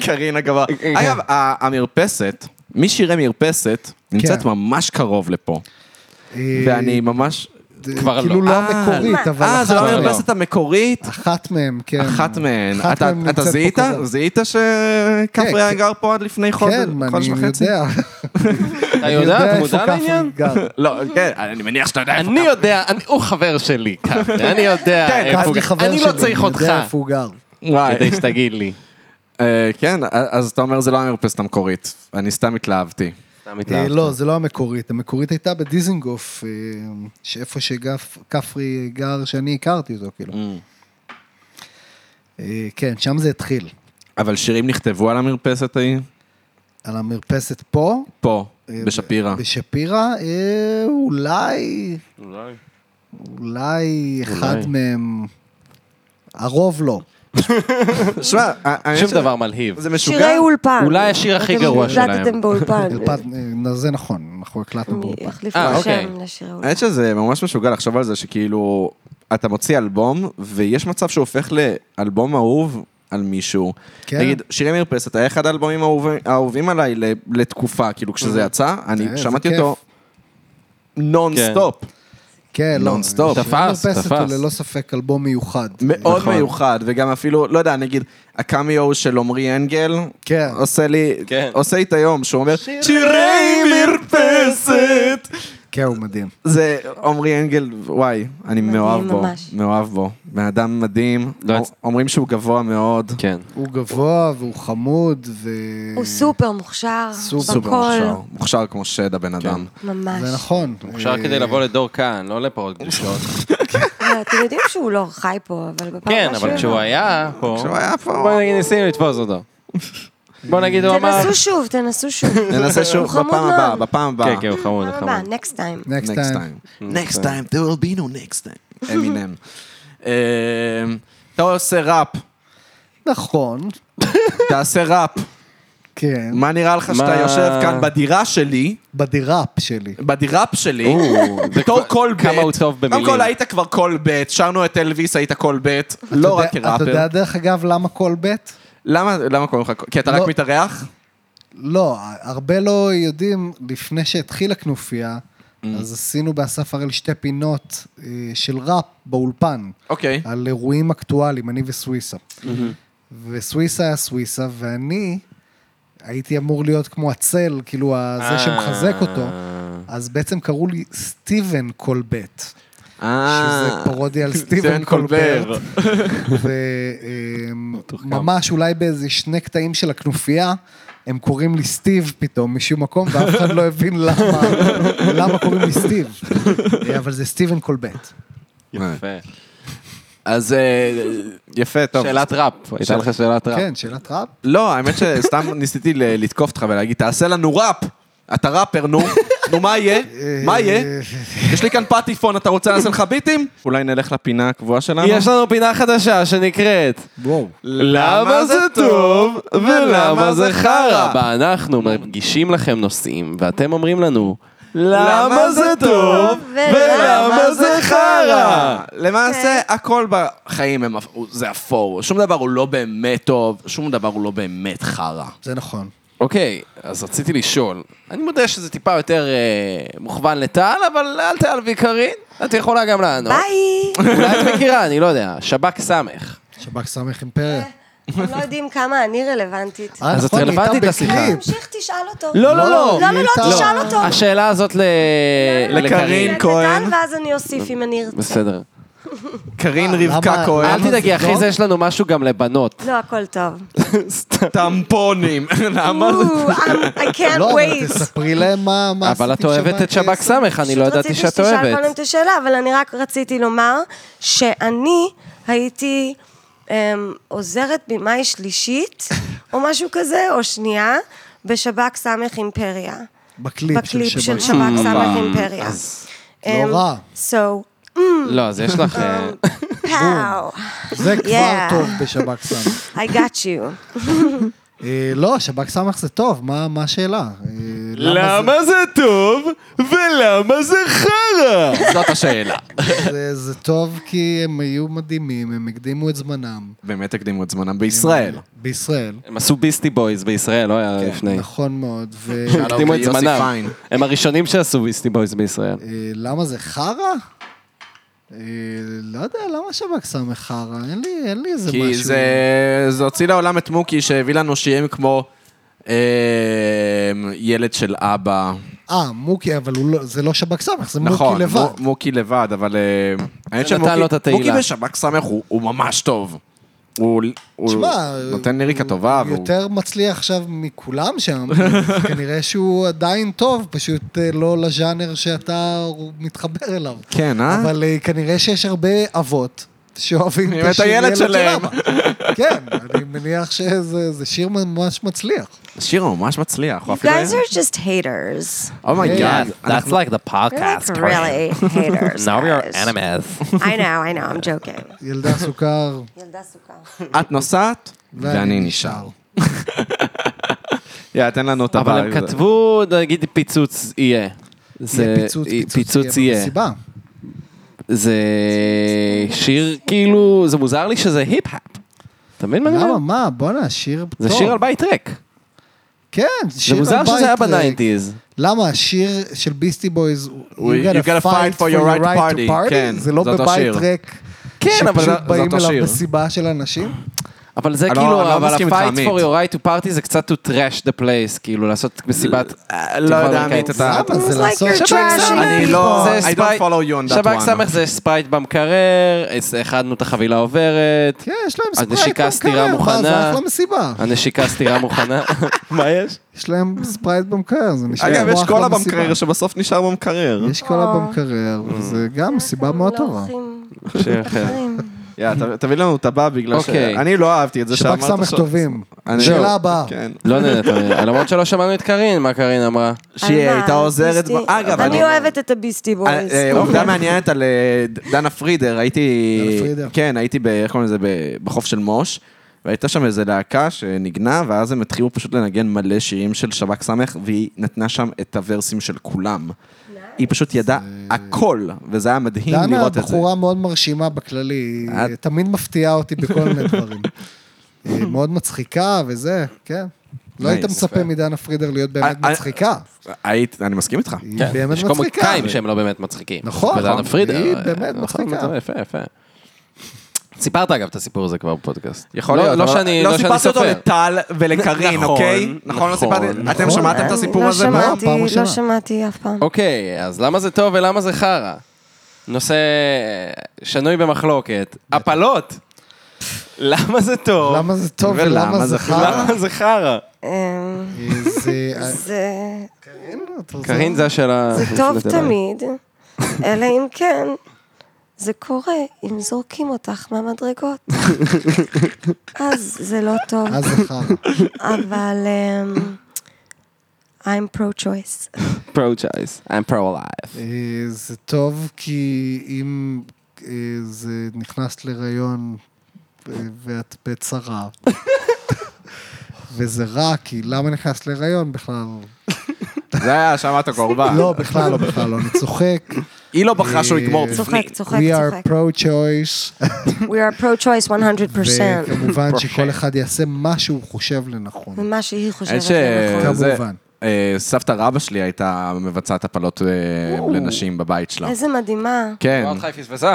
S1: קרינה גבה.
S2: כן.
S1: אגב, ה- המרפסת, מי שיראה מרפסת, נמצאת
S4: כן.
S1: ממש קרוב לפה,
S4: אה,
S1: ואני ממש...
S4: זה
S2: כבר לא.
S4: כאילו לא
S1: אה,
S4: המקורית, אבל
S1: אה, זה לא
S4: אחת מהן.
S1: המרפסת המקורית?
S4: אחת מהם, כן.
S1: אחת מהן.
S4: אחת
S1: אתה-
S4: מהן
S1: אתה
S4: נמצאת
S1: זיהית?
S4: פה קרוב.
S1: זיהית שכפרי
S4: כן,
S1: היה גר פה עד לפני חודש
S4: כן,
S1: חודש
S4: אני
S1: וחצי?
S4: יודע.
S2: אתה יודע, אתה
S4: איפה
S2: מודע
S4: כף
S2: לעניין?
S4: גר.
S1: לא, כן, אני מניח שאתה יודע איפה
S2: אני יודע, אני- הוא חבר שלי, ככה. אני יודע
S1: כן,
S2: איפה
S4: כף
S2: הוא
S4: זה
S2: גר.
S4: חבר
S2: אני
S4: שלי,
S2: לא צריך אותך,
S4: אני יודע איפה הוא גר.
S1: וואי.
S2: כדי שתגיד לי.
S1: אה, כן, אז אתה אומר זה לא המרפסת המקורית. אני סתם התלהבתי.
S2: אתה
S4: אה,
S2: מתלהב.
S4: לא, זה לא המקורית. המקורית הייתה בדיזנגוף, אה, שאיפה שכפרי גר, שאני הכרתי אותו, כאילו. אה, כן, שם זה התחיל.
S1: אבל שירים נכתבו על המרפסת ההיא?
S4: על המרפסת פה,
S1: פה,
S4: אה,
S1: בשפירא.
S4: בשפירא, אה, אולי, אולי אחד מהם, הרוב לא.
S1: שמע, האמת
S2: שום
S1: ש-
S2: דבר מלהיב.
S1: זה משוגע.
S3: שירי אולפן.
S2: אולי השיר הכי
S3: אתם
S2: גרוע
S3: הקלטתם
S2: שלהם.
S3: באולפן.
S4: אלפת, אה, זה נכון, אנחנו הקלטנו
S3: אני
S4: באולפן.
S3: אחליף
S2: אה,
S3: את
S2: אוקיי.
S3: השם לשירי אולפן.
S1: האמת שזה ממש משוגע לחשוב על זה שכאילו, אתה מוציא אלבום, ויש מצב שהוא הופך לאלבום אהוב על מישהו.
S4: כן.
S1: נגיד, שירי מרפסת היה אחד האלבומים האהוב- האהובים עליי ל- לתקופה, כאילו כשזה יצא,
S4: אה,
S1: אני
S4: איזה
S1: שמעתי
S4: כיף.
S1: אותו נונסטופ.
S4: כן, לא.
S1: נונסטופ.
S5: תפס,
S4: לא מרפסת הוא
S5: תפס.
S4: ללא ספק אלבום מיוחד.
S1: מאוד
S5: נכון.
S1: מיוחד, וגם אפילו, לא יודע, נגיד, הקמיו של עמרי אנגל,
S4: כן.
S1: עושה לי,
S2: כן.
S1: עושה לי את היום, שהוא אומר, שירי מרפסת.
S4: כן, הוא מדהים.
S1: זה עמרי אנגל, וואי, אני מאוהב בו,
S3: ממש.
S1: מאוהב בו. בן אדם מדהים,
S5: לא,
S1: אומ-
S5: את-
S1: אומרים שהוא גבוה מאוד.
S5: כן.
S4: הוא גבוה והוא חמוד, ו...
S3: הוא סופר מוכשר,
S4: סופר
S1: סופר
S3: בכל,
S1: מוכשר, מוכשר כמו שד הבן
S5: כן.
S1: אדם.
S3: ממש.
S4: זה נכון.
S2: אפשר
S4: אה,
S2: כדי לבוא לדור כאן, לא לפרות קדושות.
S3: לא, אתם יודעים שהוא לא חי פה, אבל בפעם
S2: כן,
S3: הבאה שהוא
S4: אה,
S2: אבל כשהוא
S3: יבוא.
S2: היה פה...
S1: כשהוא היה פה.
S2: בוא נגיד, ניסינו לתפוס אותו. בוא נגיד, הוא אמר...
S3: תנסו שוב, תנסו שוב.
S1: ננסה שוב
S3: הוא חמוד
S1: בפעם
S3: מאוד.
S1: הבאה, בפעם הבאה.
S5: כן, Mm, כן, הוא חמוד,
S3: בפעם
S5: הוא
S3: הבאה,
S5: חמוד.
S3: next time.
S4: next
S1: next
S4: time.
S1: time. next time, there will be no next time. אמינם. אמ, אתה עושה ראפ,
S4: נכון,
S1: תעשה ראפ.
S4: כן.
S1: מה נראה לך שאתה
S2: מה?
S1: יושב כאן בדירה שלי,
S4: בדיראפ שלי.
S1: בדיראפ שלי,
S5: או, זה
S1: בתור
S5: כבר-
S1: כל בית.
S5: כמה הוא טוב
S1: קודם
S5: במילים.
S1: כל היית כבר כל בית, שרנו את אלוויס, היית כל בית, לא רק
S4: אתה יודע- אתה
S1: כראפר.
S4: יודע, דרך אגב, למה כל בית?
S1: למה למה קוראים לך? כי אתה רק
S4: לא.
S1: מתארח?
S4: לא, הרבה לא יודעים, לפני שהתחילה כנופיה,
S1: Mm.
S4: אז עשינו באסף הראל שתי פינות אה, של ראפ באולפן,
S1: אוקיי.
S4: על אירועים אקטואליים, אני וסוויסה. וסוויסה היה סוויסה, ואני הייתי אמור להיות כמו הצל, כאילו, ה- זה שמחזק אותו, אז בעצם קראו לי סטיבן קולבט.
S1: אה,
S4: שזה פרודיה על אה. סטיבן קולבר. וממש אמ, אולי באיזה שני קטעים של הכנופיה, הם קוראים לי סטיב פתאום משום מקום, ואף אחד לא הבין למה, למה קוראים לי סטיב. אה, אבל זה סטיבן קולבט.
S2: יפה.
S1: אז אה, יפה, טוב.
S2: שאלת ראפ, הייתה לך שאלת ראפ.
S4: כן, שאלת רב?
S1: לא, האמת שסתם ניסיתי ל- לתקוף אותך ולהגיד, תעשה לנו ראפ. אתה ראפר, נו. נו, מה יהיה? מה יהיה? יש לי כאן פטיפון, אתה רוצה לעשות לך ביטים? אולי נלך לפינה הקבועה
S4: כן.
S1: שלנו?
S2: יש לנו פינה חדשה שנקראת
S4: וואו.
S2: למה זה טוב ולמה זה חרא.
S1: בה?
S2: בה אנחנו מגישים לכם נושאים ואתם אומרים לנו למה זה טוב ולמה זה חרא.
S1: למעשה, הכל בחיים הם אפ- הוא- זה אפור. שום דבר הוא לא באמת טוב, שום דבר הוא לא באמת חרא.
S4: זה נכון.
S2: אוקיי, אז רציתי לשאול. אני מודה שזה טיפה יותר אה, מוכוון לטל, אבל אל תעלבי קארין, את יכולה גם לענות.
S3: ביי!
S2: אולי את מכירה, אני לא יודע, שב"כ סמך.
S4: שב"כ סמך אימפריה.
S3: אתם לא יודעים כמה אני רלוונטית.
S4: אה,
S2: אז את
S4: נכון, היא הייתה
S2: רלוונטית
S4: בקליפ.
S2: לשיחה.
S3: תמשיך, תשאל אותו.
S2: לא, לא, לא. אה,
S3: למה לא
S4: לא.
S3: תשאל אותו?
S2: השאלה הזאת ל- לקארין.
S1: לקארין. כהן.
S3: קטן, ואז אני אוסיף אם אני ארצה.
S2: בסדר.
S1: קארין
S4: למה-
S1: רבקה כהן,
S2: אל תדאגי,
S4: זה
S2: אחרי
S4: לא?
S2: זה יש לנו משהו גם לבנות.
S3: לא, הכל טוב.
S1: טמפונים. למה זה?
S3: Ooh, I'm- I can't
S4: לא, אבל
S3: wait.
S4: תספרי להם מה... מה
S2: אבל את
S4: עשיתי
S2: אוהבת את שב"כ סמך, אני לא ידעתי שאת
S3: פשוט רציתי שתשאל קודם
S2: אוהבת.
S3: את השאלה, אבל אני רק רציתי לומר שאני הייתי אמ, עוזרת במאי שלישית, או משהו כזה, או שנייה, בשב"כ סמך אימפריה.
S4: בקליפ של
S3: בקליפ של
S4: שב"כ.
S3: שב"כ
S2: Mm.
S3: סמך אימפריה. אמ,
S4: לא רע.
S3: So,
S2: לא, אז יש לך... אה,
S3: פאו,
S4: זה כבר
S3: Yeah.
S4: טוב בשב"כ סמך.
S3: I got you.
S4: אה, לא, שב"כ סמך זה טוב, מה מה השאלה? אה, זה-
S2: זה טוב ולמה זה חרא?
S1: זאת השאלה.
S4: זה- זה טוב כי הם היו מדהימים, הם הקדימו את זמנם.
S1: באמת הקדימו את זמנם בישראל.
S4: בישראל.
S2: הם עשו ביסטי בויז בישראל, לא היה לפני.
S4: נכון אוקיי, מאוד. ו-
S2: הקדימו את
S1: ליוסי
S2: זמנם.
S1: פיין.
S2: הם הראשונים שעשו ביסטי בויז בישראל.
S4: אה, למה זה חרא? אה, לא יודע, למה שב"כ סמך חרא? אין לי- אין לי איזה משהו.
S1: כי זה, זה הוציא לעולם את מוקי שהביא לנו שירים כמו אה, ילד של אבא.
S4: אה, מוקי, אבל הוא לא- זה לא שב"כ סמך, זה
S1: נכון,
S4: מוקי לבד.
S1: מו- מוקי לבד, אבל אה, האמת
S2: נתן לו את התהילה.
S1: מוקי בשב"כ סמך הוא, הוא ממש טוב. הוא, הוא
S4: תשמע,
S1: נותן ליריקה
S4: הוא-
S1: טובה,
S4: הוא
S1: והוא...
S4: יותר מצליח עכשיו מכולם שם, כנראה שהוא עדיין טוב, פשוט אה, לא לז'אנר שאתה מתחבר אליו.
S1: כן, אה?
S4: אבל אה, כנראה שיש הרבה אבות שאוהבים
S1: את הילד שלהם.
S4: אבא. כן, אני מניח שזה זה שיר ממש מצליח.
S1: השיר ממש מצליח. הוא
S3: You
S1: אפילו- Oh
S3: guys are just haters.
S1: אומייגאד.
S2: That's like the
S3: You're like
S2: podcast.
S3: really haters.
S2: Now we are
S3: guys.
S2: enemies.
S3: I know, I know, I'm joking.
S4: ילדה סוכר,
S3: ילדה סוכה.
S1: את נוסעת, ואני נשאר. יא, תן לנו את
S2: אבל
S1: הבעיה.
S2: הם כתבו, נגיד, פיצוץ יהיה. זה אה,
S4: פיצוץ,
S2: פיצוץ יהיה.
S4: סיבה.
S2: זה שיר כאילו, זה מוזר לי שזה היפ-האפ. אתה מבין מה אני אומר?
S4: למה, מה, בואנה, שיר טוב.
S2: זה שיר על בית ריק.
S4: כן,
S2: זה
S4: שיר אה,
S2: מוזר
S4: הבית
S2: שזה היה
S4: ל-
S2: בניינטיז.
S4: למה? השיר של ביסטי בויז,
S1: you gotta fight for your right to party. כן,
S4: זה לא
S1: זה אותו
S4: בבית
S1: שיר.
S4: ריק,
S2: כן, אבל זה
S4: שפשוט
S1: זה
S4: באים
S1: אותו
S4: אליו
S1: שיר.
S4: מסיבה של אנשים?
S2: אבל זה
S1: אני לא- אני
S2: כאילו,
S1: לא
S2: אבל
S1: מסכים איתך,
S2: ה-fight
S1: עמית.
S2: for your right to party זה קצת to trash the place, כאילו לעשות מסיבת...
S1: לא יודע,
S2: דרכאית.
S1: עמית, אתה...
S4: למה? זה
S3: Like
S4: לעשות...
S3: you're
S2: שב"כ
S3: trash.
S2: סמך.
S1: אני לא...
S2: זה
S1: I
S2: ספייט-
S1: don't follow you on that
S2: שב"כ
S1: one.
S2: סמך זה ספייט במקרר, החדנו את החבילה עוברת,
S4: כן, יש להם ספרייט.
S2: הנשיקה
S4: במקרר,
S2: סטירה
S4: מה,
S2: מוכנה.
S4: זה אחלה מסיבה.
S2: הנשיקה סטירה מוכנה. מה יש?
S4: יש להם ספרייט במקרר, זה נשמע
S1: אגב, יש
S4: כמו אחלה
S1: קולה
S4: מסיבה.
S1: במקרר שבסוף נשאר במקרר.
S4: יש
S3: אה.
S4: קולה במקרר, וזה גם סיבה
S3: לא
S4: מאוד טובה.
S2: שיר אחר.
S1: יא, ת- תביא לנו את הבא בגלל ש...
S2: אוקיי.
S1: אני לא אהבתי את זה
S4: שב"כ
S1: שאמרת...
S4: סמך
S1: ש-
S4: טובים.
S1: אני- זהו.
S4: שאלה הבאה.
S1: כן.
S2: לא נהנית, למרות שלא שמענו את קארין, מה קארין אמרה.
S1: שהיא הייתה עוזרת... ב- אגב,
S3: אני אוהבת את הביסטי
S1: אה,
S3: בויז.
S1: אה, עובדה מעניינת על אה, ד- דנה פרידר, הייתי...
S4: דנה פרידר.
S1: כן, הייתי ב... איך קוראים לזה? ב- בחוף של מוש. והייתה שם איזו להקה שניגנה, ואז הם התחילו פשוט לנגן מלא שירים של שב"כ סמך, והיא נתנה שם את הוורסים של כולם. היא פשוט ידעה הכל, וזה היה מדהים
S4: דנה
S1: לראות את זה.
S4: בחורה מאוד מרשימה בכללי, היא
S1: את-
S4: תמיד מפתיעה אותי בכל מיני דברים. היא מאוד מצחיקה וזה, כן. לא היית
S1: Nice.
S4: מצפה מדנה פרידר להיות באמת
S1: אה, אה,
S4: מצחיקה.
S1: היית, אני מסכים איתך.
S4: היא
S2: כן,
S4: באמת
S2: יש
S4: מצחיקה.
S2: קומיקאים שהם לא באמת מצחיקים.
S4: נכון,
S2: ודנה
S4: נכון.
S2: פרידר.
S4: היא
S2: אה,
S4: באמת
S2: נכון,
S4: מצחיקה.
S2: נכון, יפה, יפה. סיפרת אגב את הסיפור הזה כבר בפודקאסט.
S1: יכול להיות,
S2: לא
S1: אבל-
S2: שאני לא שאני
S1: לא סיפרתי אותו
S2: סופר.
S1: לטל ולקארין,
S2: נכון,
S1: אוקיי? נכון, לא
S2: נכון,
S1: סיפרתי? אתם
S4: נכון.
S1: שמעתם את הסיפור הזה?
S4: פעם?
S3: לא
S1: פעם?
S3: שמעתי,
S4: פעם ראשונה.
S3: לא שמעתי אף פעם.
S2: אוקיי, אז למה זה טוב ולמה זה חרא? נושא שנוי במחלוקת. הפלות. למה זה טוב?
S4: למה זה טוב
S1: לא- ולמה
S4: ולמה
S1: זה לא-
S4: זה חרא?
S2: למה זה חרא?
S1: אוקיי.
S3: אה,
S4: זה... אה,
S3: זה-
S4: אתה רוצה-
S2: קארין זה השאלה.
S3: זה טוב
S2: נפלט אליי.
S3: תמיד, אלא אם כן, זה קורה אם זורקים אותך מהמדרגות. אז זה לא טוב,
S4: אז זה חרא.
S3: אבל אמ, I'm pro-choice.
S2: pro-choice, I'm pro-life.
S4: אה, זה טוב כי אם אה, זה נכנסת להיריון אה, ואת בצרה, וזה רע, כי למה נכנסת להיריון בכלל?
S1: זה היה האשמת הקורבן.
S4: לא, בכלל לא, בכלל לא, אני צוחק.
S1: היא לא בחרה שהוא יגמור
S4: אה,
S3: צוחק,
S4: We
S3: צוחק, צוחק.
S4: are pro-choice,
S3: We are pro-choice 100%.
S4: וכמובן שכל אחד יעשה מה שהוא חושב לנכון.
S3: ממה שהיא חושבת
S1: האמת ש-
S3: לנכון.
S1: זה-
S4: כמובן.
S1: אה, סבתא רבא שלי הייתה מבצעת הפלות אה, לנשים בבית שלה.
S3: איזה מדהימה.
S1: כן.
S2: מה אותך היא פספסה?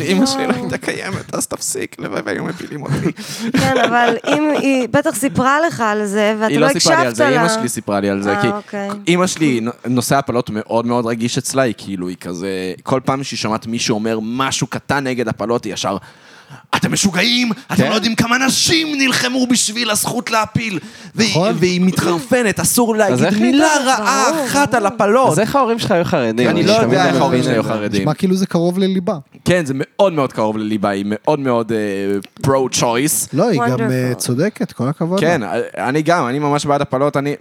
S1: אימא
S3: שלי לא הייתה
S1: קיימת, אז תפסיק, לוואי והיו מפילים אותי.
S3: כן, אבל אם היא בטח סיפרה לך על זה, ואתה
S1: היא
S3: לא
S1: לא סיפרה לי על
S3: הקשבת
S1: זה,
S3: לה.
S1: אימא שלי סיפרה לי על זה,
S3: אה,
S1: כי
S3: אוקיי.
S1: אימא שלי, נושא הפלות מאוד מאוד רגיש אצלה, היא כאילו, היא כזה, כל פעם שהיא שומעת מישהו אומר משהו קטן נגד הפלות, היא ישר... אתם משוגעים, אתם לא יודעים כמה נשים נלחמו בשביל הזכות להפיל. והיא-
S4: נכון.
S1: והיא מתחרפנת, אסור להגיד
S2: איך היא
S1: מילה
S3: הייתה? ברור,
S1: רעה אחת על הפלות.
S2: אז איך ההורים שלך היו חרדים?
S1: אני לא
S2: תמיד
S1: יודע איך
S2: לא
S1: ההורים
S2: מבין
S1: שלי היו
S2: את זה.
S1: חרדים.
S4: נשמע כאילו זה קרוב לליבה.
S1: כן, זה מאוד מאוד קרוב לליבה, היא מאוד מאוד אה, פרו-צ'וייס.
S4: לא, היא גם אה,
S3: Wonderful.
S4: צודקת, כל הכבוד.
S1: כן, אני גם, אני ממש בעד הפלות, אני...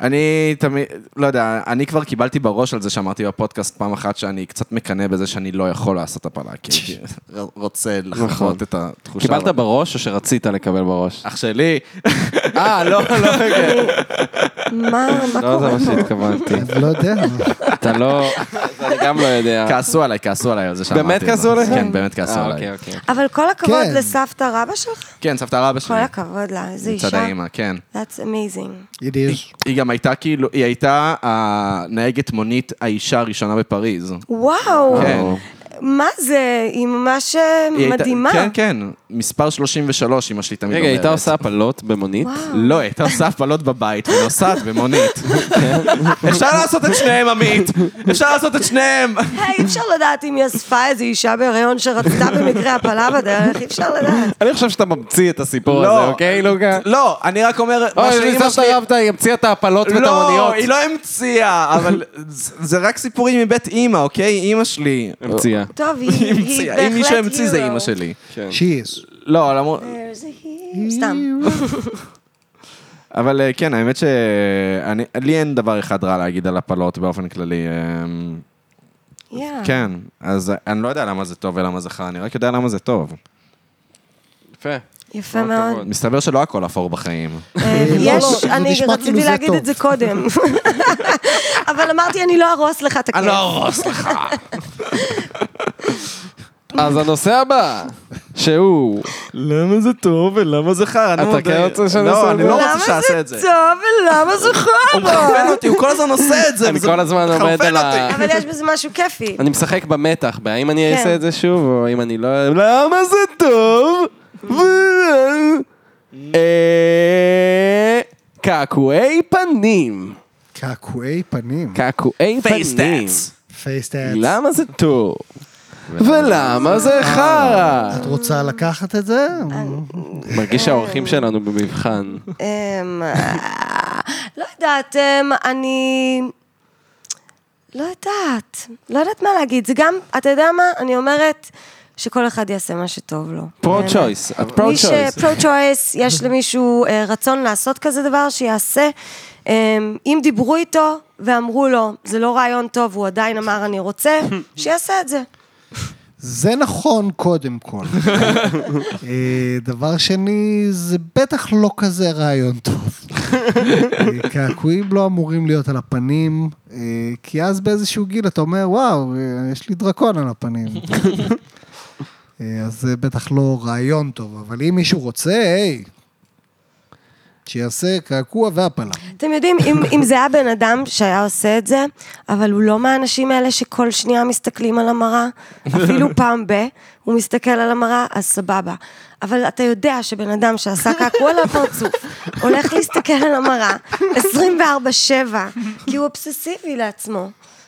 S1: אני תמיד, לא יודע, אני כבר קיבלתי בראש על זה שאמרתי בפודקאסט פעם אחת שאני קצת מקנא בזה שאני לא יכול לעשות הפלה, כי הייתי רוצה
S2: נכון.
S1: לחוות את התחושה.
S2: קיבלת בראש או שרצית לקבל בראש?
S1: אח שלי,
S2: אה, לא, לא, כן.
S3: מה, מה
S2: לא זה
S3: קורה
S2: מה
S3: פה?
S2: שהתכוונתי.
S4: אני לא יודע.
S2: אתה לא... אז אני גם לא יודע.
S1: כעסו עליי, כעסו עליי על זה שאמרתי.
S2: באמת
S1: את זה.
S2: כעסו עליך?
S1: כן, באמת כעסו
S2: אה, אוקיי,
S1: עליי.
S2: אוקיי.
S3: אבל כל הכבוד
S4: כן.
S3: לסבתא רבא שלך?
S1: כן, סבתא רבא
S3: כל
S1: שלי.
S3: הכבוד לה, איזה
S1: מצד
S3: אישה.
S1: האימא, כן.
S3: That's
S4: It
S3: amazing.
S4: is.
S1: היא גם הייתה כאילו, היא הייתה הנהגת מונית האישה הראשונה בפריז.
S3: וואו,
S1: כן.
S3: מה זה? היא ממש אה,
S1: היא הייתה-
S3: מדהימה.
S1: כן, כן, מספר 33, אמא שלי תמיד אומרת.
S2: רגע, היא הייתה עושה הפלות במונית?
S1: לא, היא הייתה עושה הפלות בבית ונוסעת במונית. אפשר לעשות את שניהם, עמית! אפשר לעשות את שניהם!
S3: היי, אי אפשר לדעת אם היא אספה איזו אישה בהריון שרצתה במקרה הפלה בדרך, אי אפשר לדעת.
S2: אני חושב שאתה ממציא את הסיפור
S1: לא.
S2: הזה, אוקיי, לוגה?
S1: לא, אני רק אומר, מה
S2: אוי,
S1: שאימא
S2: סבתא
S1: שלי...
S2: רבתא המציאה את ההפלות ואת
S1: לא,
S2: המוניות.
S1: היא לא המציאה, אבל זה זה רק סיפורים מבית אימא, אוקיי? אימא שלי.
S2: המציאה.
S3: טוב, היא
S1: היא
S3: היא
S1: המציאה.
S3: בהחלט כאילו-
S1: אם מישהו המציא זה
S3: hero.
S1: אימא שלי.
S4: She is.
S1: לא, למרות...
S3: There's a hero. סתם.
S1: אבל אה, כן, האמת שלי אין דבר אחד רע להגיד על הפלות באופן כללי. אה,
S3: Yeah.
S1: כן, אז אני לא יודע למה זה טוב ולמה זה חרא, אני רק יודע למה זה טוב.
S2: יפה.
S3: יפה מאוד.
S1: מסתבר שלא הכל אפור בחיים.
S3: אה,
S4: לא, לא,
S3: יש,
S4: זה
S3: אני
S4: נשמע כאילו
S3: רציתי
S4: זה
S3: להגיד
S4: טוב.
S3: את זה קודם. אבל אמרתי, אני לא ארוס לך את הכיף.
S1: ארוס לך.
S2: אז הנושא הבא, שהוא...
S1: למה זה טוב ולמה זה חר? אני
S2: אתה
S1: עוד-
S2: כן רוצה שאני
S1: לא,
S2: אעשה
S1: אני
S2: את
S1: לא
S2: זה?
S1: רוצה שאעשה את זה.
S3: למה זה טוב ולמה זה
S1: הוא
S3: חרא?
S1: מחרפן אותי, הוא כל הזמן עושה את זה.
S2: אני
S1: וזה
S2: כל הזמן
S1: מחרפן
S2: עומד על ה-
S1: אותי.
S3: אבל יש בזה משהו כיפי.
S2: אני משחק במתח, בהאם אני
S3: כן.
S2: אעשה את זה שוב, או אם אני לא... למה זה טוב? ו- אה, קעקועי פנים.
S4: קעקועי פנים.
S2: קעקועי
S1: Face
S2: פנים.
S1: stats. כן.
S4: פייסטאץ.
S2: למה זה טוב? ולמה זה חרא?
S4: את רוצה לקחת את זה?
S3: אה,
S2: מרגיש שהאורחים שלנו במבחן.
S3: אמ, אה, לא יודעת, אמ, אני... לא יודעת. לא יודעת מה להגיד. זה גם, אתה יודע מה? אני אומרת שכל אחד יעשה מה שטוב לו.
S2: פרו
S3: באמת.
S2: צ'וייס, את פרו
S3: מי
S2: צ'וייס.
S3: שפרו צ'וייס, יש למישהו אה, רצון לעשות כזה דבר, שיעשה. אמ, אם דיברו איתו ואמרו לו, זה לא רעיון טוב, הוא עדיין אמר אני רוצה, שיעשה את זה.
S4: זה נכון קודם כל. אה, דבר שני, זה בטח לא כזה רעיון טוב. אה, קעקועים לא אמורים להיות על הפנים, אה, כי אז באיזשהו גיל אתה אומר, וואו, אה, יש לי דרקון על הפנים. אה, אז זה בטח לא רעיון טוב, אבל אם מישהו רוצה, היי, שיעשה קעקוע והפלה.
S3: אתם יודעים, אם, אם זה היה בן אדם שהיה עושה את זה, אבל הוא לא מהאנשים האלה שכל שנייה מסתכלים על המראה, אפילו פעם ב, הוא מסתכל על המראה, אז סבבה. אבל אתה יודע שבן אדם שעשה קעקוע לפרצוף, הולך להסתכל על המראה 24-7, כי הוא אובססיבי לעצמו.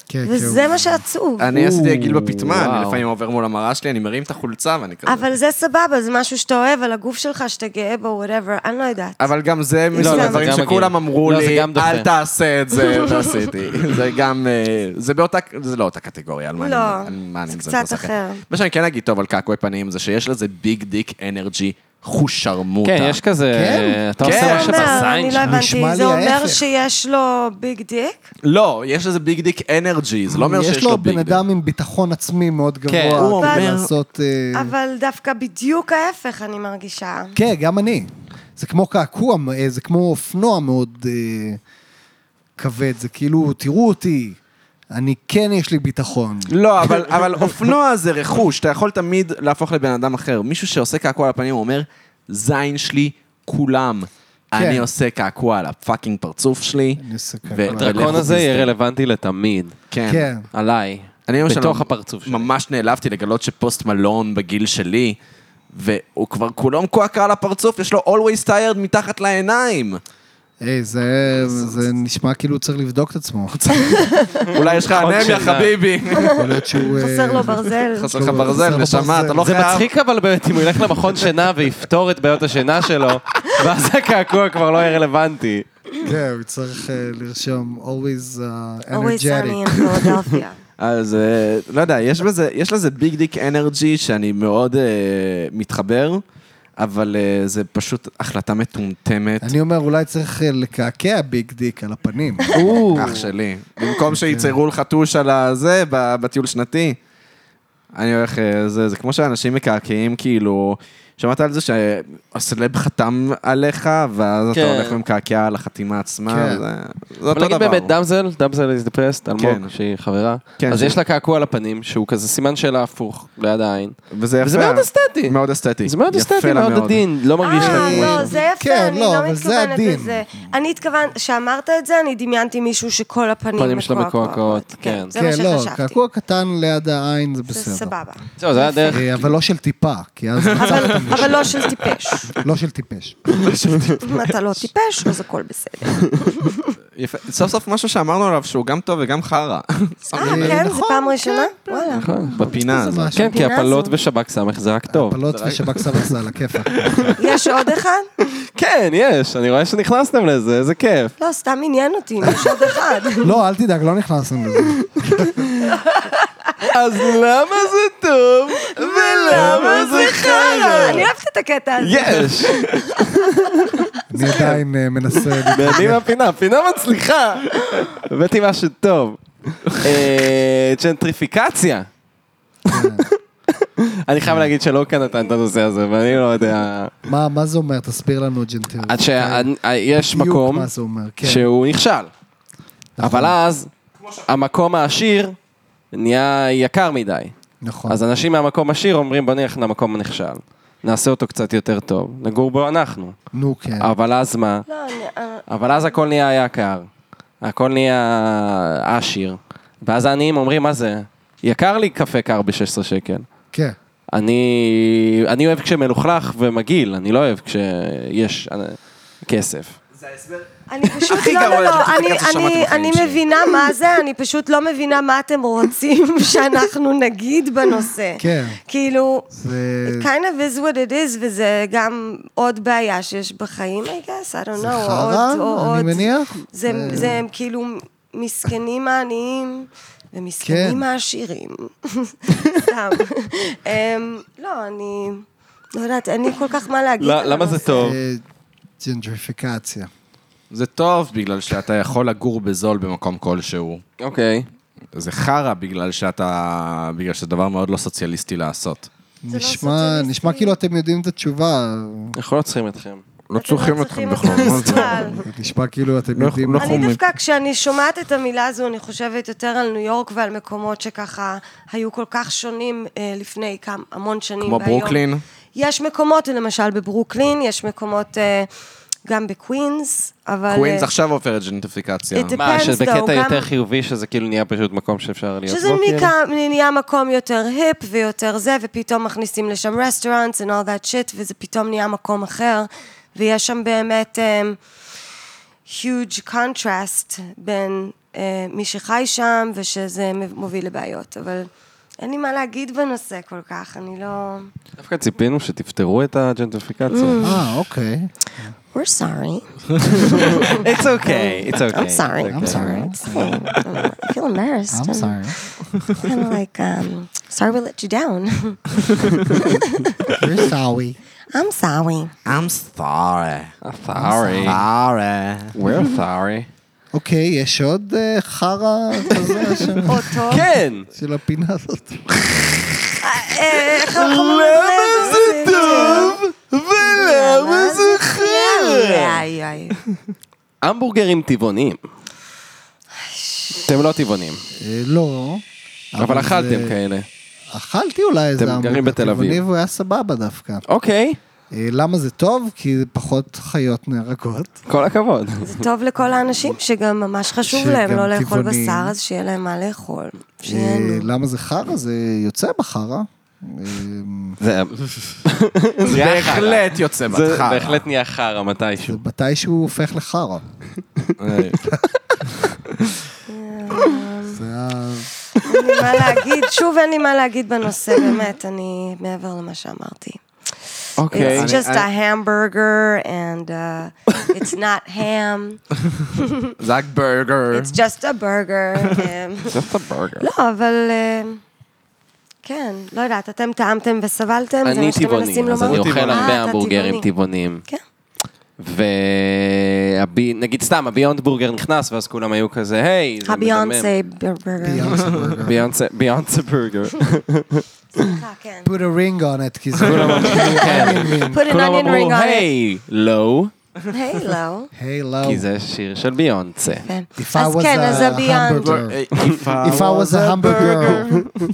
S4: כן,
S3: וזה מה שעצוב.
S1: אני עשיתי עגיל בפטמה, אני
S2: וואו.
S1: לפעמים עובר מול המראה שלי, אני מרים את החולצה ואני כזה.
S3: אבל זה סבבה, זה משהו שאתה אוהב על הגוף שלך, שאתה גאה בו, וואטאבר, אני לא יודעת.
S1: אבל גם זה
S3: לא, זה
S1: מהדברים
S2: גם
S1: שכולם
S2: מגעיל.
S1: אמרו
S2: לא, זה
S1: לי,
S2: גם דוחה.
S1: אל תעשה את זה, ועשיתי. זה גם, אה, זה באותה, זה לא אותה קטגוריה, על מה אני-
S3: לא,
S1: על מה אני
S3: זה
S1: מזלזל
S3: קצת
S1: בשחקן.
S3: אחר.
S1: מה שאני כן אגיד טוב על קעקועי פנים, זה שיש לזה ביג דיק אנרגי חושרמוטה.
S2: כן, יש כזה...
S4: כן?
S2: אתה
S1: כן.
S2: עושה
S3: מה
S2: מה
S3: זה אומר? אני
S2: שבזין
S3: לא
S2: שלך.
S3: הבנתי,
S4: נשמע לי
S3: זה אומר
S4: ההפך.
S3: שיש לו ביג דיק?
S1: לא, יש לזה ביג דיק אנרגי, זה לא אומר שיש לו ביג
S4: יש לו
S1: דיק.
S4: בן אדם עם ביטחון עצמי מאוד גבוה.
S2: כן,
S1: הוא
S4: כדי
S1: אומר-
S4: לעשות... אה,
S3: אבל דווקא בדיוק ההפך אני מרגישה.
S4: כן, גם אני. זה כמו קעקוע, אה, זה כמו אופנוע מאוד אה, כבד, זה כאילו, תראו אותי, אני כן יש לי ביטחון.
S1: לא, אבל, אבל אופנוע זה רכוש, אתה יכול תמיד להפוך לבן אדם אחר. מישהו שעושה קעקוע על הפנים הוא אומר, זין שלי, כולם.
S4: כן.
S1: אני עושה קעקוע על הפאקינג פרצוף שלי.
S4: אני עושה
S1: ו-
S4: קעקוע.
S2: הדרקון
S1: ולכו
S2: הזה
S1: תסתדר.
S2: יהיה רלוונטי לתמיד.
S1: כן.
S4: כן.
S2: עליי.
S1: אני למשל
S2: בתוך הפרצוף שלי.
S1: ממש נעלבתי לגלות שפוסט מלון בגיל שלי, והוא כבר כולו מקועקע על הפרצוף, יש לו always tired מתחת לעיניים.
S4: היי, אה, זה, זה נשמע כאילו הוא צריך לבדוק את עצמו.
S1: אולי יש לך אנמיה,
S2: שינה.
S1: חביבי.
S4: יכול להיות שהוא... אה,
S3: חסר לו ברזל.
S1: חסר
S4: לו-
S1: לך
S4: חסר
S1: ברזל,
S4: לו
S1: נשמה,
S4: ברזל.
S1: אתה לא
S2: זה
S1: חייב.
S2: מצחיק אבל באמת, אם הוא ילך למכון שינה ויפתור את בעיות השינה שלו, ואז הקעקוע כבר לא יהיה רלוונטי.
S4: כן, הוא צריך אה, לרשום always uh,
S3: אורי סמי
S4: energetic.
S3: עם פילודלפיה.
S1: אז אה, לא יודע, יש, בזה, יש לזה ביג דיק אנרגי שאני מאוד אה, מתחבר, אבל אה, זה פשוט החלטה מטומטמת.
S4: אני אומר, אולי צריך אה, לקעקע ביג דיק על הפנים.
S1: אח שלי. במקום
S2: כן.
S1: שיציירו לך טוש על הזה ב- בטיול שנתי, אני הולך... אה, זה, זה כמו שאנשים מקעקעים, כאילו... שמעת על זה שהסלב חתם עליך, ואז אתה
S2: כן.
S1: הולך ומקעקע על החתימה עצמה, זה-
S4: כן.
S1: זה אותו
S2: אבל נגיד
S1: דבר.
S2: באמת דמזל, דמזל is depressed,
S1: כן.
S2: אלמוג, שהיא חברה.
S1: כן,
S2: אז
S1: שהיא-
S2: יש לה קעקוע על הפנים, שהוא כזה סימן שאלה הפוך ליד העין.
S1: וזה יפה.
S2: וזה מאוד אסתטי.
S1: מאוד אסתטי.
S2: זה מאוד
S1: יפה
S2: אסתטי,
S1: לה
S2: מאוד עדין, לא מרגיש
S3: אה,
S2: לי
S3: לא,
S2: כמו
S3: זה יפה,
S4: כן,
S3: אני
S4: לא,
S3: לא
S4: אבל זה
S3: מתכוונת
S4: עדין.
S3: לזה. אני התכוונת, כשאמרת את זה, אני דמיינתי מישהו שכל הפנים
S2: פנים שלו
S3: מקועקעות.
S2: מקועקעות,
S3: כן,
S2: כן.
S3: זה מה
S4: כן, לא,
S3: שחשבתי.
S4: קעקוע קטן ליד העין זה
S3: זה
S4: בסדר.
S3: סבבה.
S2: זהו, זה היה דרך...
S4: אה, אבל לא של טיפה, כי אז
S3: אבל- אבל לא של טיפש.
S4: לא של טיפש.
S3: אם אתה לא טיפש, אז הכל בסדר.
S1: יפה. סוף סוף משהו שאמרנו עליו שהוא גם טוב וגם חרא.
S3: אה, כן? זה
S4: נכון,
S3: פעם ראשונה? וואלה.
S2: נכון.
S1: בפינה הזאת.
S4: משהו.
S2: כן, כי
S3: הפינה
S2: הפלות
S3: הזו.
S2: ושב"כ סמך זה רק טוב.
S4: הפלות ושב"כ סבח זה על הכיפאק.
S3: יש עוד אחד?
S2: כן, יש, אני רואה שנכנסתם לזה, איזה כיף.
S3: לא, סתם עניין אותי, אם יש עוד אחד.
S4: לא, אל תדאג, לא נכנסנו לזה.
S2: אז למה זה טוב? ולמה זה
S3: חרא? לא, אני אוהבת את הקטע הזה.
S2: יש!
S4: אני
S2: כן.
S4: עדיין אה, מנסה...
S2: נהנים מהפינה, הפינה מצליחה. הבאתי משהו טוב. אה, צ'נטריפיקציה. אני חייב להגיד שלא כאן נתן את הנושא הזה, ואני לא יודע...
S4: מה מה זה אומר? תסביר לנו ג'נטר.
S2: עד שיש
S4: אוקיי. בדיוק
S2: מקום
S4: מה זה אומר, כן.
S2: שהוא נכשל. אבל אז המקום העשיר נהיה יקר מדי.
S4: נכון.
S2: אז אנשים מהמקום עשיר אומרים בוא נלך למקום הנכשל. נעשה אותו קצת יותר טוב, נגור בו אנחנו.
S4: נו, כן.
S2: אבל אז מה?
S3: לא, אני- אה,
S2: אבל אז הכל נהיה יקר, הכל נהיה עשיר, ואז העניים אומרים, מה זה? יקר לי קפה קר ב-16 שקל.
S4: כן.
S2: אני, אני אוהב כשמלוכלך ומגעיל, אני לא אוהב כשיש אה, כסף.
S3: אני פשוט
S1: הכי
S3: לא,
S1: גרוע
S3: לא, לא,
S1: שהפודקאסט
S3: אני-
S1: ששמעתי
S3: אני-
S1: בחיים
S3: אני
S1: שלי.
S3: מבינה מה זה, אני פשוט לא מבינה מה אתם רוצים שאנחנו נגיד בנושא.
S4: כן.
S3: כאילו,
S4: זה...
S3: it kind of is what it is, וזה גם עוד בעיה שיש בחיים, I guess, I don't know.
S4: זה
S3: או
S4: חרא,
S3: עוד- או
S4: אני
S3: עוד-
S4: מניח.
S3: זה, זה הם כאילו מסכנים העניים ומסכנים
S4: כן.
S3: העשירים. סתם. אמ, לא, אני... לא יודעת, אין לי כל כך מה להגיד.
S5: לא,
S3: על
S5: למה זה
S3: הנושא.
S5: טוב?
S4: אה, ג'נטריפיקציה.
S1: זה טוב בגלל שאתה יכול לגור בזול במקום כלשהו.
S2: אוקיי.
S1: זה חרא בגלל שאתה... בגלל שזה דבר מאוד לא סוציאליסטי לעשות.
S3: לא
S4: נשמע,
S3: סוציאליסטי.
S4: נשמע כאילו אתם יודעים את התשובה.
S2: אנחנו לא צריכים אתכם.
S1: לא
S3: אתם
S1: צריכים
S3: לא
S1: אתכם
S3: צריכים
S1: בכל
S3: אותנו
S1: זאת.
S3: בכלל.
S4: נשמע כאילו אתם יודעים...
S1: לא
S4: את-
S1: אנחנו
S3: אני
S1: אומרים-
S3: דווקא, כשאני שומעת את המילה הזו, אני חושבת יותר על ניו יורק ועל מקומות שככה היו כל כך שונים אה, לפני כמה, המון שנים.
S1: כמו
S3: והיום-
S1: ברוקלין?
S3: יש מקומות, למשל בברוקלין, יש מקומות אה, גם בקווינס, אבל...
S1: קווינס
S3: אה,
S1: עכשיו עוברת ג'נטיפיקציה.
S3: It
S5: מה,
S3: depends,
S5: שזה
S3: though,
S5: קטע
S3: גם-
S5: יותר חיובי, שזה כאילו נהיה פשוט מקום שאפשר להיות
S3: שזה
S5: בו, כאילו?
S3: מכאן נהיה מקום יותר היפ ויותר זה, ופתאום מכניסים לשם רסטורנטס and all that shit, וזה פתאום נהיה מקום אחר, ויש שם באמת um, huge contrast בין uh, מי שחי שם, ושזה מוביל לבעיות, אבל אין לי מה להגיד בנושא כל כך, אני לא...
S5: דווקא ציפינו שתפתרו את הג'נטריפיקציה.
S4: אה, אוקיי.
S3: We're sorry.
S5: It's okay, it's okay.
S3: I'm sorry. I'm sorry. I'm sorry. I feel embarrassed.
S4: I'm sorry.
S3: kind of like, um, sorry we let you down.
S4: You're sorry.
S3: I'm sorry.
S1: I'm sorry.
S5: Sorry.
S1: sorry.
S5: We're sorry.
S4: אוקיי, יש עוד אה, חרא כזה של-
S3: אותו.
S5: כן!
S4: של הפינה הזאת?
S3: איך אנחנו למה זה טוב? ולמה זה חרא?
S2: המבורגרים טבעונים. אתם לא טבעונים,
S4: אה, לא.
S2: אבל
S4: זה-
S2: אכלתם כאלה.
S4: אכלתי אולי איזה
S2: אתם גרים
S4: המבורגר
S2: בתל אביב.
S4: טבעוני, והוא היה סבבה דווקא.
S2: אוקיי,
S4: אה, למה זה טוב? כי זה פחות חיות נהרגות.
S2: כל הכבוד.
S3: זה טוב לכל האנשים שגם כן. ממש חשוב
S4: שגם
S3: להם לא לאכול
S4: טבעונים.
S3: בשר, אז שיהיה להם מה לאכול.
S4: אה,
S3: שיהנו.
S4: למה זה חרא? זה יוצא בחרא. אה,
S2: זה
S1: זה בהחלט יוצא
S5: זה
S1: בתך.
S5: בהחלט נהיה חרא מתישהו.
S4: מתי שהוא הופך לחרא.
S1: אה,
S4: זה ה...
S3: אין לי מה להגיד, שוב אין לי מה להגיד בנושא, באמת, אני מעבר למה שאמרתי.
S2: אוקיי.
S3: It's just a hamburger and uh, it's not ham,
S1: זה רק ברגר.
S3: it's just a burger. um,
S2: Just a burger.
S3: לא, אבל... אה, כן, לא יודעת, אתם טעמתם וסבלתם? זה
S2: אני
S3: מה שאתם מנסים
S2: טבעוני, אז
S3: לומר?
S2: אני אוכל
S3: אה,
S2: הרבה
S3: אתה
S2: המבורגרים
S3: טבעוני.
S2: טבעונים.
S3: כן.
S2: ונגיד סתם, הביונד בורגר נכנס, ואז כולם היו כזה, היי, זה מדמם.
S3: הביונסה ברגר.
S2: ביונסה, ביונסה בורגר.
S3: סליחה, כן.
S4: put a ring on it, כי זה כולם
S2: "כן,
S3: put an
S2: כולם
S3: onion
S2: אמרו,
S3: ring on it.
S2: היי, לא,
S3: היי, לא.
S4: היי לאו.
S2: כי זה שיר של ביונסה.
S3: כן.
S4: If I
S3: אז
S4: was
S3: כן,
S4: a
S3: אז הביונד.
S4: hamburger.
S1: אה,
S4: If I was a hamburger.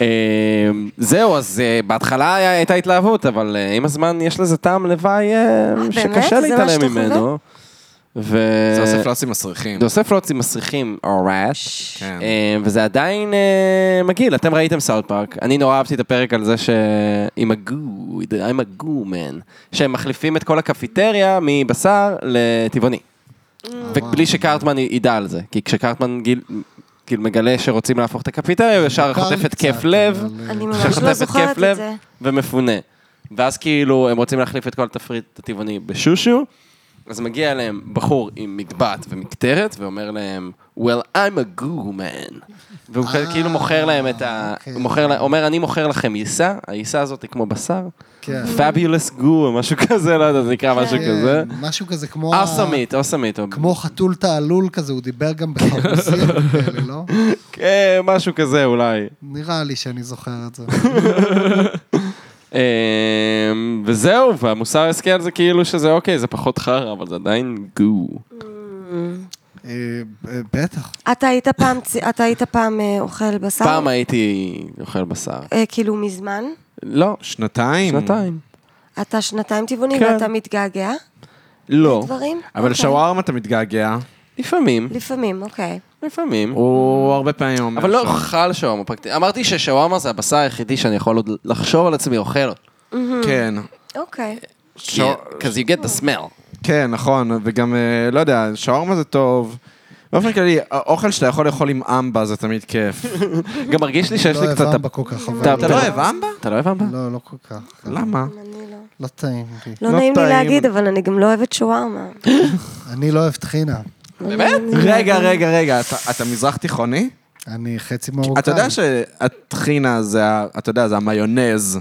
S2: אמ, זהו, אז אה, בהתחלה היה- הייתה התלהבות, אבל אה, עם הזמן יש לזה טעם לוואי אה,
S3: באמת? זה מה
S2: שקשה להתעלם
S3: שאתה
S2: ממנו. ו-
S1: זה אוסף לוסים מסריחים.
S2: זה אוסף לוצים מסריחים, אורש.
S1: כן.
S2: אה, וזה עדיין אה, מגעיל, אתם ראיתם סאוט פארק, אני נורא אהבתי את הפרק על זה ש... עם הגו, I'm a goo man, שהם מחליפים את כל הקפיטריה מבשר לטבעוני.
S4: אה.
S2: ובלי שקרטמן י- ידע על זה, כי כשקרטמן גיל... כאילו מגלה שרוצים להפוך את הקפיטריה, הוא ישר
S4: מוכר לי
S2: חוטף
S4: קצת,
S2: התקף לב,
S4: אבל, אה,
S3: אני ממש לא
S2: שחוטף
S3: זוכרת
S2: התקף
S3: את
S2: לב
S3: זה.
S2: ומפונה. ואז כאילו הם רוצים להחליף את כל התפריט הטבעוני בשושו, אז מגיע אליהם בחור עם מטבעת ומקטרת, ואומר להם, well, I'm a goo man. והוא
S3: אה,
S2: כאילו מוכר להם את ה...
S4: אוקיי.
S2: הוא מוכר לה- אומר, אני מוכר לכם עיסה, העיסה הזאת היא כמו בשר.
S4: כן.
S2: פאביולס גו או משהו כזה, לא יודע, זה נקרא משהו
S4: כן,
S2: כזה.
S4: משהו כזה כמו... ה-
S2: אוסמית, אוסמית. או-
S4: כמו חתול תעלול כזה, הוא דיבר גם בחרוסים כאלה, לא?
S2: אה, משהו כזה אולי.
S4: נראה לי שאני זוכר את זה.
S2: אמ, וזהו, והמוסר העסקי על זה כאילו שזה אוקיי, זה פחות חרא, אבל זה עדיין גו.
S4: אה, אה, בטח.
S3: אתה היית פעם, צ- אתה היית פעם אה, אוכל בשר?
S2: פעם הייתי אוכל בשר.
S3: אה, כאילו מזמן?
S2: לא,
S1: שנתיים.
S2: שנתיים.
S3: אתה שנתיים טבעוני
S2: כן.
S3: ואתה מתגעגע?
S1: לא.
S3: דברים?
S1: אבל
S3: אוקיי.
S1: שווארמה אתה מתגעגע,
S2: לפעמים,
S3: לפעמים, אוקיי.
S2: לפעמים.
S1: הוא הרבה פעמים אומר
S2: אבל לא
S1: שם.
S2: אוכל שווארמה פרקטית. אמרתי ששווארמה זה הבשר היחידי שאני יכול עוד לחשוב על עצמי אוכל.
S1: כן.
S3: אוקיי.
S2: אה, Because you get the smell.
S1: כן, נכון, וגם, אה, לא יודע, שווארמה זה טוב. באופן כללי, האוכל שאתה יכול לאכול עם אמבה זה תמיד כיף.
S2: גם מרגיש לי שיש
S4: לא
S2: לי קצת...
S4: הבנת כל כך, אבל...
S2: אתה-
S1: אתה לא אוהב אמבה?
S2: אתה לא הבנת?
S4: לא, לא כל כך.
S1: למה?
S3: אני לא.
S4: לא טעים לי.
S3: לא
S1: לא
S3: נעים לי
S1: טעים.
S3: להגיד, אבל אני גם לא אוהבת שווארמה.
S4: אני לא אוהב טחינה.
S3: באמת?
S1: רגע, רגע, רגע, אתה- אתה מזרח תיכוני?
S4: אני חצי מרוקאי.
S1: אתה יודע שהטחינה זה, ה- אתה יודע, זה המיונז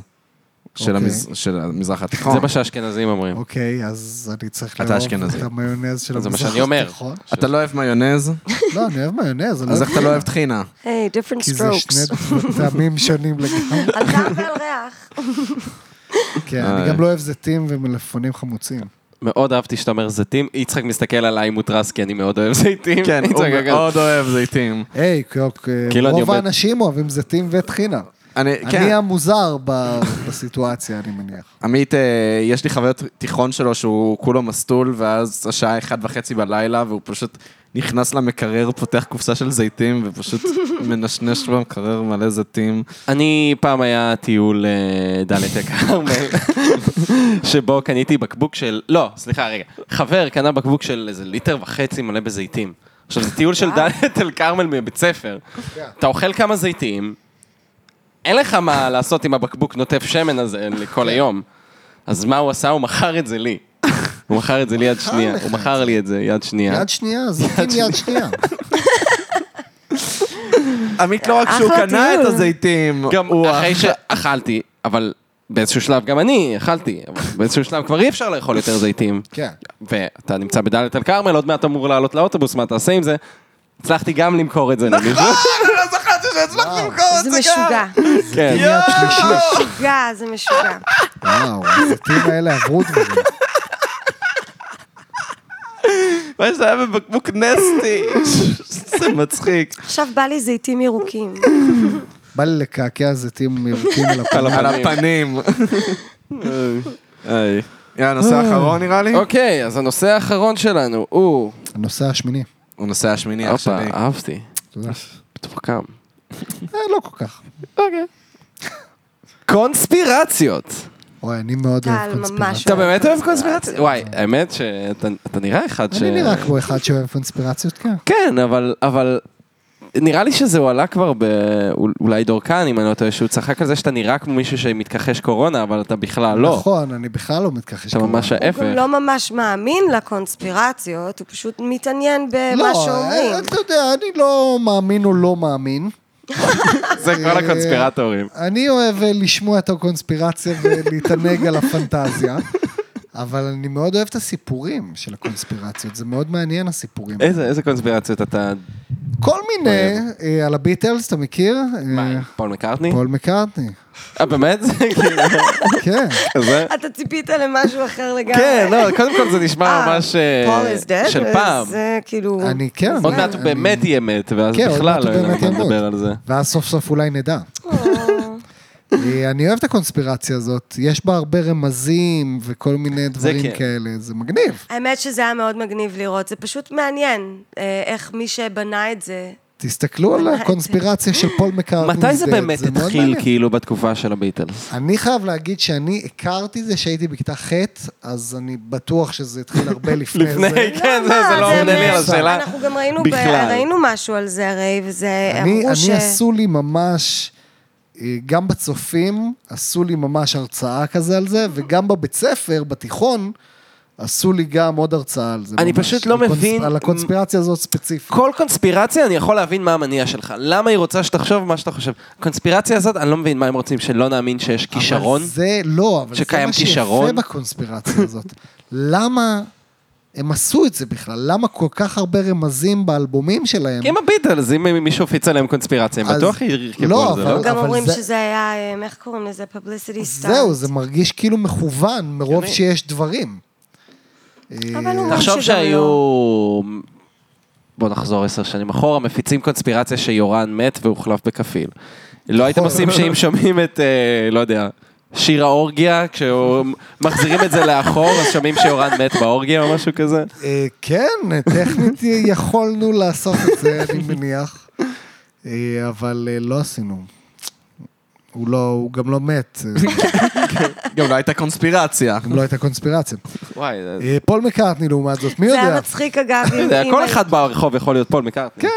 S1: של
S4: אוקיי.
S1: המז- של המזרח התיכון.
S2: זה מה שהאשכנזים אומרים.
S4: אוקיי, אז אני צריך
S1: אתה אשכנזי.
S4: את המיונז של
S2: זה מה
S4: המזרח
S2: שאני אומר.
S4: התיכון.
S1: אתה לא אוהב מיונז?
S4: לא, אני אוהב מיונז, אני
S1: אז איך אתה לא אוהב טחינה?
S3: היי, different
S4: כי זה
S3: strokes.
S4: שני טעמים שונים לגמרי.
S3: על טעם ועל ריח.
S4: כן, אני גם לא אוהב זיתים ומלפפונים חמוצים.
S2: מאוד אהבתי שאתה אומר זיתים. יצחק מסתכל עליי מוטרס כי אני מאוד אוהב זיתים.
S1: כן,
S2: יצחק,
S1: הוא
S2: אגב.
S1: מאוד אוהב זיתים.
S4: היי, כאילו,
S2: כאילו אני
S4: רוב
S2: עובד-
S4: האנשים אוהבים זיתים וטחינה.
S1: אני,
S4: אני
S1: כן,
S4: המוזר ב- בסיטואציה, אני מניח.
S1: עמית, אה, יש לי חבר תיכון שלו שהוא כולו מסטול, ואז השעה אחת וחצי בלילה, והוא פשוט נכנס למקרר, פותח קופסה של זיתים, ופשוט מנשנש במקרר מלא זיתים.
S2: אני, פעם היה טיול אה, דאלית הכרמל, שבו קניתי בקבוק של, לא, סליחה, רגע. חבר קנה בקבוק של איזה ליטר וחצי מלא בזיתים. עכשיו, זה טיול של דאלית אל כרמל מבית ספר. אתה אוכל כמה זיתים, אין לך מה לעשות עם הבקבוק נוטף שמן הזה לכל היום. אז מה הוא עשה? הוא מכר את זה לי. הוא מכר את זה לי יד שנייה. הוא מכר לי את זה יד שנייה.
S4: יד שנייה, זיתים יד שנייה.
S1: עמית לא רק
S3: אחלה
S1: שהוא קנה
S3: טיול.
S1: את הזיתים,
S2: גם הוא אחרי שאכלתי, אבל באיזשהו שלב גם אני אכלתי, אבל באיזשהו שלב כבר אי אפשר לאכול יותר זיתים.
S4: כן.
S2: ואתה נמצא בדאלית אל כרמל, עוד מעט אמור לעלות לאוטובוס, מה תעשה עם זה? הצלחתי גם למכור את זה למישהו.
S4: נכון. לא,
S3: זה משוגע.
S2: כן.
S4: יד שלישית.
S3: משוגע, זה משוגע.
S4: וואו, הזיתים האלה עברו דברים.
S1: מה שזה היה בבקבוק נסטי. זה מצחיק.
S3: עכשיו בא לי זיתים ירוקים.
S4: כן, בא לי לקעקע זיתים ירוקים על הפנים.
S1: על הפנים. איי. יאללה, נושא האחרון נראה לי?
S2: אוקיי, אז הנושא האחרון שלנו הוא...
S4: הנושא השמיני.
S1: הוא נושא השמיני
S2: הופה,
S1: העכשווי.
S2: אהבתי.
S4: תודה.
S2: מתוחכם.
S4: אה, לא כל כך.
S2: קונספירציות.
S4: וואי, אני מאוד
S3: טל,
S4: אוהב
S3: ממש
S4: קונספירציות.
S2: אתה באמת אוהב קונספירציות? וואי, האמת שאתה אתה נראה אחד ש...
S4: אני נראה כמו אחד שאוהב קונספירציות, כן.
S2: כן, אבל, אבל נראה לי שזה הועלה כבר באולי דורקן, אם אני לא טועה, שהוא צחק על זה שאתה נראה כמו מישהו שמתכחש קורונה, אבל אתה בכלל לא.
S4: נכון, אני בכלל לא מתכחש.
S2: אתה ממש
S4: כמובן.
S2: ההפך.
S3: הוא גם לא ממש מאמין לקונספירציות, הוא פשוט מתעניין במה שאומרים.
S4: לא, אתה יודע, אני לא מאמין או לא מאמין.
S2: זה כל הקונספירטורים.
S4: אני אוהב אה, לשמוע את הקונספירציה ולהתענג על הפנטזיה. אבל אני מאוד אוהב את הסיפורים של הקונספירציות, זה מאוד מעניין הסיפורים.
S2: איזה, איזה קונספירציות אתה...
S4: כל מיני, אה, על הביטלס, אתה מכיר? אה,
S2: פול מקארטני?
S4: פול מקארטני.
S2: אה, באמת? זה כאילו
S4: כן.
S2: כזה?
S3: אתה ציפית למשהו אחר לגמרי.
S2: כן, לא, קודם כל זה נשמע
S3: אה,
S2: ממש אה,
S3: Paul is dead,
S2: של פעם.
S3: זה כאילו...
S4: אני כן.
S2: עוד מעט הוא
S4: אני-
S2: באמת יהיה מת, ואז
S4: כן, עוד
S2: בכלל
S4: מעט
S2: לא
S4: הוא
S2: יהיה לנו
S4: באמת
S2: מה
S4: ימות.
S2: לדבר על זה.
S4: ואז סוף סוף אולי נדע. אה, אני אוהב את הקונספירציה הזאת, יש בה הרבה רמזים וכל מיני דברים
S2: כן.
S4: כאלה, זה מגניב.
S3: האמת שזה היה מאוד מגניב לראות, זה פשוט מעניין אה, איך מי שבנה את זה...
S4: תסתכלו על הקונספירציה של פול מקארטני.
S2: מתי זה באמת
S4: אה, מאוד
S2: התחיל,
S4: מעניין.
S2: כאילו, בתקופה של הביטלס?
S4: אני חייב להגיד שאני הכרתי זה שהייתי בכיתה ח', אז אני בטוח שזה התחיל הרבה לפני זה.
S2: לפני, כן, זה
S3: מה,
S2: זה לא
S3: זה
S2: עונה לי
S3: מה-
S2: על השאלה.
S3: אנחנו גם ראינו, ב-
S2: בכלל.
S3: ראינו משהו על זה הרי, וזה
S4: אני,
S3: אמרו
S4: אני
S3: ש...
S4: עשו לי ממש, אה, גם בצופים, עשו לי ממש הרצאה כזה על זה, וגם בבית ספר, בתיכון, עשו לי גם עוד הרצאה על זה.
S2: אני
S4: ממש,
S2: פשוט לא
S4: על קונס-
S2: מבין-
S4: על הקונספירציה הזאת ספציפית.
S2: כל קונספירציה, אני יכול להבין מה המניע שלך. למה היא רוצה שתחשוב מה שאתה חושב. הקונספירציה הזאת, אני לא מבין מה הם רוצים, שלא נאמין שיש כישרון.
S4: אבל זה לא, אבל זה
S2: שקיים
S4: מה שיפה
S2: כישרון?
S4: בקונספירציה הזאת. למה הם עשו את זה בכלל? למה כל כך הרבה רמזים באלבומים שלהם?
S2: כי הם הביטלס, אם מישהו הפיץ עליהם קונספירציה, הם
S4: אז-
S2: בטוח ירכבו
S4: לא,
S2: על זה, לא?
S4: אבל-
S3: גם אומרים
S4: זה-
S3: שזה היה, אה, איך קוראים לזה? publicity stunt.
S4: זהו, זה מרגיש כאילו מכוון מרוב
S2: הגיוני.
S4: שיש דברים.
S3: אבל אומרים
S2: תחשוב
S3: שגם
S2: שהיו...
S3: לא.
S2: בוא נחזור עשר שנים אחורה, מפיצים
S4: נכון.
S2: קונספירציה שיורן מת והוחלף בכפיל. לא הייתם עושים שאם שומעים את, אה, לא יודע,
S5: שיר האורגיה, כשהוא- מחזירים את זה לאחור, אז שומעים שיורן מת באורגיה או משהו כזה.
S4: אה, כן, טכנית יכולנו לעשות את זה, אני מניח, אה, אבל אה, לא עשינו. הוא לא, הוא גם לא מת, אה,
S1: גם לא הייתה קונספירציה.
S4: גם לא הייתה קונספירציה.
S5: וואי, זה-
S4: אה, פול מקארטני לעומת זאת, מי
S3: זה
S4: יודע?
S3: היה מצחיק אגב, אם-
S2: אה,
S5: זה-
S3: אם
S5: כל
S3: הי-
S5: אחד ברחוב יכול להיות פול מקארטני.
S4: כן,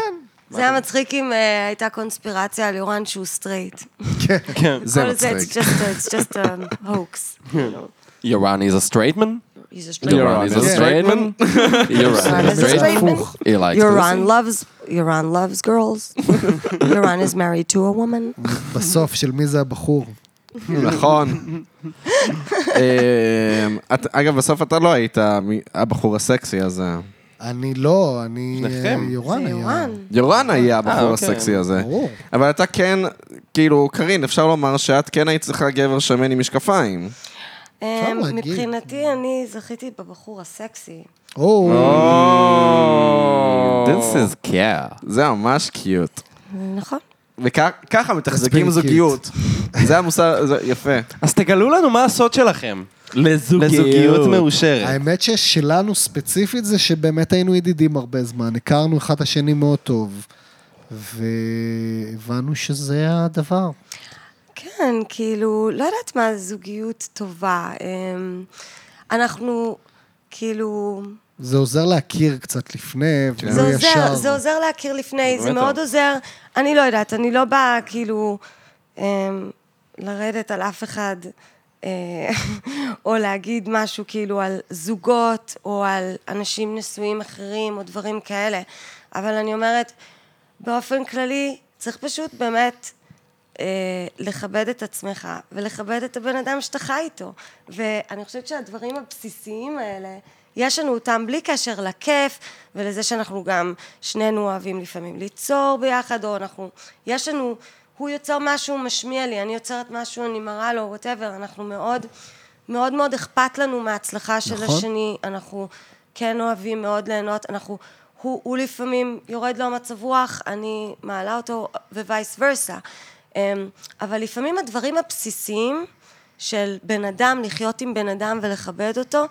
S3: זה היה מצחיק אם אה, הייתה קונספירציה על יורן שהוא סטרייט.
S5: כן.
S1: זה
S3: כל
S1: מצחיק.
S3: it's just a- it's just a hoax.
S5: יורן is a straight man?
S3: He's a
S5: יורן
S3: straight.
S5: is a straight man? יורן is
S3: Yoran
S5: a
S3: is a
S5: straight
S3: straight
S5: man?
S3: man.
S5: He likes
S3: Yoran
S5: pussy.
S3: loves, Yoran loves girls. Yoran is married to a woman.
S4: בסוף של מי זה הבחור.
S1: נכון. אה, את- אגב, בסוף אתה לא היית מי- הבחור הסקסי הזה.
S4: אני לא, אני...
S5: שניכם.
S4: אה,
S3: זה
S4: יורן היה.
S3: יורן.
S1: יורן היה הבחור
S5: אוקיי.
S1: הסקסי הזה.
S4: ברור.
S1: אבל אתה כן, כאילו, קארין, אפשר לומר שאת כן היית צריכה גבר שמן עם משקפיים.
S3: אה,
S4: להגיד.
S3: מבחינתי, אני זכיתי בבחור הסקסי.
S1: Oh.
S4: או,
S5: This is care.
S1: זה ממש קיוט.
S3: נכון.
S1: וככה מתחזקים
S4: pretty
S1: זוגיות. זה המושג, זה- יפה.
S5: אז תגלו לנו מה הסוד שלכם. לזוגיות. מאושרת.
S4: האמת ששלנו ספציפית זה שבאמת היינו ידידים הרבה זמן, הכרנו אחד את השני מאוד טוב, והבנו שזה הדבר.
S3: כן, כאילו, לא יודעת מה זוגיות טובה. אמ, אנחנו, כאילו...
S4: זה עוזר להכיר קצת לפני,
S1: כן.
S3: זה
S4: ולא
S3: עוזר,
S4: ישר.
S3: זה עוזר להכיר לפני, זה
S5: באמת
S3: מאוד
S5: טוב.
S3: עוזר. אני לא יודעת, אני לא באה כאילו אמ, לרדת על אף אחד, אה, או להגיד משהו כאילו על זוגות, או על אנשים נשואים אחרים, או דברים כאלה. אבל אני אומרת, באופן כללי, צריך פשוט באמת אה, לכבד את עצמך, ולכבד את הבן אדם שאתה חי איתו. ואני חושבת שהדברים הבסיסיים האלה, יש לנו אותם בלי קשר לכיף, ולזה שאנחנו גם שנינו אוהבים לפעמים ליצור ביחד, או אנחנו, יש לנו, הוא יוצר משהו, הוא משמיע לי, אני יוצרת משהו, אני מראה לו, ווטאבר, אנחנו מאוד, מאוד מאוד אכפת לנו מההצלחה של
S4: נכון.
S3: השני, אנחנו כן אוהבים מאוד ליהנות, אנחנו... הוא, הוא לפעמים יורד לו המצב רוח, אני מעלה אותו ווייס ורסה. אמ, אבל לפעמים הדברים הבסיסיים של בן אדם, לחיות עם בן אדם ולכבד אותו,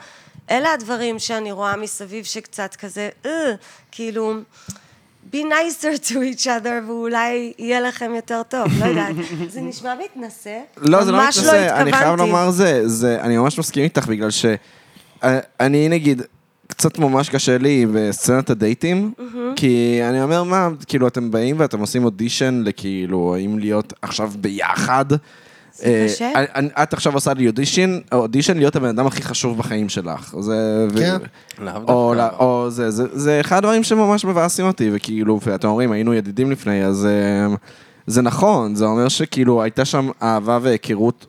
S3: אלה הדברים שאני רואה מסביב שקצת כזה, אה, כאילו, be nicer to each other ואולי יהיה לכם יותר טוב, לא יודעת. זה נשמע מתנשא,
S1: לא, זה לא
S3: ממש
S1: מתנשא, אני חייב
S3: התכוונתי.
S1: לומר זה, זה, אני ממש מסכים איתך בגלל ש... אה, אני נגיד, קצת ממש קשה לי בסצנת הדייטים, כי אני אומר, מה, כאילו, אתם באים ואתם עושים אודישן לכאילו, האם להיות עכשיו ביחד? אה,
S3: קשה.
S1: אני- אני- את עכשיו עושה לי אודישן, אודישן להיות הבן אדם הכי חשוב בחיים שלך. זה... ו-
S4: כן.
S1: או, לא- או זה, זה, זה אחד הדברים שממש מבאסים אותי, וכאילו, ואתם אומרים, היינו ידידים לפני, אז אה, זה נכון, זה אומר שכאילו הייתה שם אהבה והיכרות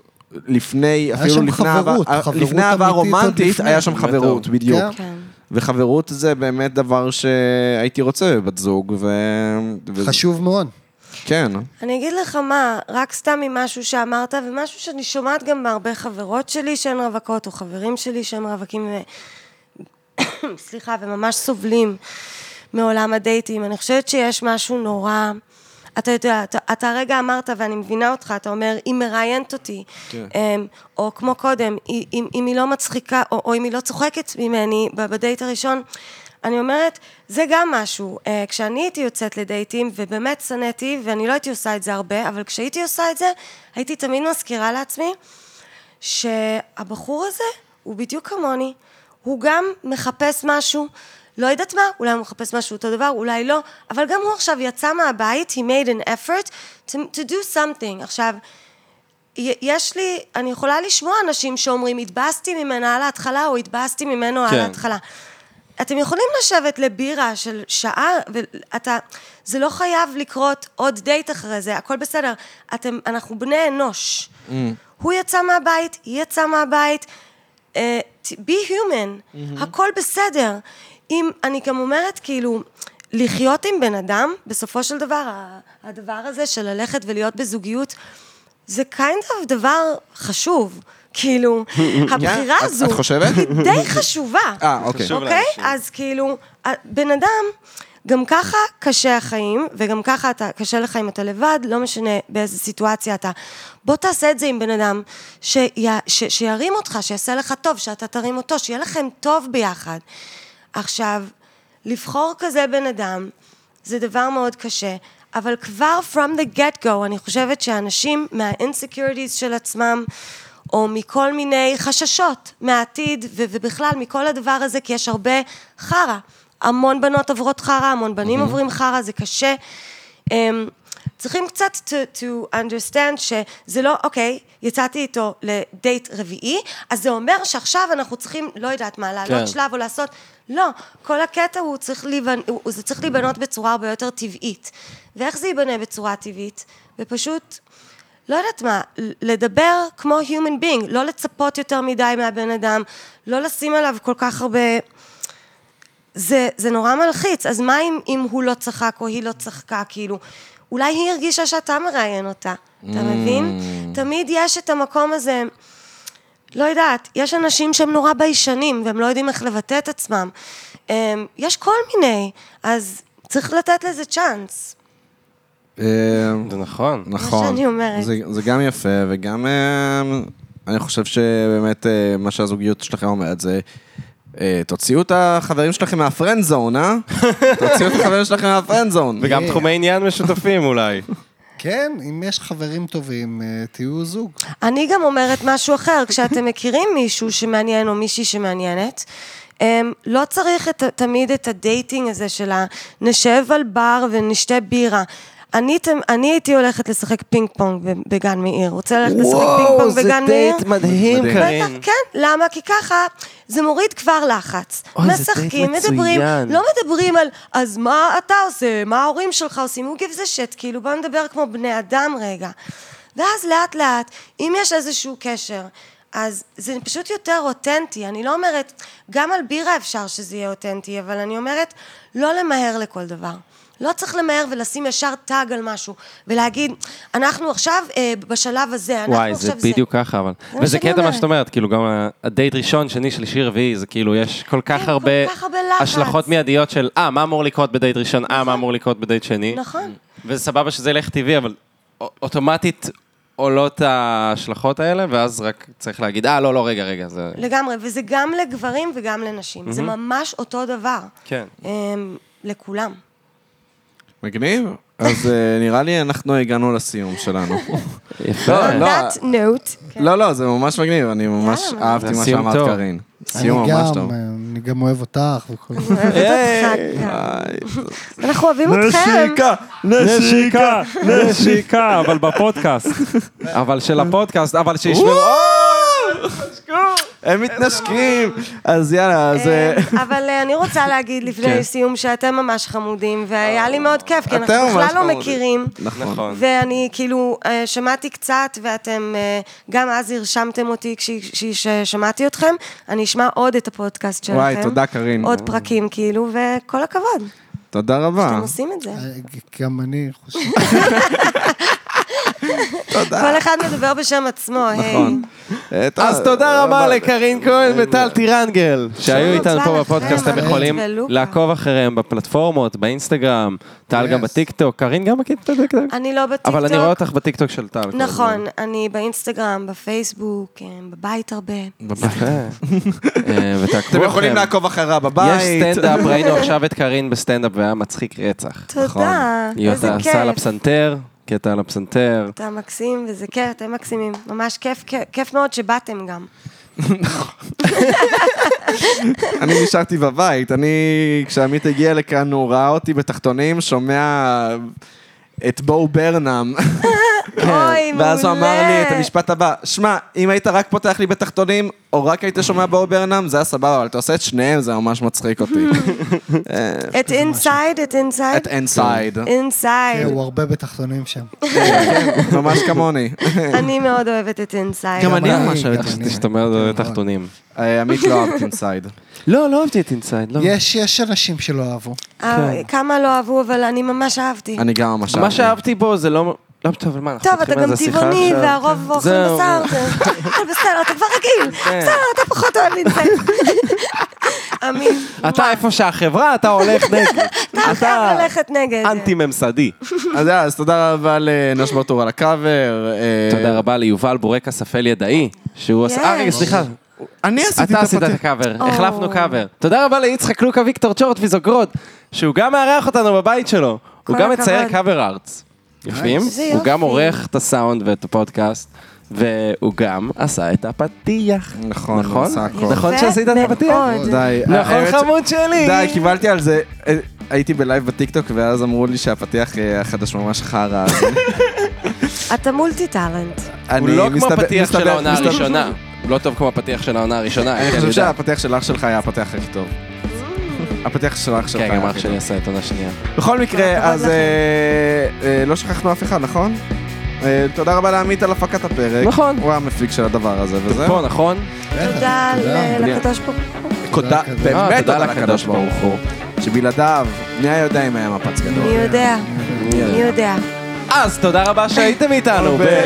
S1: לפני, אפילו
S4: שם
S1: לפני אהבה,
S4: חברות,
S1: אה,
S4: חברות
S1: לפני אהבה
S4: אמיתית עוד
S1: רומנטית,
S4: לפני.
S1: היה שם חברות, בדיוק.
S4: כן.
S3: כן.
S1: וחברות זה באמת דבר שהייתי רוצה בבת זוג, ו... ו-
S4: חשוב מאוד.
S1: כן.
S3: אני אגיד לך מה, רק סתם ממשהו שאמרת, ומשהו שאני שומעת גם מהרבה חברות שלי שהן רווקות, או חברים שלי שהם רווקים, ו... סליחה, וממש סובלים מעולם הדייטים. אני חושבת שיש משהו נורא... אתה יודע, אתה, אתה הרגע אמרת, ואני מבינה אותך, אתה אומר, היא מראיינת אותי. כן. או כמו קודם, היא- אם, אם היא לא מצחיקה, או, או אם היא לא צוחקת ממני ב- בדייט הראשון, אני אומרת, זה גם משהו. אה, כשאני הייתי יוצאת לדייטים, ובאמת שנאתי, ואני לא הייתי עושה את זה הרבה, אבל כשהייתי עושה את זה, הייתי תמיד מזכירה לעצמי, שהבחור הזה הוא בדיוק כמוני, הוא גם מחפש משהו, לא יודעת מה, אולי הוא מחפש משהו אותו דבר, אולי לא, אבל גם הוא עכשיו יצא מהבית, he made an effort to, to do something. עכשיו, י- יש לי, אני יכולה לשמוע אנשים שאומרים, התבאסתי ממנה על ההתחלה, או התבאסתי ממנו
S5: כן.
S3: על ההתחלה. אתם יכולים לשבת לבירה של שעה, ואתה, זה לא חייב לקרות עוד דייט אחרי זה, הכל בסדר. אתם, אנחנו בני אנוש. Mm. הוא יצא מהבית, היא יצאה מהבית. Uh, be human, mm-hmm. הכל בסדר. אם, אני גם אומרת, כאילו, לחיות עם בן אדם, בסופו של דבר, ה- הדבר הזה של ללכת ולהיות בזוגיות, זה kind of דבר חשוב. כאילו, הבחירה
S1: את-
S3: הזו,
S1: את חושבת?
S3: היא די חשובה.
S1: אה, אוקיי.
S5: חשוב
S3: אוקיי?
S5: לאנשים.
S3: אז כאילו, ה- בן אדם, גם ככה קשה החיים, וגם ככה אתה, קשה לך אם אתה לבד, לא משנה באיזה סיטואציה אתה. בוא תעשה את זה עם בן אדם שיה, ש, שירים אותך, שיעשה לך טוב, שאתה תרים אותו, שיהיה לכם טוב ביחד. עכשיו, לבחור כזה בן אדם, זה דבר מאוד קשה, אבל כבר from the get-go, אני חושבת שאנשים מה-insecurities של עצמם, או מכל מיני חששות מהעתיד, ו- ובכלל מכל הדבר הזה, כי יש הרבה חרא. המון בנות עוברות חרא, המון בנים עוברים חרא, זה קשה. אמ, צריכים קצת to, to understand שזה לא, אוקיי, יצאתי איתו לדייט רביעי, אז זה אומר שעכשיו אנחנו צריכים, לא יודעת מה, לעלות
S6: כן.
S3: כן. שלב או לעשות, לא, כל הקטע הוא צריך, להיבנ... הוא, זה צריך להיבנות בצורה הרבה יותר טבעית. ואיך זה ייבנה בצורה טבעית? ופשוט, לא יודעת מה, לדבר כמו human being, לא לצפות יותר מדי מהבן אדם, לא לשים עליו כל כך הרבה... זה, זה נורא מלחיץ, אז מה אם, אם הוא לא צחק או היא לא צחקה, כאילו? אולי היא הרגישה שאתה מראיין אותה, אתה מבין? תמיד יש את המקום הזה, לא יודעת, יש אנשים שהם נורא ביישנים והם לא יודעים איך לבטא את עצמם. אמ, יש כל מיני, אז צריך לתת לזה צ'אנס.
S4: אה,
S1: אמ,
S6: זה נכון.
S1: נכון.
S3: שאני אומרת.
S1: זה, זה גם יפה, וגם אמ, אני חושב שבאמת אה, מה שהזוגיות שלכם אומרת זה... אה, תוציאו את החברים שלכם מהפרנד זון, אה? תוציאו את החברים שלכם מהפרנד זון.
S2: וגם תחומי עניין משותפים אולי.
S4: כן, אם יש חברים טובים, אה, תהיו זוג.
S3: אני גם אומרת משהו אחר, כשאתם מכירים מישהו שמעניין או מישהי שמעניינת, אמ, לא צריך את, תמיד את הדייטינג הזה של הנשב על בר ונשתה בירה. אני, ת- אני הייתי הולכת לשחק פינג פונג ב- בגן מאיר. רוצה ללכת לשחק פינג פונג בגן מאיר?
S6: מדהים,
S1: מדהים.
S3: בטח, כן, למה? כי ככה זה מוריד כבר לחץ.
S6: אוי, זה
S3: משחקים,
S6: דייט
S3: מדברים,
S6: מצוין.
S3: לא מדברים על אז מה אתה עושה, מה ההורים שלך עושים, הוא גיב זה שט, כאילו בוא נדבר כמו בני אדם רגע. ואז לאט לאט, אם יש איזשהו קשר, אז זה פשוט יותר אותנטי. אני לא אומרת, גם על בירה אפשר שזה יהיה אותנטי, אבל אני אומרת, לא למהר לכל דבר. לא צריך למהר ולשים ישר טאג על משהו, ולהגיד, אנחנו עכשיו אה, בשלב הזה, אנחנו
S2: וואי,
S3: עכשיו
S2: זה בדיוק ככה, אבל...
S3: מה
S2: וזה
S3: שאני
S2: קטע מה
S3: אומרת.
S2: שאת אומרת, כאילו גם ה- הדייט ראשון, שני, שלישי, רביעי, זה כאילו, יש כל כך
S3: כן, כל
S2: הרבה...
S3: כך הרבה לחץ.
S2: השלכות מיידיות של, אה, מה אמור לקרות בדייט ראשון, אה, מה אמור לקרות בדייט שני.
S3: נכון.
S2: וזה סבבה שזה ילך טבעי, אבל א- אוטומטית עולות ההשלכות האלה, ואז רק צריך להגיד, אה, לא, לא, רגע, רגע, זה...
S3: לגמרי, וזה גם לגברים וגם לנשים. זה ממש אותו דבר.
S2: כן.
S3: אמ, לכולם.
S1: מגניב? אז אה, נראה לי אנחנו הגענו לסיום שלנו.
S3: אוקיי.
S2: יפה.
S1: לא,
S3: That note.
S1: לא, לא, זה ממש מגניב, אני ממש
S3: יאללה,
S1: אהבתי
S2: זה
S1: מה
S2: סיום
S1: שאמרת,
S2: טוב.
S1: קארין.
S4: אני
S1: סיום ממש
S4: גם,
S1: טוב.
S4: אה, אני גם אוהב אותך וכל זה.
S3: אותך גם. אנחנו אוהבים
S1: לא
S3: אתכם.
S2: נשיקה, נשיקה, אבל בפודקאסט. אבל של הפודקאסט, אבל שישמעו...
S1: הם מתנשקים, אז יאללה, אז... אה,
S3: אמ, אבל אה, אני רוצה להגיד לפני סיום שאתם ממש חמודים, והיה לי מאוד כיף, כי אנחנו
S1: כן. אתם ממש
S3: בכלל לא
S1: חמודים.
S3: מכירים.
S1: נכון.
S3: ואני כאילו אה, שמעתי קצת, ואתם אה, גם אז הרשמתם אותי כששמעתי אתכם, אני אשמע עוד את הפודקאסט שלכם.
S1: וואי, תודה, אה. קארין.
S3: אוקיי. עוד פרקים כאילו, וכל הכבוד,
S1: תודה רבה.
S3: אתם עושים את זה.
S4: אה, גם אני חושב.
S3: כל אחד מדבר בשם עצמו, היי.
S1: נכון. אה, טוב,
S2: אז תודה רבה לקרין כהן וטל טירנגל, לא. שהיו
S3: תודה
S2: איתנו
S3: לכם,
S2: פה בפודקאסט, אתם
S3: עמית
S2: יכולים
S3: ולוקה.
S2: לעקוב אחריהם בפלטפורמות, באינסטגרם, טל גם בטיקטוק, קרין גם בטיקטוק,
S3: אני לא בטיקטוק.
S2: אבל אני רואה אותך בטיקטוק של טל. כל הזמן.
S3: נכון, אני באינסטגרם, בפייסבוק, אה, בבית הרבה.
S1: נכון.
S2: יפה. אה, ותעקבו
S1: אתם יכולים
S2: אחריהם.
S1: לעקוב אחריו
S2: יש
S1: בבית.
S2: סטנדאפ, ראינו עכשיו את קרין בסטנדאפ והיה מצחיק רצח.
S3: תודה,
S2: היא
S3: איזה
S2: עושה עשה על
S3: כיף.
S2: הפסנתר, קטע על הפסנתר.
S3: אתה מקסים וזה כיף, אתם מקסימים. ממש כיף, כיף- כיף מאוד שבאתם גם.
S1: אני נשארתי בבית. אני, כשעמית הגיע לכאן, הוא ראה אותי בתחתונים, שומע את בואו ברנם.
S3: אוי, מעולה.
S1: כן, ואז הוא אמר לי את המשפט הבא, שמע, אם היית רק פותח לי בתחתונים, או רק היית שומע בואו ברנם, זה היה סבבה, אבל אתה עושה את שניהם, זה ממש מצחיק אותי.
S3: את אינסייד, את
S1: את
S3: אינסייד?
S1: אינסייד.
S3: אינסייד.
S4: הוא הרבה בתחתונים שם.
S1: כן, ממש כמוני.
S3: אני מאוד אוהבת את אינסייד.
S1: גם אני
S4: אני,
S1: ממש
S4: גם
S1: אוהבת
S4: אני.
S2: תשתמר בתחתונים.
S1: אה, עמית לא אהבת אינסייד.
S2: נכון. לא, לא אהבתי את אינסייד, לא.
S4: יש יש אנשים שלא אהבו.
S3: אה,
S1: כן.
S3: כמה לא אהבו, אבל אני ממש אהבתי.
S1: אני גם ממש
S2: מה שאהבתי בו זה לא... לא, טוב, אבל מה, אנחנו
S3: טוב, אתה
S2: פותחים
S3: גם
S2: על זה שיחה
S3: טבעוני,
S2: עכשיו? כן.
S3: והרוב אוכל
S2: זהו. כן.
S3: בשר. זה- אבל בסדר, אתה כבר רגיל. בסדר, אתה פחות אוהב את זה. אמין.
S2: אתה איפה שהחברה, אתה הולך נגד.
S3: אתה חייב ללכת נגד. אה,
S2: אנטי-ממסדי.
S1: אז יאללה, אז תודה רבה לנוש ברטור על הקאבר. אה,
S2: תודה רבה ליובל בורקס אפל ידעי, שהוא עשה... אה, רגע,
S3: Yes.
S2: סליחה.
S1: אני עשיתי
S2: אתה
S1: את
S2: עשית את
S1: הפתיח.
S2: הקאבר,
S3: או.
S2: החלפנו קאבר. תודה רבה ליצחק לוקה ויקטור צ'ורט ויזוגרוד, שהוא גם מארח אותנו בבית שלו. הוא
S3: כל
S2: גם
S3: הכבוד.
S2: מצייר קאבר ארטס. יפים?
S3: איזה
S2: הוא גם
S3: יופי.
S2: עורך את הסאונד ואת הפודקאסט, והוא גם עשה את הפתיח.
S1: נכון,
S2: נכון?
S1: הוא עשה הכל.
S2: נכון שעשית את הפתיח?
S3: מאוד.
S1: די. אה,
S2: נכון
S1: האמת ש-
S2: חמוד שלי!
S1: די, קיבלתי על זה, אה, הייתי בלייב בטיקטוק ואז אמרו לי שהפתיח אה, החדש ממש חרא. אז
S3: אתה מולטי טאלנט.
S1: אני
S7: הוא לא כמו
S1: מסתבר-
S7: הפתיח של
S1: מסתבר-
S7: העונה
S1: מסתבר-
S7: הראשונה. הוא לא טוב כמו הפתיח של העונה הראשונה.
S1: אני
S2: כן,
S7: כי
S1: חושב
S7: יודע.
S1: שהפתיח של אח שלך היה הפתיח הכי טוב. הפתיח של אח שלך
S7: כן, גם אח
S1: היה הכי
S7: שלי
S1: טוב.
S7: עשה את עונה שנייה.
S1: בכל מקרה,
S3: הכבוד
S1: אז
S3: לכם.
S1: אה, אה, לא שכחנו אף אחד, נכון? אה, תודה רבה לעמית על הפקת הפרק.
S2: נכון.
S1: הוא המפיק של הדבר הזה, וזהו.
S2: פה, נכון?
S3: תודה ל- לקדוש ברוך הוא.
S1: תודה,
S8: תודה,
S1: באמת תודה
S2: תודה
S1: לקדוש ברוך הוא, שבלעדיו, מי היה יודע אם היה מפץ
S3: מי
S1: גדול.
S3: יודע? מי יודע?
S2: אז תודה רבה שהייתם איתנו. ב-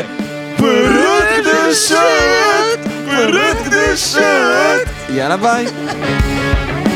S1: פירוט קדושות, פירוט קדושות. יאללה ביי.